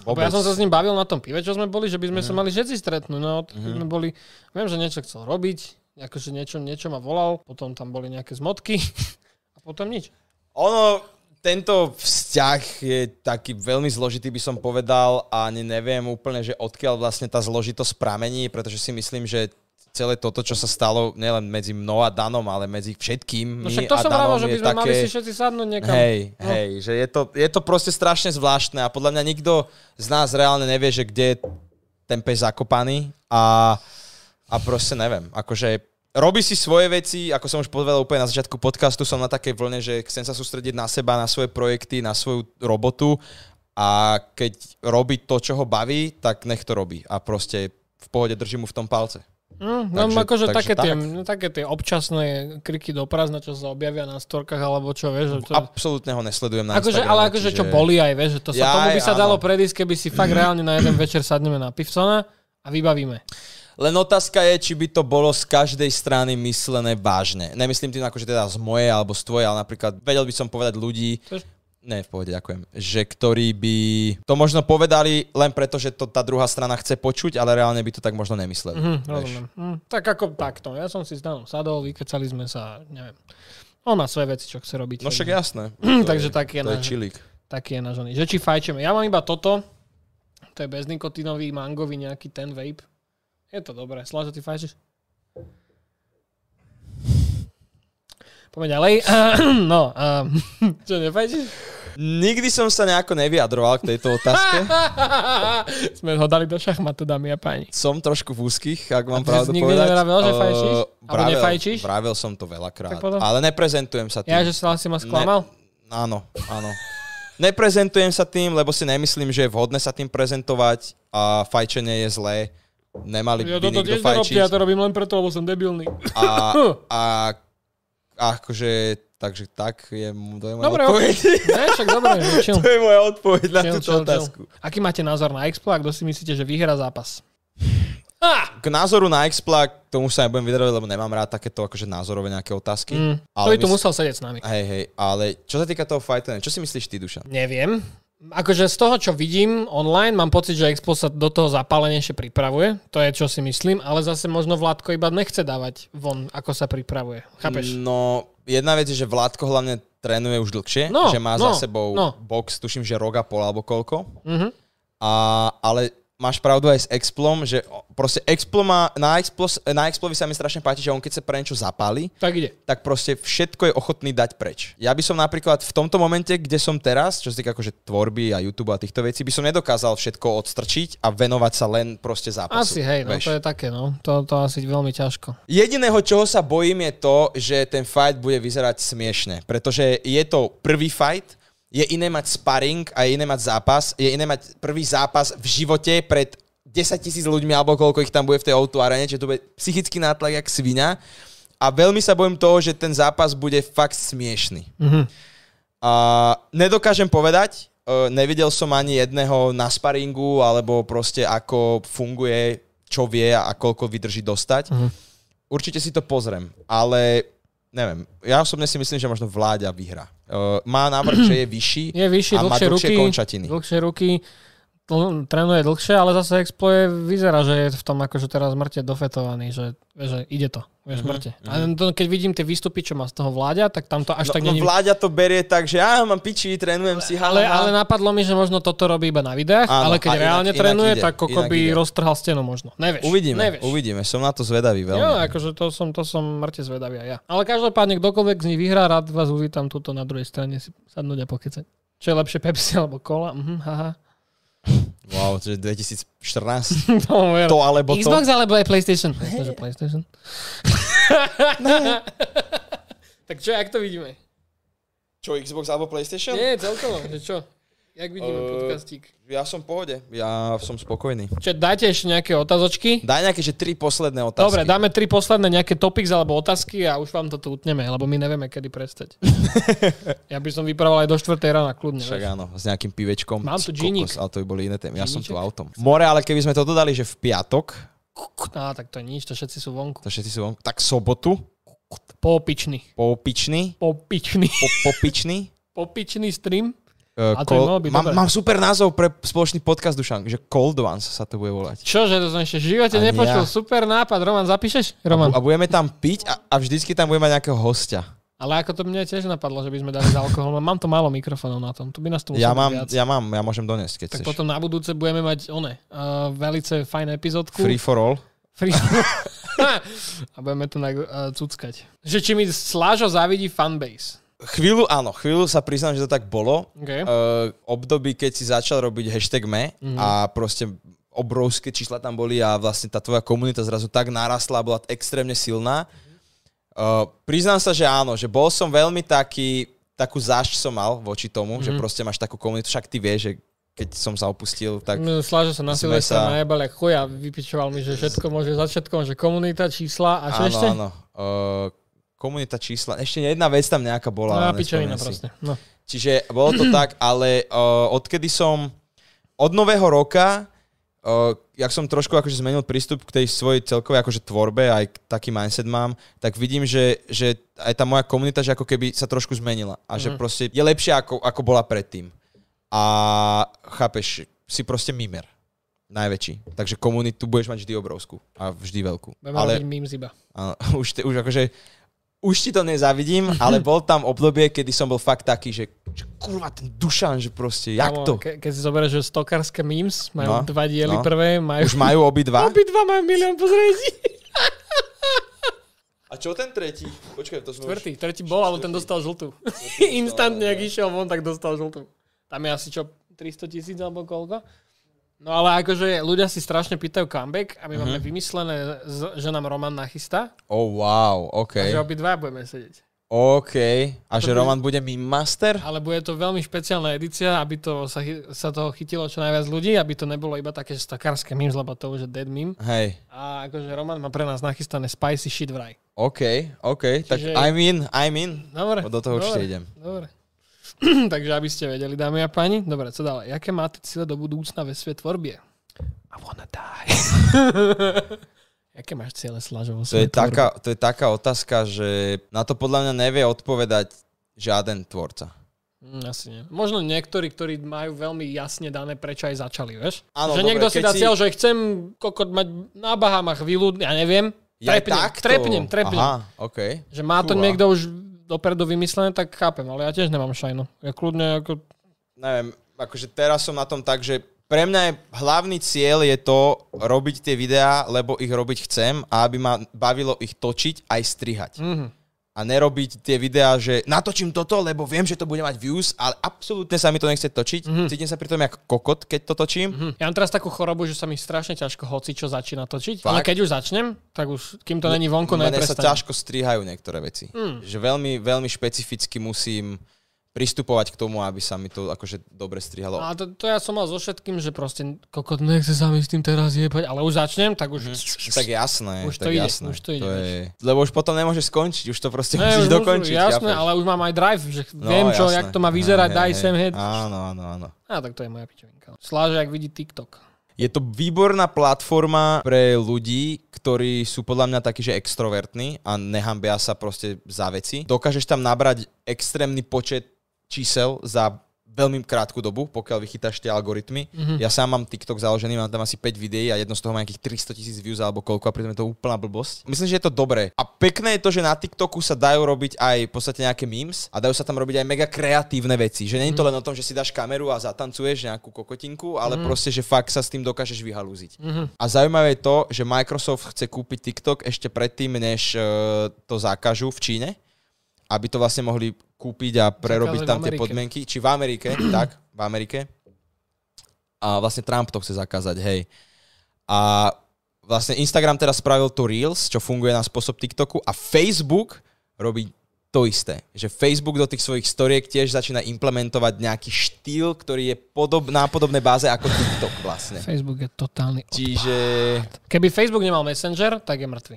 Speaker 1: Lebo ja som sa s ním bavil na tom pive, čo sme boli, že by
Speaker 2: Mhm.
Speaker 1: sme sa mali všetci stretnúť. No, mm sme boli, viem, že niečo chcel robiť, akože niečo, niečo ma volal, potom tam boli nejaké zmotky a potom nič.
Speaker 2: Ono, tento vzťah je taký veľmi zložitý, by som povedal, a ani neviem úplne, že odkiaľ vlastne tá zložitosť pramení, pretože si myslím, že celé toto, čo sa stalo nielen medzi mnou a Danom, ale medzi všetkým
Speaker 1: No
Speaker 2: my
Speaker 1: však to
Speaker 2: a
Speaker 1: som
Speaker 2: Danom
Speaker 1: hovoril, že by
Speaker 2: je
Speaker 1: sme
Speaker 2: také...
Speaker 1: mali si všetci sadnúť niekam. No,
Speaker 2: Hej, hej, že je to, je to proste strašne zvláštne a podľa mňa nikto z nás reálne nevie, že kde je ten pes zakopaný a, a proste neviem, akože robí si svoje veci, ako som už povedal úplne na začiatku podcastu, som na takej vlne, že chcem sa sústrediť na seba, na svoje projekty, na svoju robotu a keď robí to, čo ho baví, tak nech to robí a proste v pohode držím mu v tom palce.
Speaker 1: Mm, no
Speaker 2: Takže-
Speaker 1: akože
Speaker 2: takže
Speaker 1: také, tie,
Speaker 2: tak.
Speaker 1: no, také tie občasné kriky do prázdna, čo sa objavia na storkách alebo čo, vieš. Že to...
Speaker 2: Absolútne ho nesledujem na
Speaker 1: Akože,
Speaker 2: Instagrame,
Speaker 1: ale akože čo
Speaker 2: čiže-
Speaker 1: boli aj, vieš, že to sa,
Speaker 2: Jaj,
Speaker 1: tomu by sa
Speaker 2: áno. Mhm.
Speaker 1: dalo predísť, keby si fakt reálne na jeden večer sadneme na Pivsona a vybavíme.
Speaker 2: Len otázka je, či by to bolo z každej strany myslené vážne. Nemyslím tým akože teda z mojej alebo z tvojej, ale napríklad vedel by som povedať ľudí,
Speaker 1: Chceš?
Speaker 2: ne, v pohode, ďakujem, že ktorí by to možno povedali len preto, že to tá druhá strana chce počuť, ale reálne by to tak možno nemysleli.
Speaker 1: Hm,
Speaker 2: Vieš.
Speaker 1: rozumiem. Hm, tak ako takto, ja som si s Danom sadol, vykecali sme sa, neviem. On má svoje veci, čo chce robiť.
Speaker 2: No však
Speaker 1: takže-
Speaker 2: jasné.
Speaker 1: Hm,
Speaker 2: To
Speaker 1: takže
Speaker 2: je,
Speaker 1: tak je
Speaker 2: to je
Speaker 1: náš-
Speaker 2: čilík.
Speaker 1: Taký je náš oný. Že či fajčeme. Ja mám iba toto. To je beznikotinový, mangový nejaký ten vape. Je to dobré. Sláža, ty fajčíš? Poďme ďalej. no, a, čo nefajčíš?
Speaker 2: Nikdy som sa nejako nevyjadroval k tejto otázke.
Speaker 1: Sme ho dali do šachmatu, dámy a páni.
Speaker 2: Som trošku v úzkých, ak mám
Speaker 1: A ty si
Speaker 2: pravdu
Speaker 1: nikdy
Speaker 2: povedať.
Speaker 1: nevravel, že fajčíš?
Speaker 2: Eh,
Speaker 1: Alebo nefajčíš?
Speaker 2: vravel som to veľakrát,
Speaker 1: Tak potom.
Speaker 2: ale neprezentujem sa tým.
Speaker 1: Ja, že si asi ma sklamal?
Speaker 2: Ne, áno, áno. Neprezentujem sa tým, lebo si nemyslím, že je vhodné sa tým prezentovať a fajčenie je zlé. Nemali by
Speaker 1: Ja toto
Speaker 2: nikto
Speaker 1: tiež nerobte,
Speaker 2: fajčiť.
Speaker 1: ja to robím len preto, lebo som debilný. Hm,
Speaker 2: A, a, a akože, takže tak je, m- to je moja
Speaker 1: Dobre,
Speaker 2: odpoveď.
Speaker 1: Ne, však dobre, že chill.
Speaker 2: To je moja odpoveď na
Speaker 1: Chill,
Speaker 2: túto
Speaker 1: chill,
Speaker 2: otázku.
Speaker 1: chill. Aký máte názor na Expo a kto si myslíte, že vyhrá zápas? Ah!
Speaker 2: K názoru na Xpla, k tomu sa nebudem vyjadrovať, lebo nemám rád takéto akože názorové nejaké otázky.
Speaker 1: Mm, to by tu musel sedieť s nami.
Speaker 2: Hej, hej, ale čo sa týka toho fajtenia, čo si myslíš ty, Dušan?
Speaker 1: Neviem. Akože z toho, čo vidím online, mám pocit, že Expo sa do toho zapálenejšie pripravuje. To je, čo si myslím, ale zase možno Vládko iba nechce dávať von, ako sa pripravuje. Chápeš?
Speaker 2: No, jedna vec je, že Vládko hlavne trénuje už dlhšie,
Speaker 1: No,
Speaker 2: že má
Speaker 1: no,
Speaker 2: za sebou
Speaker 1: no.
Speaker 2: box, tuším, že rok a pol alebo koľko.
Speaker 1: Mhm.
Speaker 2: A, ale máš pravdu aj s Explom, že o- proste Explo má, na, Explo, na Explovi sa mi strašne páči, že on keď sa pre niečo zapáli,
Speaker 1: Tak ide.
Speaker 2: tak proste všetko je ochotný dať preč. Ja by som napríklad v tomto momente, kde som teraz, čo sa týka akože tvorby a YouTube a týchto vecí, by som nedokázal všetko odstrčiť a venovať sa len proste zápasu.
Speaker 1: Asi, hej, no
Speaker 2: vieš.
Speaker 1: to je také, no. To, to asi veľmi ťažko.
Speaker 2: Jediného, čoho sa bojím, je to, že ten fight bude vyzerať smiešne, pretože je to prvý fight, je iné mať sparring a je iné mať zápas, je iné mať prvý zápas v živote pred 10 tisíc ľuďmi alebo koľko ich tam bude v tej O2 arene, že to bude psychický nátlak jak svinia a veľmi sa bojím toho, že ten zápas bude fakt smiešný.
Speaker 1: Mhm.
Speaker 2: A nedokážem povedať, e, nevidel som ani jedného na sparingu, alebo proste ako funguje, čo vie a koľko vydrží dostať.
Speaker 1: Mhm.
Speaker 2: Určite si to pozrem, ale neviem. Ja osobne si myslím, že možno vláďa vyhra. E, Má návrh, že je vyšší
Speaker 1: Je vyšší,
Speaker 2: a má
Speaker 1: dlhšie
Speaker 2: dlhšie
Speaker 1: ruky,
Speaker 2: končatiny.
Speaker 1: dlhšie ruky, dl- trénuje dlhšie, ale zase Exploje vyzerá, že je v tom akože teraz mŕte dofetovaný, že, že ide to. Moje
Speaker 2: Mhm.
Speaker 1: smrte. A to, keď vidím tie výstupy, čo má z toho vláďa, tak tam to až tak
Speaker 2: No, no
Speaker 1: není...
Speaker 2: vláďa to berie tak, že ja mám piči, trénujem si,
Speaker 1: Ale,
Speaker 2: ale,
Speaker 1: ale napadlo mi, že možno toto robí iba na videách,
Speaker 2: Áno,
Speaker 1: ale
Speaker 2: a
Speaker 1: keď
Speaker 2: inak-
Speaker 1: reálne
Speaker 2: inak
Speaker 1: trénuje,
Speaker 2: ide,
Speaker 1: tak koko
Speaker 2: inak
Speaker 1: by
Speaker 2: ide.
Speaker 1: roztrhal stenu možno. Nevieš.
Speaker 2: Uvidíme,
Speaker 1: nevieš.
Speaker 2: uvidíme, som na to zvedavý
Speaker 1: Jo,
Speaker 2: veľmi.
Speaker 1: akože to som, to som mŕte zvedavý aj ja. Ale každopádne, kdokoľvek z nich vyhrá, rád vás uvítam tuto na druhej strane si sadnúť a pokecať. Čo je lepšie, Pepsi alebo Cola? Mhm, haha.
Speaker 2: Wow, to je 2014,
Speaker 1: To, je-
Speaker 2: to alebo to.
Speaker 1: Xbox alebo aj PlayStation? Myslím, že PlayStation. tak čo, jak to vidíme?
Speaker 2: Čo, Xbox alebo Playstation?
Speaker 1: Nie, celkovo, že čo? Jak vidíme
Speaker 2: Eh,
Speaker 1: podcastík?
Speaker 2: Ja som v pohode, ja som spokojný.
Speaker 1: Čo, dajte ešte nejaké otázočky?
Speaker 2: Daj nejaké, že tri posledné otázky.
Speaker 1: Dobre, dáme tri posledné nejaké topics alebo otázky a už vám to tu utneme, lebo my nevieme, kedy prestať. ja by som vypravoval aj do 4. rána kľudne.
Speaker 2: Však
Speaker 1: vieš.
Speaker 2: áno, s nejakým pivečkom.
Speaker 1: Mám
Speaker 2: Ty
Speaker 1: tu džínik.
Speaker 2: kokos, Ale to by boli iné témy. Ja som tu
Speaker 1: Džíniček?
Speaker 2: autom. More, ale keby sme to dodali, že v piatok,
Speaker 1: Á, tak to nič, to všetci sú vonku.
Speaker 2: to všetci sú vonku, tak sobotu,
Speaker 1: Popičný.
Speaker 2: popičný,
Speaker 1: Popičný.
Speaker 2: po, popičný.
Speaker 1: Popičný stream.
Speaker 2: eh,
Speaker 1: A to by malo byť
Speaker 2: mám,
Speaker 1: dobre.
Speaker 2: mám super názov pre spoločný podcast, Dušan, že Cold Ones sa to bude volať.
Speaker 1: Čože, to som ešte v živote
Speaker 2: Ani
Speaker 1: nepočul.
Speaker 2: ja.
Speaker 1: Super nápad. Roman, zapíšeš? Roman.
Speaker 2: A budeme tam piť a, a vždycky tam budeme mať nejakého hostia.
Speaker 1: Ale ako to mne tiež napadlo, že by sme dali s alkoholom. Mám tu málo mikrofónov na tom. Tu by nás tu muselo
Speaker 2: Ja
Speaker 1: byť
Speaker 2: mám,
Speaker 1: viac.
Speaker 2: ja mám, ja môžem doniesť, keď
Speaker 1: Tak
Speaker 2: chceš.
Speaker 1: potom na budúce budeme mať one. Uh, velice fajn epizódku.
Speaker 2: Free for all.
Speaker 1: Free. a budeme tu na, uh, cuckať. Že či mi Slážo závidí fanbase.
Speaker 2: Chvíľu, áno, chvíľu sa priznám, že to tak bolo.
Speaker 1: Okay. Mhm.
Speaker 2: uh, období, keď si začal robiť hashtag me mm-hmm. a proste obrovské čísla tam boli a vlastne tá tvoja komunita zrazu tak narastla a bola extrémne silná. Uh, priznám sa, že áno, že bol som veľmi taký, takú zášť som mal voči tomu,
Speaker 1: Mhm.
Speaker 2: mm-hmm. že proste máš takú komunitu, však ty vieš, že keď som sa opustil, tak
Speaker 1: Mm, Slážo sa na
Speaker 2: Sme sa-
Speaker 1: Silvestra najebal jak chuj a vypičoval mi, že všetko môže za všetko, že komunita, čísla a čo
Speaker 2: áno,
Speaker 1: ešte?
Speaker 2: áno. Uh, komunita čísla, ešte jedna vec tam nejaká bola.
Speaker 1: No a
Speaker 2: ale
Speaker 1: pičovina
Speaker 2: nespomínam si.
Speaker 1: proste. No.
Speaker 2: Čiže bolo to tak, ale uh, odkedy som od nového roka, uh, jak som trošku akože zmenil prístup k tej svojej celkovej akože tvorbe, aj k- taký mindset mám, tak vidím, že, že aj tá moja komunita, že ako keby sa trošku zmenila a že proste je lepšia ako, ako bola predtým. A chápeš, si proste mimer. Najväčší. Takže komunitu budeš mať vždy obrovskú a vždy veľkú.
Speaker 1: Budeme ale... robiť memes iba.
Speaker 2: Áno, už, te, už akože už ti to nezavidím,
Speaker 1: Mhm.
Speaker 2: ale bol tam obdobie, kedy som bol fakt taký, že, že kurva ten Dušan, že proste, jak
Speaker 1: Kámo,
Speaker 2: to?
Speaker 1: Ke, keď si zoberieš, že stokárske memes
Speaker 2: No,
Speaker 1: majú dva diely
Speaker 2: no.
Speaker 1: prvé, majú...
Speaker 2: Už majú obidva.
Speaker 1: Obidva majú milión pozretí.
Speaker 2: A čo ten tretí? Počkaj, to sme
Speaker 1: Tvrtý, tretí bol, alebo ten dostal žltú. Instantne, ak išiel von, tak dostal žltú. Tam je asi čo, 300 tisíc alebo koľko? No ale akože ľudia si strašne pýtajú comeback a my
Speaker 2: Mhm.
Speaker 1: máme vymyslené, z- že nám Roman nachystá,
Speaker 2: Oh wow,
Speaker 1: že
Speaker 2: OK.
Speaker 1: obidva budeme sedieť.
Speaker 2: OK. A že Roman bude mi master?
Speaker 1: Ale bude to veľmi špeciálna edícia, aby to sa, chy- sa toho chytilo čo najviac ľudí, aby to nebolo iba také že stokárske memes, lebo to už je dead meme.
Speaker 2: Hej.
Speaker 1: A akože Roman má pre nás nachystané spicy shit vraj.
Speaker 2: OK, OK. Tak
Speaker 1: Čiže-
Speaker 2: I'm in, I'm in.
Speaker 1: Dobre.
Speaker 2: Do toho určite idem.
Speaker 1: Dobre. Takže aby ste vedeli, dámy a páni. Dobre, co ďalej? Jaké máte cíle do budúcna ve své tvorbie? I wanna die. Jaké máš ciele slažovo
Speaker 2: To je, taká, to je taká otázka, že na to podľa mňa nevie odpovedať žiaden tvorca.
Speaker 1: Hm, Asi nie. Možno niektorí, ktorí majú veľmi jasne dané, prečo aj začali, vieš?
Speaker 2: Áno,
Speaker 1: že
Speaker 2: dobre,
Speaker 1: niekto si
Speaker 2: keď
Speaker 1: dá
Speaker 2: si-
Speaker 1: cieľ, že chcem kokot mať na Bahamach výľud, ja neviem.
Speaker 2: Ja
Speaker 1: Trepnem,
Speaker 2: takto.
Speaker 1: trepnem, trepnem.
Speaker 2: Aha, OK.
Speaker 1: Že má to
Speaker 2: Fúha.
Speaker 1: niekto už dopredu vymyslené, tak chápem, ale ja tiež nemám šajnu. Ja kľudne ako...
Speaker 2: neviem, akože teraz som na tom tak, že pre mňa je hlavný cieľ je to robiť tie videá, lebo ich robiť chcem a aby ma bavilo ich točiť aj strihať.
Speaker 1: Mhm.
Speaker 2: A nerobiť tie videá, že natočím toto, lebo viem, že to bude mať views, ale absolútne sa mi to nechce točiť.
Speaker 1: Mhm.
Speaker 2: Cítim sa pri tom ako kokot, keď to točím.
Speaker 1: Hm. Ja mám teraz takú chorobu, že sa mi strašne ťažko hoci čo začína točiť.
Speaker 2: Fakt?
Speaker 1: Ale keď už začnem, tak už kým to není vonku, Mhm.
Speaker 2: Mne sa
Speaker 1: neprestanem.
Speaker 2: ťažko strihajú niektoré veci. Že veľmi, veľmi špecificky musím pristupovať k tomu, aby sa mi to akože dobre strihalo.
Speaker 1: A to, to, ja som mal so všetkým, že proste kokot nechce sa mi s tým teraz jebať, ale už začnem, tak už...
Speaker 2: Mhm. Tak jasné,
Speaker 1: Už to
Speaker 2: tak
Speaker 1: ide,
Speaker 2: jasné.
Speaker 1: už to ide, vieš.
Speaker 2: je... Lebo už potom nemôžeš skončiť, už to proste
Speaker 1: Ne, už- už-
Speaker 2: musíš dokončiť.
Speaker 1: Jasné,
Speaker 2: chápeš? No,
Speaker 1: ale už mám aj drive, že viem, čo,
Speaker 2: jasné.
Speaker 1: jak to má vyzerať,
Speaker 2: Hej,
Speaker 1: daj
Speaker 2: hej,
Speaker 1: sem
Speaker 2: hej.
Speaker 1: head.
Speaker 2: Áno, áno, áno.
Speaker 1: Á, tak to je moja pičovinka. Sláže, ak vidí TikTok.
Speaker 2: Je to výborná platforma pre ľudí, ktorí sú podľa mňa takí, že extrovertní a nehambia sa proste za veci. Dokážeš tam nabrať extrémny počet čísel za veľmi krátku dobu, pokiaľ vychytáš tie algoritmy.
Speaker 1: Mhm.
Speaker 2: Mm-hmm. Ja sám mám TikTok založený, mám tam asi 5 videí a jedno z toho má nejakých 300 tisíc views alebo koľko a pritom je to úplná blbosť. Myslím, že je to dobré. A pekné je to, že na TikToku sa dajú robiť aj v podstate nejaké memes a dajú sa tam robiť aj mega kreatívne veci. Že nie je to len o tom, že si dáš kameru a zatancuješ nejakú kokotinku, ale mm. proste, že fakt sa s tým dokážeš vyhalúziť. Mm-hmm.
Speaker 1: Mhm.
Speaker 2: A zaujímavé je to, že Microsoft chce kúpiť TikTok ešte predtým, než eh, to zákažu v Číne aby to vlastne mohli kúpiť a
Speaker 1: Zakázali
Speaker 2: prerobiť
Speaker 1: v
Speaker 2: tam tie
Speaker 1: Amerike.
Speaker 2: podmienky. Či v Amerike, tak, v Amerike. A vlastne Trump to chce zakázať, hej. A vlastne Instagram teraz spravil tu Reels, čo funguje na spôsob TikToku a Facebook robí to isté. Že Facebook do tých svojich storiek tiež začína implementovať nejaký štýl, ktorý je podob, na podobnej báze ako TikTok vlastne.
Speaker 1: Facebook je totálny odpad.
Speaker 2: Čiže
Speaker 1: Keby Facebook nemal Messenger, tak je mŕtvy.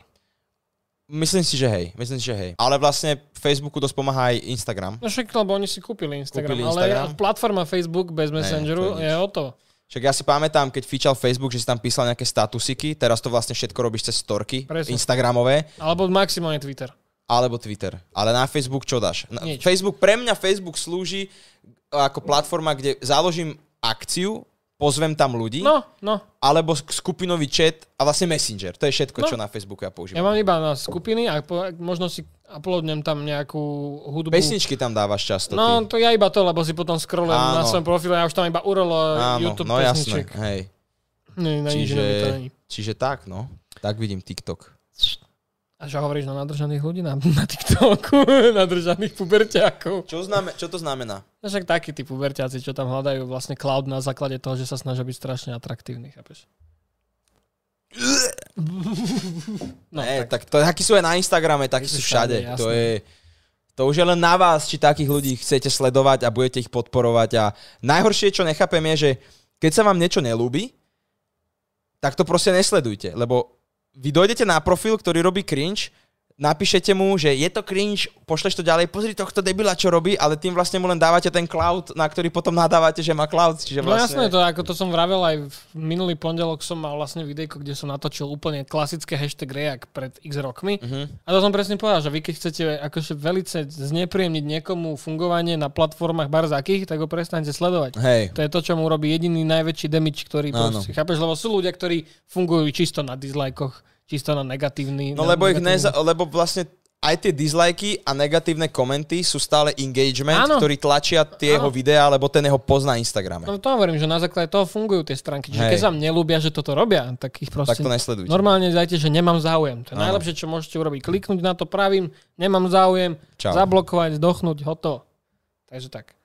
Speaker 2: myslím si, že hej. Myslím si, že hej. Ale vlastne Facebooku dosť pomáha aj Instagram.
Speaker 1: No však, lebo oni si kúpili Instagram,
Speaker 2: Kúpili
Speaker 1: kúpili Instagram.
Speaker 2: Instagram.
Speaker 1: ale platforma Facebook bez Messengeru
Speaker 2: to je
Speaker 1: je, je o to.
Speaker 2: Však ja si pamätám, keď fičal Facebook, že si tam písal nejaké statusiky, teraz to vlastne všetko robíš cez storky,
Speaker 1: Presne.
Speaker 2: Instagramové,
Speaker 1: Alebo maximálne Twitter.
Speaker 2: alebo Twitter. Ale na Facebook čo dáš? Na,
Speaker 1: Nič.
Speaker 2: Facebook, pre mňa Facebook slúži ako platforma, kde založím akciu, pozvem tam ľudí,
Speaker 1: No, no.
Speaker 2: alebo sk- skupinový chat a vlastne Messenger. To je všetko,
Speaker 1: No.
Speaker 2: čo na Facebooku ja používam.
Speaker 1: Ja mám iba na skupiny a po, možno si uploadnem tam nejakú hudbu.
Speaker 2: Pesničky tam dávaš často.
Speaker 1: No,
Speaker 2: ty.
Speaker 1: to ja iba to, lebo si potom scrollujem na
Speaker 2: Áno.
Speaker 1: svojom profile a už tam iba urolo
Speaker 2: Áno,
Speaker 1: YouTube
Speaker 2: no jasné.
Speaker 1: pesniček.
Speaker 2: Hej.
Speaker 1: Nie, na nič
Speaker 2: Čiže,
Speaker 1: iné mi to není.
Speaker 2: čiže tak, no. Tak vidím TikTok.
Speaker 1: A že hovoríš na nadržaných ľudí na, na TikToku, nadržaných puberťákov.
Speaker 2: Čo, znamená, čo to znamená?
Speaker 1: No však takí tí puberťáci, čo tam hľadajú vlastne cloud na základe toho, že sa snažia byť strašne atraktívni, chápeš?
Speaker 2: No, ne, tak, to, akí sú aj na Instagrame, takí sú všade.
Speaker 1: všade,
Speaker 2: to,
Speaker 1: jasné.
Speaker 2: je, to už je len na vás, či takých ľudí chcete sledovať a budete ich podporovať. A najhoršie, čo nechápem, je, že keď sa vám niečo nelúbi, tak to proste nesledujte, lebo vy dojdete na profil, ktorý robí cringe, napíšete mu, že je to cringe, pošleš to ďalej, pozri tohto debila, čo robí, ale tým vlastne mu len dávate ten cloud, na ktorý potom nadávate, že má cloud. Čiže
Speaker 1: No jasné,
Speaker 2: vlastne...
Speaker 1: to ako to som vravel aj v minulý pondelok som mal vlastne videjko, kde som natočil úplne klasické hashtag React pred x rokmi. Uh-huh. A
Speaker 2: Mhm.
Speaker 1: to som presne povedal, že vy keď chcete akože velice znepríjemniť niekomu fungovanie na platformách barzakých, tak ho prestaňte sledovať.
Speaker 2: Hej.
Speaker 1: To
Speaker 2: No,
Speaker 1: je to, čo mu robí jediný najväčší damage, ktorý
Speaker 2: Áno.
Speaker 1: proste, chápeš, lebo sú ľudia, ktorí fungujú čisto na dislajkoch, čisto na negatívny.
Speaker 2: No
Speaker 1: na
Speaker 2: lebo ich
Speaker 1: negatívny-
Speaker 2: neza- lebo vlastne aj tie dislajky a negatívne komenty sú stále engagement,
Speaker 1: Áno.
Speaker 2: Áno. ktorý tlačia tie
Speaker 1: Áno.
Speaker 2: jeho videá, lebo ten jeho pozná Instagrame.
Speaker 1: No to hovorím, že na základe toho fungujú tie stránky. Čiže
Speaker 2: Hej.
Speaker 1: keď sa vám nelúbia, že toto robia, tak ich proste...
Speaker 2: Tak to nesledujte.
Speaker 1: Normálne dajte, že nemám záujem. To je
Speaker 2: Áno.
Speaker 1: najlepšie, čo môžete urobiť. Kliknúť na to pravým, nemám záujem,
Speaker 2: Čau.
Speaker 1: zablokovať, zdochnúť, hotovo. Takže tak.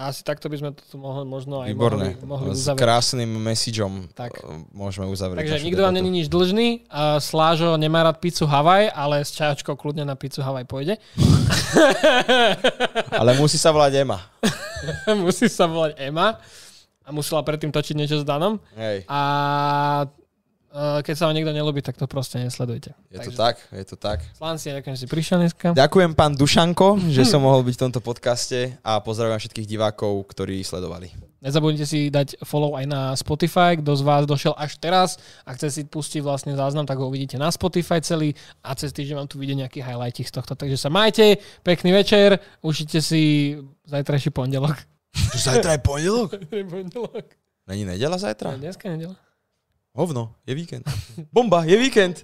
Speaker 1: A asi takto by sme to tu mohli, možno aj
Speaker 2: Výborné.
Speaker 1: mohli, mohli
Speaker 2: S
Speaker 1: uzavrieť.
Speaker 2: krásnym messageom
Speaker 1: Tak.
Speaker 2: eh, môžeme uzavrieť.
Speaker 1: Takže
Speaker 2: našu
Speaker 1: nikto vám
Speaker 2: debatu.
Speaker 1: není nič dlžný. A Slážo nemá rád pizzu Havaj, ale s čajočkou kľudne na pizzu Havaj pôjde.
Speaker 2: Ale musí sa volať Ema.
Speaker 1: Musí sa volať Ema. A musela predtým točiť niečo s Danom.
Speaker 2: Hej.
Speaker 1: A e, keď sa vám niekto nelúbi, tak to proste nesledujte.
Speaker 2: Je to tak, je to tak.
Speaker 1: Slanci, ďakujem, že si prišiel dneska.
Speaker 2: Ďakujem pán Dušanko, že som mohol byť v tomto podcaste a pozdravujem všetkých divákov, ktorí sledovali.
Speaker 1: Nezabudnite si dať follow aj na Spotify, kto z vás došiel až teraz a chce si pustiť vlastne záznam, tak ho uvidíte na Spotify celý a cez týždeň vám tu vidie nejaký highlight z tohto. Takže sa majte, pekný večer, užite si zajtrajší pondelok.
Speaker 2: Zajtra je pondelok?
Speaker 1: pondelok.
Speaker 2: Není nedela zajtra?
Speaker 1: Dneska je nedela.
Speaker 2: Hovno, je víkend. Bomba, je víkend.